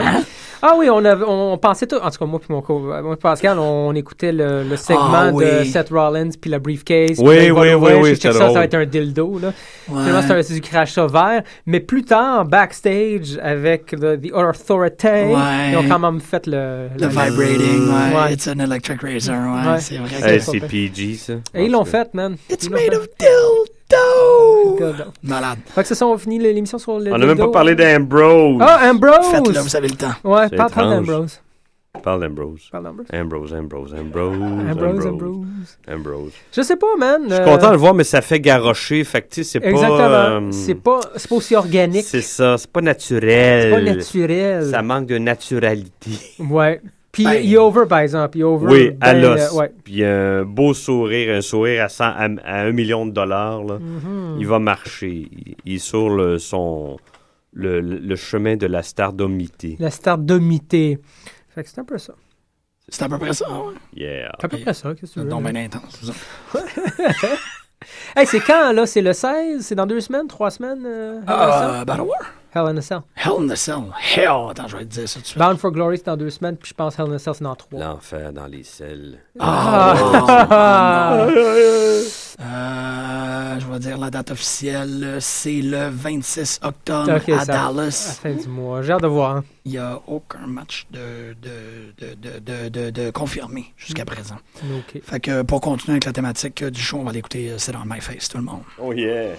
[SPEAKER 7] Ah oui, on, avait- on pensait tout. En tout cas, moi puis mon co, euh, moi puis Pascal, on, on écoutait le, le segment
[SPEAKER 6] Ah
[SPEAKER 7] de
[SPEAKER 6] oui.
[SPEAKER 7] Seth Rollins puis la briefcase. puis
[SPEAKER 8] Oui,
[SPEAKER 7] là, il va
[SPEAKER 8] oui,
[SPEAKER 7] l'ouvrir,
[SPEAKER 8] oui,
[SPEAKER 7] je
[SPEAKER 8] oui,
[SPEAKER 7] check
[SPEAKER 8] c'était
[SPEAKER 7] ça, ça va
[SPEAKER 8] drôle.
[SPEAKER 7] être un dildo, là.
[SPEAKER 6] Ouais.
[SPEAKER 7] Finalement, c'est un- c'est du crachat vert. Mais plus tard, backstage, avec le- The Authority,
[SPEAKER 6] Ouais.
[SPEAKER 7] ils ont quand même fait le.
[SPEAKER 6] Le
[SPEAKER 7] le-
[SPEAKER 6] vibrating, ouais.
[SPEAKER 7] Ouais.
[SPEAKER 6] It's an electric razor, ouais.
[SPEAKER 7] Ouais.
[SPEAKER 6] C'est vrai.
[SPEAKER 8] Hey,
[SPEAKER 6] que-
[SPEAKER 8] c'est PG, ça.
[SPEAKER 7] Et ils
[SPEAKER 8] En
[SPEAKER 7] l'ont
[SPEAKER 8] tout cas.
[SPEAKER 7] fait, man.
[SPEAKER 6] It's
[SPEAKER 7] Ils l'ont
[SPEAKER 6] made
[SPEAKER 7] fait.
[SPEAKER 6] of dildo!
[SPEAKER 7] Dildo.
[SPEAKER 6] Malade.
[SPEAKER 7] Fait que c'est ça, on finit l'émission sur le.
[SPEAKER 8] On n'a même
[SPEAKER 7] dildo.
[SPEAKER 8] pas parlé d'Ambrose.
[SPEAKER 7] Ah, Ambrose!
[SPEAKER 6] Faites-le, vous avez le temps.
[SPEAKER 7] Ouais,
[SPEAKER 8] C'est
[SPEAKER 7] parle, parle
[SPEAKER 8] étrange.
[SPEAKER 7] d'Ambrose.
[SPEAKER 8] Parle d'Ambrose.
[SPEAKER 7] Parle d'Ambrose.
[SPEAKER 8] Ambrose, Ambrose, Ambrose,
[SPEAKER 7] Ambrose,
[SPEAKER 8] Ambrose, Ambrose.
[SPEAKER 7] Ambrose. Euh, Je sais pas, man.
[SPEAKER 8] Je suis content de le voir, mais ça fait garrocher. Fait que, tu sais, c'est pas...
[SPEAKER 7] Exactement.
[SPEAKER 8] euh,
[SPEAKER 7] C'est pas, c'est pas aussi organique.
[SPEAKER 8] C'est ça, c'est pas
[SPEAKER 7] C'est
[SPEAKER 8] naturel.
[SPEAKER 7] pas naturel.
[SPEAKER 8] Ça manque de naturalité.
[SPEAKER 7] Ouais. Puis
[SPEAKER 6] Ben.
[SPEAKER 7] il est over, par exemple. Il est over.
[SPEAKER 8] Oui, à
[SPEAKER 7] ben,
[SPEAKER 8] l'os.
[SPEAKER 7] euh, ouais.
[SPEAKER 8] Puis un beau sourire, un sourire à, 100, à, à un million de dollars, là.
[SPEAKER 7] Mm-hmm.
[SPEAKER 8] il va marcher. Il, il est sur le, son, le, le chemin de la stardomité.
[SPEAKER 7] La star domité. Fait que c'est un peu ça.
[SPEAKER 6] C'est à peu près ça, ouais.
[SPEAKER 8] Yeah.
[SPEAKER 7] C'est à peu près ça, qu'est-ce que
[SPEAKER 6] C'est
[SPEAKER 7] tu veux.
[SPEAKER 6] donc bien intense. ça.
[SPEAKER 7] Hey, c'est quand, là? C'est le 16? C'est dans deux semaines? Trois semaines? euh,
[SPEAKER 6] Euh, Battle War?
[SPEAKER 7] Hell in a Cell.
[SPEAKER 6] Hell in a Cell. Hell. Attends, je vais te dire ça tout de suite.
[SPEAKER 7] Bound for Glory, c'est dans deux semaines, puis je pense Hell in a Cell, c'est dans trois.
[SPEAKER 8] L'enfer dans les selles.
[SPEAKER 6] Ah, non. Euh, je vais dire la date officielle. C'est le 26 octobre
[SPEAKER 7] Ok,
[SPEAKER 6] à
[SPEAKER 7] ça- À la
[SPEAKER 6] Dallas.
[SPEAKER 7] fin du mois. J'ai hâte de voir. hein.
[SPEAKER 6] Il n'y a aucun match de, de, de, de, de, de- de confirmé jusqu'à présent.
[SPEAKER 7] OK.
[SPEAKER 6] Fait que pour continuer avec la thématique euh, du show, on va l'écouter. euh, C'est dans My Face, tout le monde.
[SPEAKER 8] Oh yeah!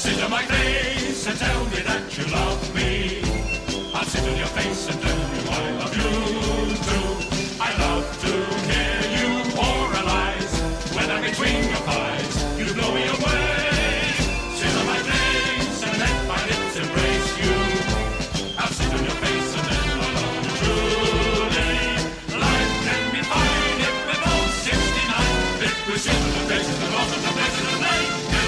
[SPEAKER 9] Sit in my face and tell me that you love me. I'll sit in your face and tell you I love you too. I love to hear you oralize. When I'm between your thighs, you blow me away. Sit in my face and let my lips embrace you. I'll sit in your face and then I love you truly. Life can be fine if we're both 69. If we sit in the face, the loss of the place of the night.